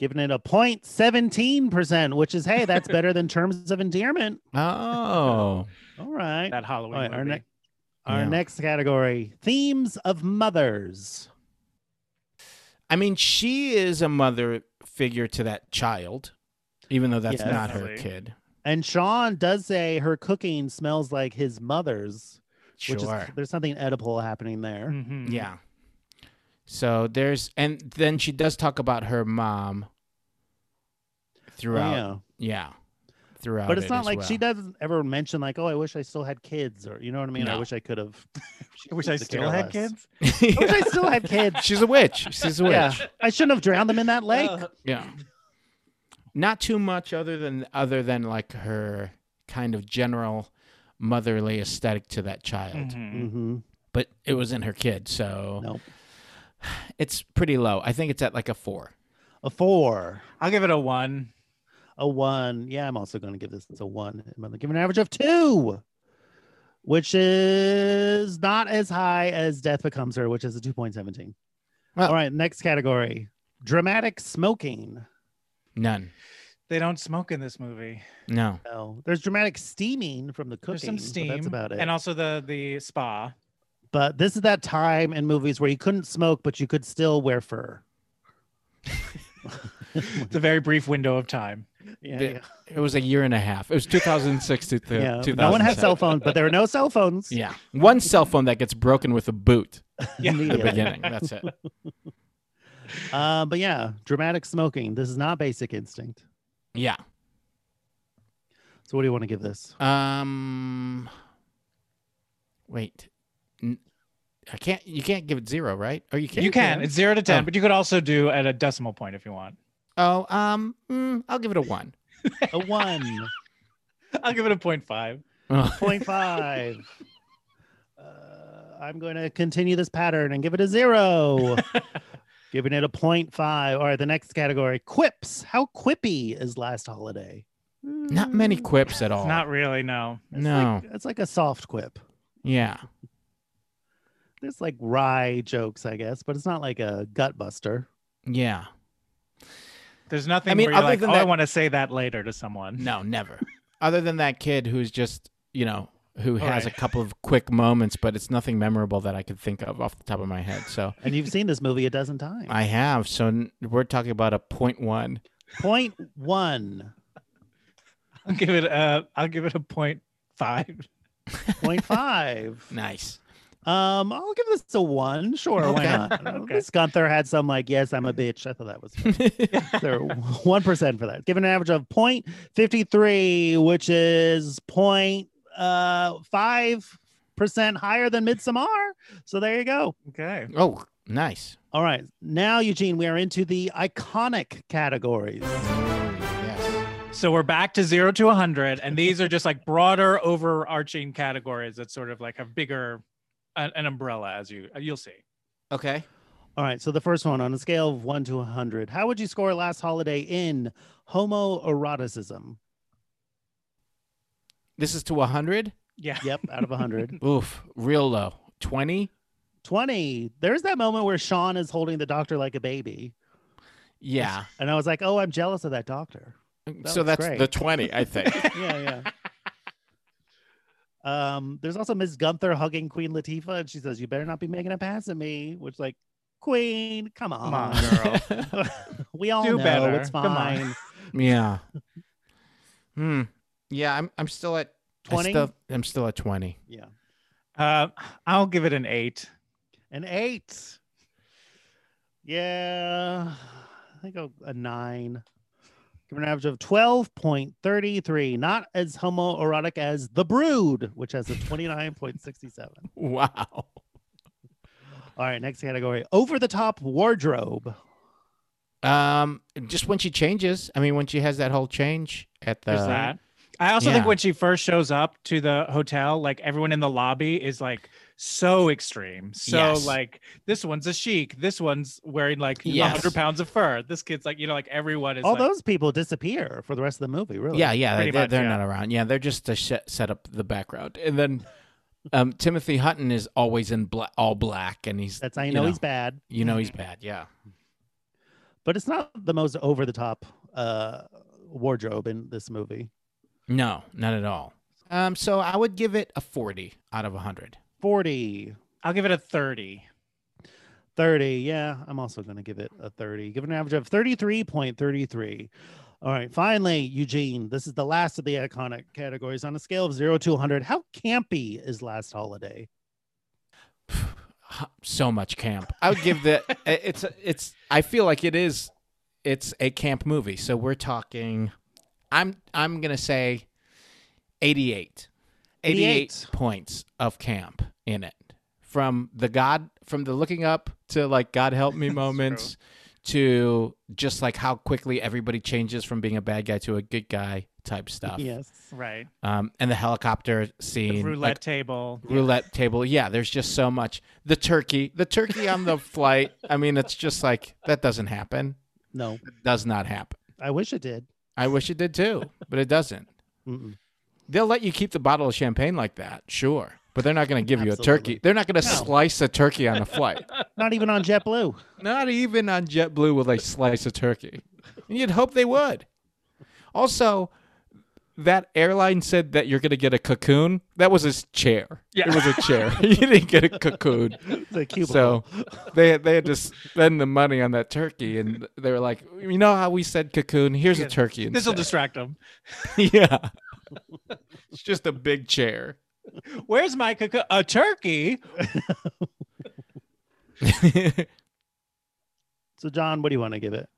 [SPEAKER 3] giving it a point seventeen percent, which is hey, that's better than terms of endearment.
[SPEAKER 5] Oh,
[SPEAKER 3] All right.
[SPEAKER 4] That Halloween
[SPEAKER 3] All right, our,
[SPEAKER 4] movie.
[SPEAKER 3] ne- our
[SPEAKER 5] Yeah.
[SPEAKER 3] next category: themes of mothers.
[SPEAKER 5] I mean, she is a mother figure to that child, even though that's
[SPEAKER 3] Yes.
[SPEAKER 5] not her
[SPEAKER 4] Definitely.
[SPEAKER 5] kid.
[SPEAKER 3] And Sean does say her cooking smells like his mother's, which is Mm. there's something edible happening there.
[SPEAKER 4] Mhm.
[SPEAKER 5] Yeah. So there's, and then she does talk about her mom throughout.
[SPEAKER 3] Oh, Yeah.
[SPEAKER 5] yeah. Throughout.
[SPEAKER 3] But it's
[SPEAKER 5] it
[SPEAKER 3] not
[SPEAKER 5] as
[SPEAKER 3] like she
[SPEAKER 5] well.
[SPEAKER 3] doesn't ever mention like, oh, I wish I still had kids, or you know what I mean. I
[SPEAKER 5] No.
[SPEAKER 3] wish I could have.
[SPEAKER 4] I wish I
[SPEAKER 3] Could
[SPEAKER 4] still
[SPEAKER 3] care
[SPEAKER 4] had
[SPEAKER 3] less.
[SPEAKER 4] kids.
[SPEAKER 3] I wish I still had kids.
[SPEAKER 5] She's a witch. She's a witch.
[SPEAKER 3] Yeah,
[SPEAKER 5] Yeah.
[SPEAKER 3] I shouldn't have drowned them in that lake.
[SPEAKER 5] Not too much other than other than like her kind of general motherly aesthetic to that child.
[SPEAKER 4] Mhm.
[SPEAKER 3] hmm
[SPEAKER 5] But it was in her kid, so
[SPEAKER 3] Nope.
[SPEAKER 5] it's pretty low. I think it's at like a four.
[SPEAKER 3] A four,
[SPEAKER 4] I'll give it a one.
[SPEAKER 3] a one. Yeah, I'm also going to give this a one. I'm going to give it an average of two, which is not as high as Death Becomes Her, which is a two point seventeen.
[SPEAKER 5] Well-
[SPEAKER 3] All right, next category: dramatic smoking.
[SPEAKER 5] None.
[SPEAKER 4] They don't smoke in this movie.
[SPEAKER 5] No.
[SPEAKER 3] No, there's dramatic steaming from the cooking.
[SPEAKER 4] There's some
[SPEAKER 3] but
[SPEAKER 4] steam.
[SPEAKER 3] That's about it.
[SPEAKER 4] And also the the spa.
[SPEAKER 3] but this is that time in movies where you couldn't smoke, but you could still wear fur.
[SPEAKER 4] It's a very brief window of time.
[SPEAKER 3] Yeah,
[SPEAKER 5] The- It was a year and a half. It was 2006 to th-
[SPEAKER 3] yeah.
[SPEAKER 5] 2007.
[SPEAKER 3] No one had cell phones, but there were no cell phones.
[SPEAKER 5] Yeah. One cell phone that gets broken with a boot
[SPEAKER 4] Yeah.
[SPEAKER 5] at the
[SPEAKER 3] Immediately.
[SPEAKER 5] beginning. That's it.
[SPEAKER 3] Uh, but yeah, dramatic smoking. This is not basic instinct.
[SPEAKER 5] Yeah.
[SPEAKER 3] So what do you want to give this?
[SPEAKER 5] Um. Wait. N- I can't. You can't give it zero, right? Or you can.
[SPEAKER 4] you can. It's zero to ten,
[SPEAKER 5] Oh.
[SPEAKER 4] but you could also do at a decimal point if you want.
[SPEAKER 5] Oh. Um. mm, I'll give it a one.
[SPEAKER 3] A one
[SPEAKER 4] I'll give it a point five.
[SPEAKER 5] Oh,
[SPEAKER 3] point five. Uh, I'm going to continue this pattern and give it a zero. Giving it a point five. All right, the next category: quips. How quippy is last holiday? Mm,
[SPEAKER 5] not many quips at all.
[SPEAKER 4] Not really, no.
[SPEAKER 3] It's
[SPEAKER 5] No.
[SPEAKER 3] like, it's like a soft quip.
[SPEAKER 5] Yeah.
[SPEAKER 3] There's like wry jokes, I guess, but it's not like a gut buster.
[SPEAKER 5] Yeah.
[SPEAKER 4] There's nothing
[SPEAKER 5] I mean,
[SPEAKER 4] where you're
[SPEAKER 5] other
[SPEAKER 4] like, oh,
[SPEAKER 5] than
[SPEAKER 4] I
[SPEAKER 5] that-
[SPEAKER 4] want to say that later to someone.
[SPEAKER 5] No. Never. Other than that kid who's just you know who has
[SPEAKER 4] right.
[SPEAKER 5] a couple of quick moments, but it's nothing memorable that I could think of off the top of my head. So
[SPEAKER 3] And you've seen this movie a dozen times.
[SPEAKER 5] I have. So n- we're talking about a point one.
[SPEAKER 3] Point one,
[SPEAKER 4] I'll give it a I'll give it a point five.
[SPEAKER 3] point five.
[SPEAKER 5] Nice.
[SPEAKER 3] Um, I'll give this a one. Sure, why
[SPEAKER 5] Okay.
[SPEAKER 3] not? This Gunther had some like, yes, I'm a bitch. I thought that was one percent for that. Give an average of 0.53, which is point uh five percent higher than Midsommar. So there you go.
[SPEAKER 4] Okay.
[SPEAKER 5] oh, nice.
[SPEAKER 3] All right, now Eugene, we are into the iconic categories.
[SPEAKER 5] Yes.
[SPEAKER 4] So we're back to zero to hundred, and these are just like broader, overarching categories that sort of like have bigger an, an umbrella as you you'll see.
[SPEAKER 5] Okay.
[SPEAKER 3] All right, so the first one on a scale of one to hundred, how would you score last holiday in homoeroticism?
[SPEAKER 5] This is to 100?
[SPEAKER 4] Yeah.
[SPEAKER 3] Yep, out of hundred.
[SPEAKER 5] Oof, real low. 20?
[SPEAKER 3] 20 there's that moment where sean is holding the doctor like a baby
[SPEAKER 5] Yeah.
[SPEAKER 3] and i was like oh i'm jealous of that doctor
[SPEAKER 5] Mm, so
[SPEAKER 3] was
[SPEAKER 5] that's
[SPEAKER 3] great.
[SPEAKER 5] the 20, I think.
[SPEAKER 3] yeah yeah um there's also ms gunther hugging queen latifah and she says you better not be making a pass at me which like queen come on,
[SPEAKER 4] Come on, girl.
[SPEAKER 3] we all
[SPEAKER 4] Do
[SPEAKER 3] know
[SPEAKER 4] better.
[SPEAKER 3] it's
[SPEAKER 4] Come on.
[SPEAKER 3] fine
[SPEAKER 5] yeah. Hmm. Yeah, I'm I'm still at
[SPEAKER 3] 20
[SPEAKER 5] I still, I'm still at 20.
[SPEAKER 3] yeah
[SPEAKER 4] Uh, I'll give it an eight.
[SPEAKER 3] an eight yeah i think a, a nine give it an average of 12.33 not as homoerotic as the brood which has a 29.67
[SPEAKER 5] Wow.
[SPEAKER 3] all right next category over the top wardrobe
[SPEAKER 5] Um just when she changes, I mean when she has that whole change at the
[SPEAKER 4] There's that. I also think
[SPEAKER 6] Yeah.
[SPEAKER 4] when she first shows up to the hotel, like everyone in the lobby is like so extreme. So
[SPEAKER 6] Yes.
[SPEAKER 4] like this one's a chic, this one's wearing like a
[SPEAKER 5] Yes.
[SPEAKER 4] hundred pounds of fur. This kid's like you know like everyone is
[SPEAKER 3] All
[SPEAKER 4] like,
[SPEAKER 3] those people disappear for the rest of the movie, really.
[SPEAKER 5] Yeah, yeah,
[SPEAKER 4] Pretty
[SPEAKER 5] they, are
[SPEAKER 4] much, yeah.
[SPEAKER 5] not around. Yeah, they're just to sh- set up the background, and then um, Timothy Hutton is always in bla- all black, and he's
[SPEAKER 3] That's how you
[SPEAKER 5] you
[SPEAKER 3] know, he's bad.
[SPEAKER 5] You know he's bad. Yeah,
[SPEAKER 3] But it's not the most over the top uh, wardrobe in this movie.
[SPEAKER 5] no, not at all. Um, so I would give it a forty out of hundred.
[SPEAKER 3] 40,
[SPEAKER 4] I'll give it a thirty.
[SPEAKER 3] 30. Yeah, I'm also going to give it a 30. Give it an average of 33.33. All right, finally, Eugene, this is the last of the iconic categories on a scale of 0 to 100. How campy is Last Holiday?
[SPEAKER 5] So much camp. I would give that. it's it's. I feel like it is. It's a camp movie. So we're talking. I'm I'm gonna say, eighty eight. 88 points of camp in it from the god from the looking up to like god help me moments to just like how quickly everybody changes from being a bad guy to a good guy type stuff
[SPEAKER 3] Yes.
[SPEAKER 4] Right.
[SPEAKER 5] um and the helicopter scene
[SPEAKER 4] The
[SPEAKER 5] like,
[SPEAKER 4] roulette table.
[SPEAKER 5] roulette table yeah there's just so much the turkey the turkey on the flight i mean it's just like that doesn't happen
[SPEAKER 3] No,
[SPEAKER 5] does not happen
[SPEAKER 3] I wish it did.
[SPEAKER 5] i wish it did too but it doesn't
[SPEAKER 3] Mm-mm.
[SPEAKER 5] they'll let you keep the bottle of champagne like that, sure. But they're not going to give you a
[SPEAKER 3] Absolutely.
[SPEAKER 5] turkey. They're not going to slice a turkey on a flight.
[SPEAKER 3] Not even on JetBlue.
[SPEAKER 5] not even on JetBlue will they slice a turkey. And you'd hope they would. Also, that airline said that you're going to get a cocoon. That was his chair.
[SPEAKER 4] Yeah.
[SPEAKER 5] It was a chair. you didn't get a cocoon.
[SPEAKER 3] The
[SPEAKER 5] So
[SPEAKER 3] cubicle.
[SPEAKER 5] they they had to spend the money on that turkey, and they were like, you know how we said cocoon? Here's a turkey.
[SPEAKER 4] This will
[SPEAKER 5] instead."
[SPEAKER 4] distract them.
[SPEAKER 5] yeah. it's just a big chair.
[SPEAKER 4] Where's my cocoon? A turkey?
[SPEAKER 3] So, John, what do you want to give it?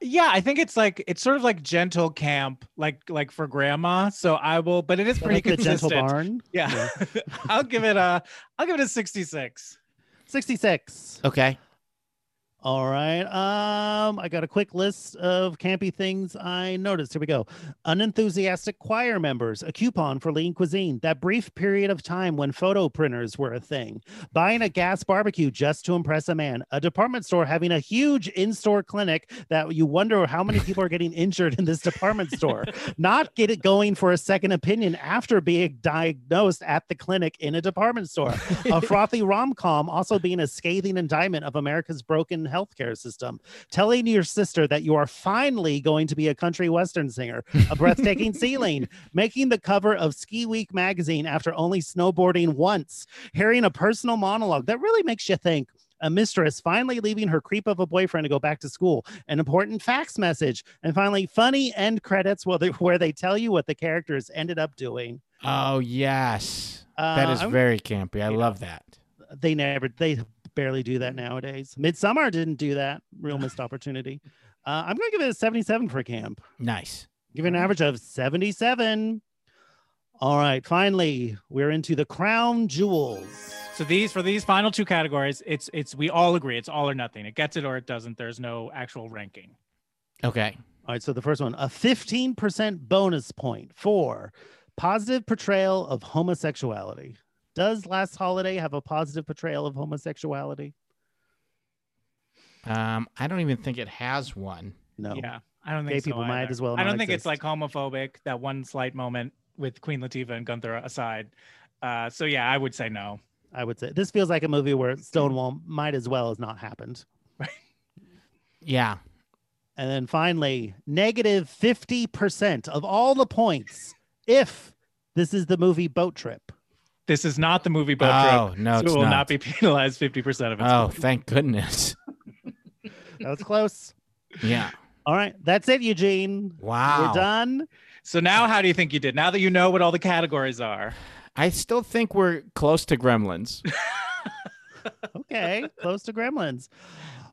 [SPEAKER 4] Yeah, I think it's like it's sort of like gentle camp, like like for grandma. So I will, but it is pretty
[SPEAKER 3] Like the Gentle
[SPEAKER 4] consistent.
[SPEAKER 3] Barn?
[SPEAKER 4] Yeah, I'll give it a I'll give it a sixty six.
[SPEAKER 3] 66.
[SPEAKER 5] Okay.
[SPEAKER 3] All right. Um, I got a quick list of campy things I noticed. Here we go. Unenthusiastic choir members, a coupon for lean cuisine, that brief period of time when photo printers were a thing, buying a gas barbecue just to impress a man, a department store having a huge in-store clinic that you wonder how many people are getting injured in this department store, not get it going for a second opinion after being diagnosed at the clinic in a department store a frothy rom-com also being a scathing indictment of America's broken healthcare system, telling your sister that you are finally going to be a country western singer, a breathtaking ceiling, making the cover of Ski Week magazine after only snowboarding once, hearing a personal monologue that really makes you think. A mistress finally leaving her creep of a boyfriend to go back to school, an important fax message, and finally funny end credits where they, where they tell you what the characters ended up doing.
[SPEAKER 5] Oh yes,
[SPEAKER 3] Uh,
[SPEAKER 5] that is
[SPEAKER 3] I'm-
[SPEAKER 5] very campy. I love that.
[SPEAKER 3] they never they barely do that nowadays. Midsummer didn't do that. Real missed opportunity. Uh, I'm going to give it a 77 for camp.
[SPEAKER 5] Nice.
[SPEAKER 3] Give it an average of 77. All right, finally, we're into the crown jewels.
[SPEAKER 4] So these for these final two categories, it's it's we all agree it's all or nothing. It gets it or it doesn't. There's no actual ranking.
[SPEAKER 5] Okay.
[SPEAKER 3] All right, so the first one, a 15% bonus point for positive portrayal of homosexuality. Does Last Holiday have a positive portrayal of homosexuality?
[SPEAKER 5] Um, I don't even think it has one.
[SPEAKER 3] No.
[SPEAKER 4] Yeah, I don't
[SPEAKER 3] Gay
[SPEAKER 4] think so
[SPEAKER 3] people might
[SPEAKER 4] either.
[SPEAKER 3] as well
[SPEAKER 4] I
[SPEAKER 3] not
[SPEAKER 4] don't think it's like
[SPEAKER 3] exist.
[SPEAKER 4] homophobic. That one slight moment with Queen Latifah and Gunther aside. Uh, so yeah, I would say no.
[SPEAKER 3] I would say this feels like a movie where Stonewall might as well has not happened.
[SPEAKER 5] Yeah.
[SPEAKER 3] And then finally, negative 50% of all the points if this is the movie Boat Trip.
[SPEAKER 4] This is not the movie boat
[SPEAKER 5] Oh,
[SPEAKER 4] trip.
[SPEAKER 5] no,
[SPEAKER 4] so
[SPEAKER 5] it's
[SPEAKER 4] it will
[SPEAKER 5] not.
[SPEAKER 4] not. be penalized fifty percent of its
[SPEAKER 5] Oh, thank goodness.
[SPEAKER 3] That was close.
[SPEAKER 5] Yeah.
[SPEAKER 3] All right. That's it, Eugene.
[SPEAKER 5] Wow.
[SPEAKER 3] We're done.
[SPEAKER 4] So now, how do you think you did? Now that you know what all the categories are,
[SPEAKER 5] I still think we're close to Gremlins.
[SPEAKER 3] Okay. close to Gremlins.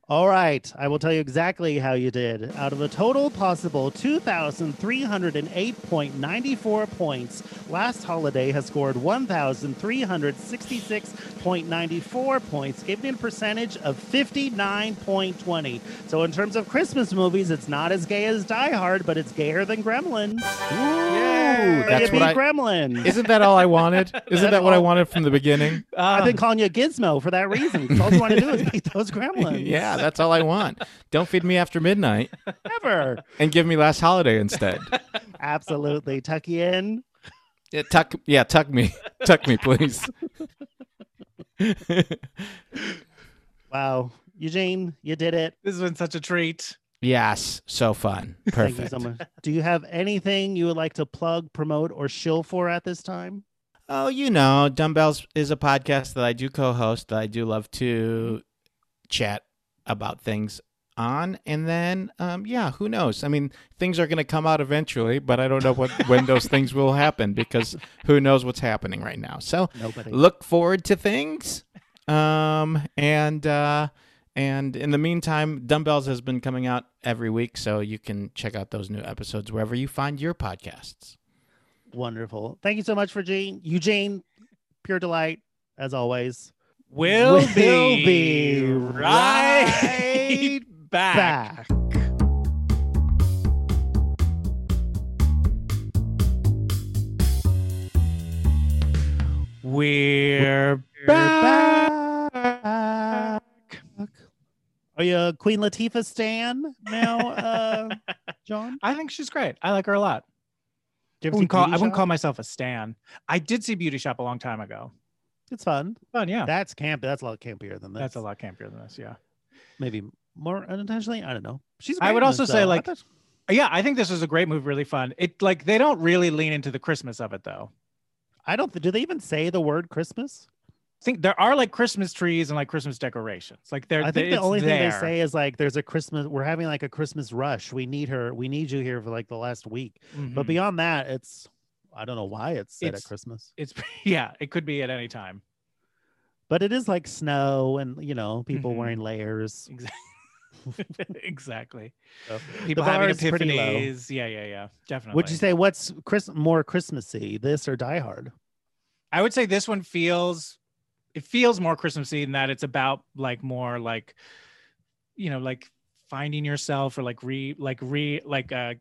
[SPEAKER 3] All right, I will tell you exactly how you did. Out of the total possible 2,308.94 points, Last Holiday has scored 1,366.94 points, giving it a percentage of 59.20. So, in terms of Christmas movies, it's not as gay as Die Hard, but it's gayer than Gremlins. Ooh,
[SPEAKER 5] that's
[SPEAKER 3] yippee
[SPEAKER 5] what I-
[SPEAKER 3] Gremlins.
[SPEAKER 5] Isn't that all I wanted? Isn't that what I
[SPEAKER 3] all-
[SPEAKER 5] wanted from the beginning?
[SPEAKER 3] I've been calling you Gizmo for that reason. 'cause All you want to do is beat those Gremlins.
[SPEAKER 5] Yeah, that's all I want. Don't feed me after midnight
[SPEAKER 3] Ever.
[SPEAKER 5] and give me last holiday instead.
[SPEAKER 3] Absolutely. Tuck you in.
[SPEAKER 5] Yeah, tuck yeah, tuck me. Tuck me, please.
[SPEAKER 3] Wow. Eugene, you did it.
[SPEAKER 4] This has been such a treat.
[SPEAKER 5] yes, so fun. Perfect.
[SPEAKER 3] Thank you so much. Do you have anything you would like to plug, promote, or shill for at this time?
[SPEAKER 5] Oh, you know, Dumbbells is a podcast that I do co host that I do love to chat about things on. And then, um, yeah, who knows? I mean, things are going to come out eventually, but I don't know what, when those things will happen because who knows what's happening right now. So
[SPEAKER 3] Nobody.
[SPEAKER 5] look forward to things. Um, and, uh, and in the meantime, Dumbbells has been coming out every week, so you can check out those new episodes wherever you find your podcasts.
[SPEAKER 3] Wonderful. Thank you so much for Gene. Eugene, pure delight, as always.
[SPEAKER 4] We'll,
[SPEAKER 3] We'll
[SPEAKER 4] be,
[SPEAKER 3] be
[SPEAKER 4] right back.
[SPEAKER 3] Back.
[SPEAKER 4] We're back.
[SPEAKER 3] Are you a Queen Latifah stan now, uh, John?
[SPEAKER 4] I think she's great. I like her a lot.
[SPEAKER 3] Do
[SPEAKER 4] I
[SPEAKER 3] you ever see
[SPEAKER 4] wouldn't, call,
[SPEAKER 3] Beauty
[SPEAKER 4] I wouldn't
[SPEAKER 3] Shop?
[SPEAKER 4] call myself a stan. I did see Beauty Shop a long time ago.
[SPEAKER 3] It's fun.
[SPEAKER 4] Fun, yeah.
[SPEAKER 3] That's camp. That's a lot campier than this.
[SPEAKER 4] That's a lot campier than this, yeah.
[SPEAKER 3] Maybe more unintentionally. I don't know. She's.
[SPEAKER 4] I
[SPEAKER 3] great
[SPEAKER 4] would
[SPEAKER 3] in
[SPEAKER 4] also
[SPEAKER 3] this,
[SPEAKER 4] say,
[SPEAKER 3] though. I
[SPEAKER 4] like-
[SPEAKER 3] thought-
[SPEAKER 4] Yeah, I think this is a great move, really fun. It like they don't really lean into the Christmas of it though.
[SPEAKER 3] I don't. Do they even say the word Christmas?
[SPEAKER 4] I think there are like Christmas trees and like Christmas decorations. Like they're
[SPEAKER 3] I think the
[SPEAKER 4] it's
[SPEAKER 3] only thing they
[SPEAKER 4] there.
[SPEAKER 3] say is like, "There's a Christmas. We're having like a Christmas rush. We need her. We need you here for like the last week." But
[SPEAKER 4] Mhm.
[SPEAKER 3] beyond that, it's. I don't know why it's said
[SPEAKER 4] It's-
[SPEAKER 3] at Christmas,
[SPEAKER 4] it's yeah, it could be at any time.
[SPEAKER 3] but it is like snow and you know people
[SPEAKER 4] Mhm.
[SPEAKER 3] wearing layers.
[SPEAKER 4] exactly.
[SPEAKER 3] So
[SPEAKER 4] People
[SPEAKER 3] bar
[SPEAKER 4] having
[SPEAKER 3] is pretty low.
[SPEAKER 4] epiphanies. Yeah, yeah, yeah. Definitely.
[SPEAKER 3] Would you say what's Chris more Christmassy, this or Die Hard?
[SPEAKER 4] I would say this one feels it feels more Christmassy in that it's about like more like you know like finding yourself or like re like re like uh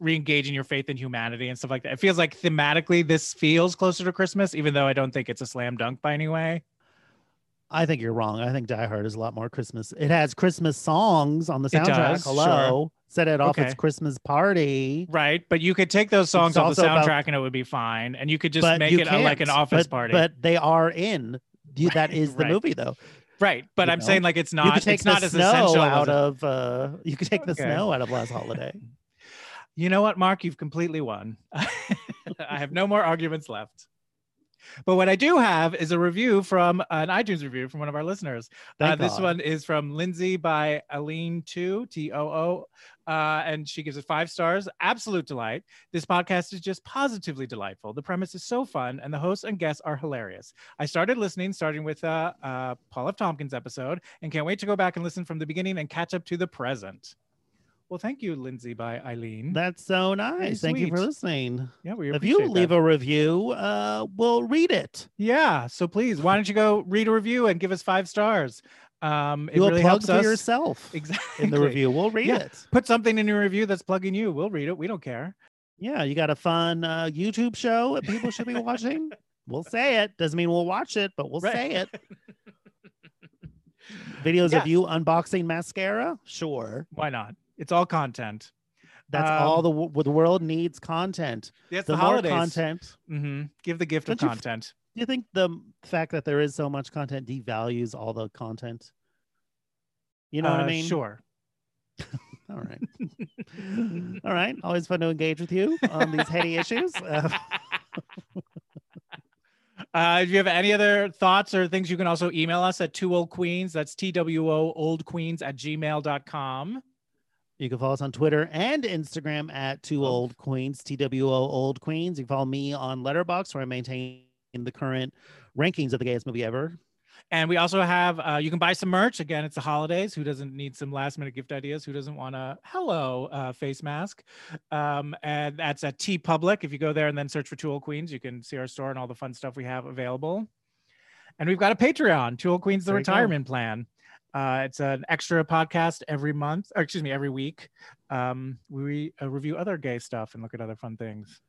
[SPEAKER 4] re-engaging your faith in humanity and stuff like that. It feels like thematically this feels closer to Christmas, even though I don't think it's a slam dunk by any way.
[SPEAKER 3] I think you're wrong. I think Die Hard is a lot more Christmas. It has Christmas songs on the
[SPEAKER 4] It
[SPEAKER 3] soundtrack.
[SPEAKER 4] does, sure.
[SPEAKER 3] Hello, set it off. It's
[SPEAKER 4] Okay.
[SPEAKER 3] Christmas party.
[SPEAKER 4] Right. But you could take those songs off the
[SPEAKER 3] also about-
[SPEAKER 4] soundtrack and it would be fine. And you could just
[SPEAKER 3] but
[SPEAKER 4] make
[SPEAKER 3] you
[SPEAKER 4] it a, like an
[SPEAKER 3] can't.
[SPEAKER 4] office
[SPEAKER 3] But-
[SPEAKER 4] party.
[SPEAKER 3] But they are in. You- that is the
[SPEAKER 4] Right.
[SPEAKER 3] movie, though.
[SPEAKER 4] right. But
[SPEAKER 3] you
[SPEAKER 4] I'm
[SPEAKER 3] know,
[SPEAKER 4] saying like it's
[SPEAKER 3] you
[SPEAKER 4] not
[SPEAKER 3] could take
[SPEAKER 4] it's not
[SPEAKER 3] the
[SPEAKER 4] as
[SPEAKER 3] snow
[SPEAKER 4] essential as
[SPEAKER 3] out
[SPEAKER 4] a-
[SPEAKER 3] of. Uh, you could take the
[SPEAKER 4] Okay.
[SPEAKER 3] snow out of Last Holiday.
[SPEAKER 4] You know what, Mark? You've completely won. I have no more arguments left. But what I do have is a review from an iTunes review from one of our listeners. Uh,
[SPEAKER 3] Thank
[SPEAKER 4] this
[SPEAKER 3] God.
[SPEAKER 4] one is from Lindsay by Aline Two T O O, uh, and she gives it five stars. Absolute delight. This podcast is just positively delightful. The premise is so fun, and the hosts and guests are hilarious. I started listening, starting with uh, uh, Paul F. Tompkins episode, and can't wait to go back and listen from the beginning and catch up to the present. Well, thank you, Lindsay by Eileen.
[SPEAKER 3] That's so nice. Thank you for
[SPEAKER 4] sweet.
[SPEAKER 3] listening.
[SPEAKER 4] Yeah, we
[SPEAKER 3] If
[SPEAKER 4] appreciate
[SPEAKER 3] you leave a review, uh, we'll read it.
[SPEAKER 4] yeah, so please, why don't you go read a review and give us five stars? Um, it
[SPEAKER 3] You'll
[SPEAKER 4] really
[SPEAKER 3] plug
[SPEAKER 4] helps
[SPEAKER 3] for
[SPEAKER 4] us.
[SPEAKER 3] yourself
[SPEAKER 4] Exactly.
[SPEAKER 3] in the review. We'll read
[SPEAKER 4] Yeah.
[SPEAKER 3] it.
[SPEAKER 4] Put something in your review that's plugging you. We'll read it. We don't care.
[SPEAKER 3] Yeah, you got a fun uh, YouTube show that people should be watching. we'll say it. Doesn't mean we'll watch it, but we'll
[SPEAKER 4] Right.
[SPEAKER 3] say it. Videos
[SPEAKER 4] Yeah.
[SPEAKER 3] of you unboxing mascara? Sure.
[SPEAKER 4] Why not? It's all content.
[SPEAKER 3] That's
[SPEAKER 4] Um,
[SPEAKER 3] all the, w- the world needs content.
[SPEAKER 4] It's
[SPEAKER 3] the
[SPEAKER 4] the,
[SPEAKER 3] more
[SPEAKER 4] holidays.
[SPEAKER 3] content.
[SPEAKER 4] hmm Give the gift of
[SPEAKER 3] Don't you f-
[SPEAKER 4] content.
[SPEAKER 3] Do you think the m- fact that there is so much content devalues all the content? You know what I
[SPEAKER 4] Uh,
[SPEAKER 3] mean?
[SPEAKER 4] Sure.
[SPEAKER 3] All right. all right. Always fun to engage with you on these heady issues. Uh,
[SPEAKER 4] Uh, if you have any other thoughts or things, you can also email us at two old queens. That's T W O old queens at gmail.com.
[SPEAKER 3] You can follow us on Twitter and Instagram at
[SPEAKER 4] Oh.
[SPEAKER 3] Two Old Queens, T W O Old Queens. You can follow me on Letterbox, where I maintain the current rankings of the gayest movie ever.
[SPEAKER 4] And we also have uh, you can buy some merch. Again, it's the holidays. Who doesn't need some last minute gift ideas? Who doesn't want a hello uh, face mask? Um, and that's at T Public. If you go there and then search for Tool Queens, you can see our store and all the fun stuff we have available. And we've got a Patreon, Tool Queens, the
[SPEAKER 3] There you go.
[SPEAKER 4] retirement plan. Uh, it's an extra podcast every month, or excuse me, every week. Um, we uh, review other gay stuff and look at other fun things.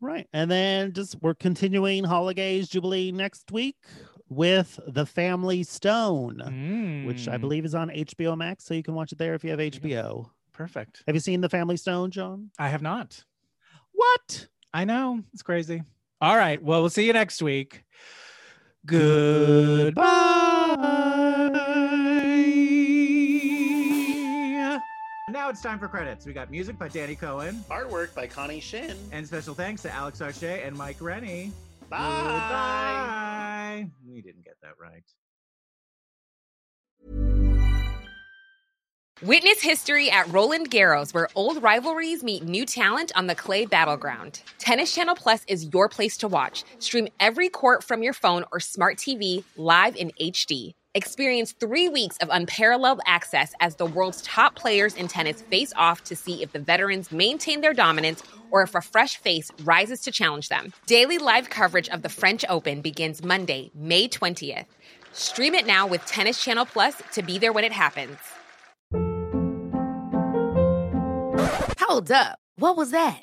[SPEAKER 3] Right. And then just we're continuing holidays Jubilee next week with The Family Stone, which I
[SPEAKER 4] Mm,
[SPEAKER 3] believe is on HBO Max. So you can watch it Hmm. there if you have HBO.
[SPEAKER 4] perfect.
[SPEAKER 3] Have you seen The Family Stone, John?
[SPEAKER 4] I have not.
[SPEAKER 3] What?
[SPEAKER 4] I know. It's crazy. All right. Well, we'll see you next week. Goodbye. Now it's time for credits. We got music by Danny Cohen,
[SPEAKER 3] Artwork by Connie Shin.
[SPEAKER 4] and special thanks to Alex Arche and Mike Rennie. Goodbye. We didn't get that right.
[SPEAKER 7] Witness history at Roland Garros, where old rivalries meet new talent on the clay battleground. Tennis Channel Plus is your place to watch. Stream every court from your phone or smart TV live in HD. Experience three weeks of unparalleled access as the world's top players in tennis face off to see if the veterans maintain their dominance or if a fresh face rises to challenge them. Daily live coverage of the French Open begins Monday, May 20th. Stream it now with Tennis Channel Plus to be there when it happens.
[SPEAKER 8] Hold up. What was that?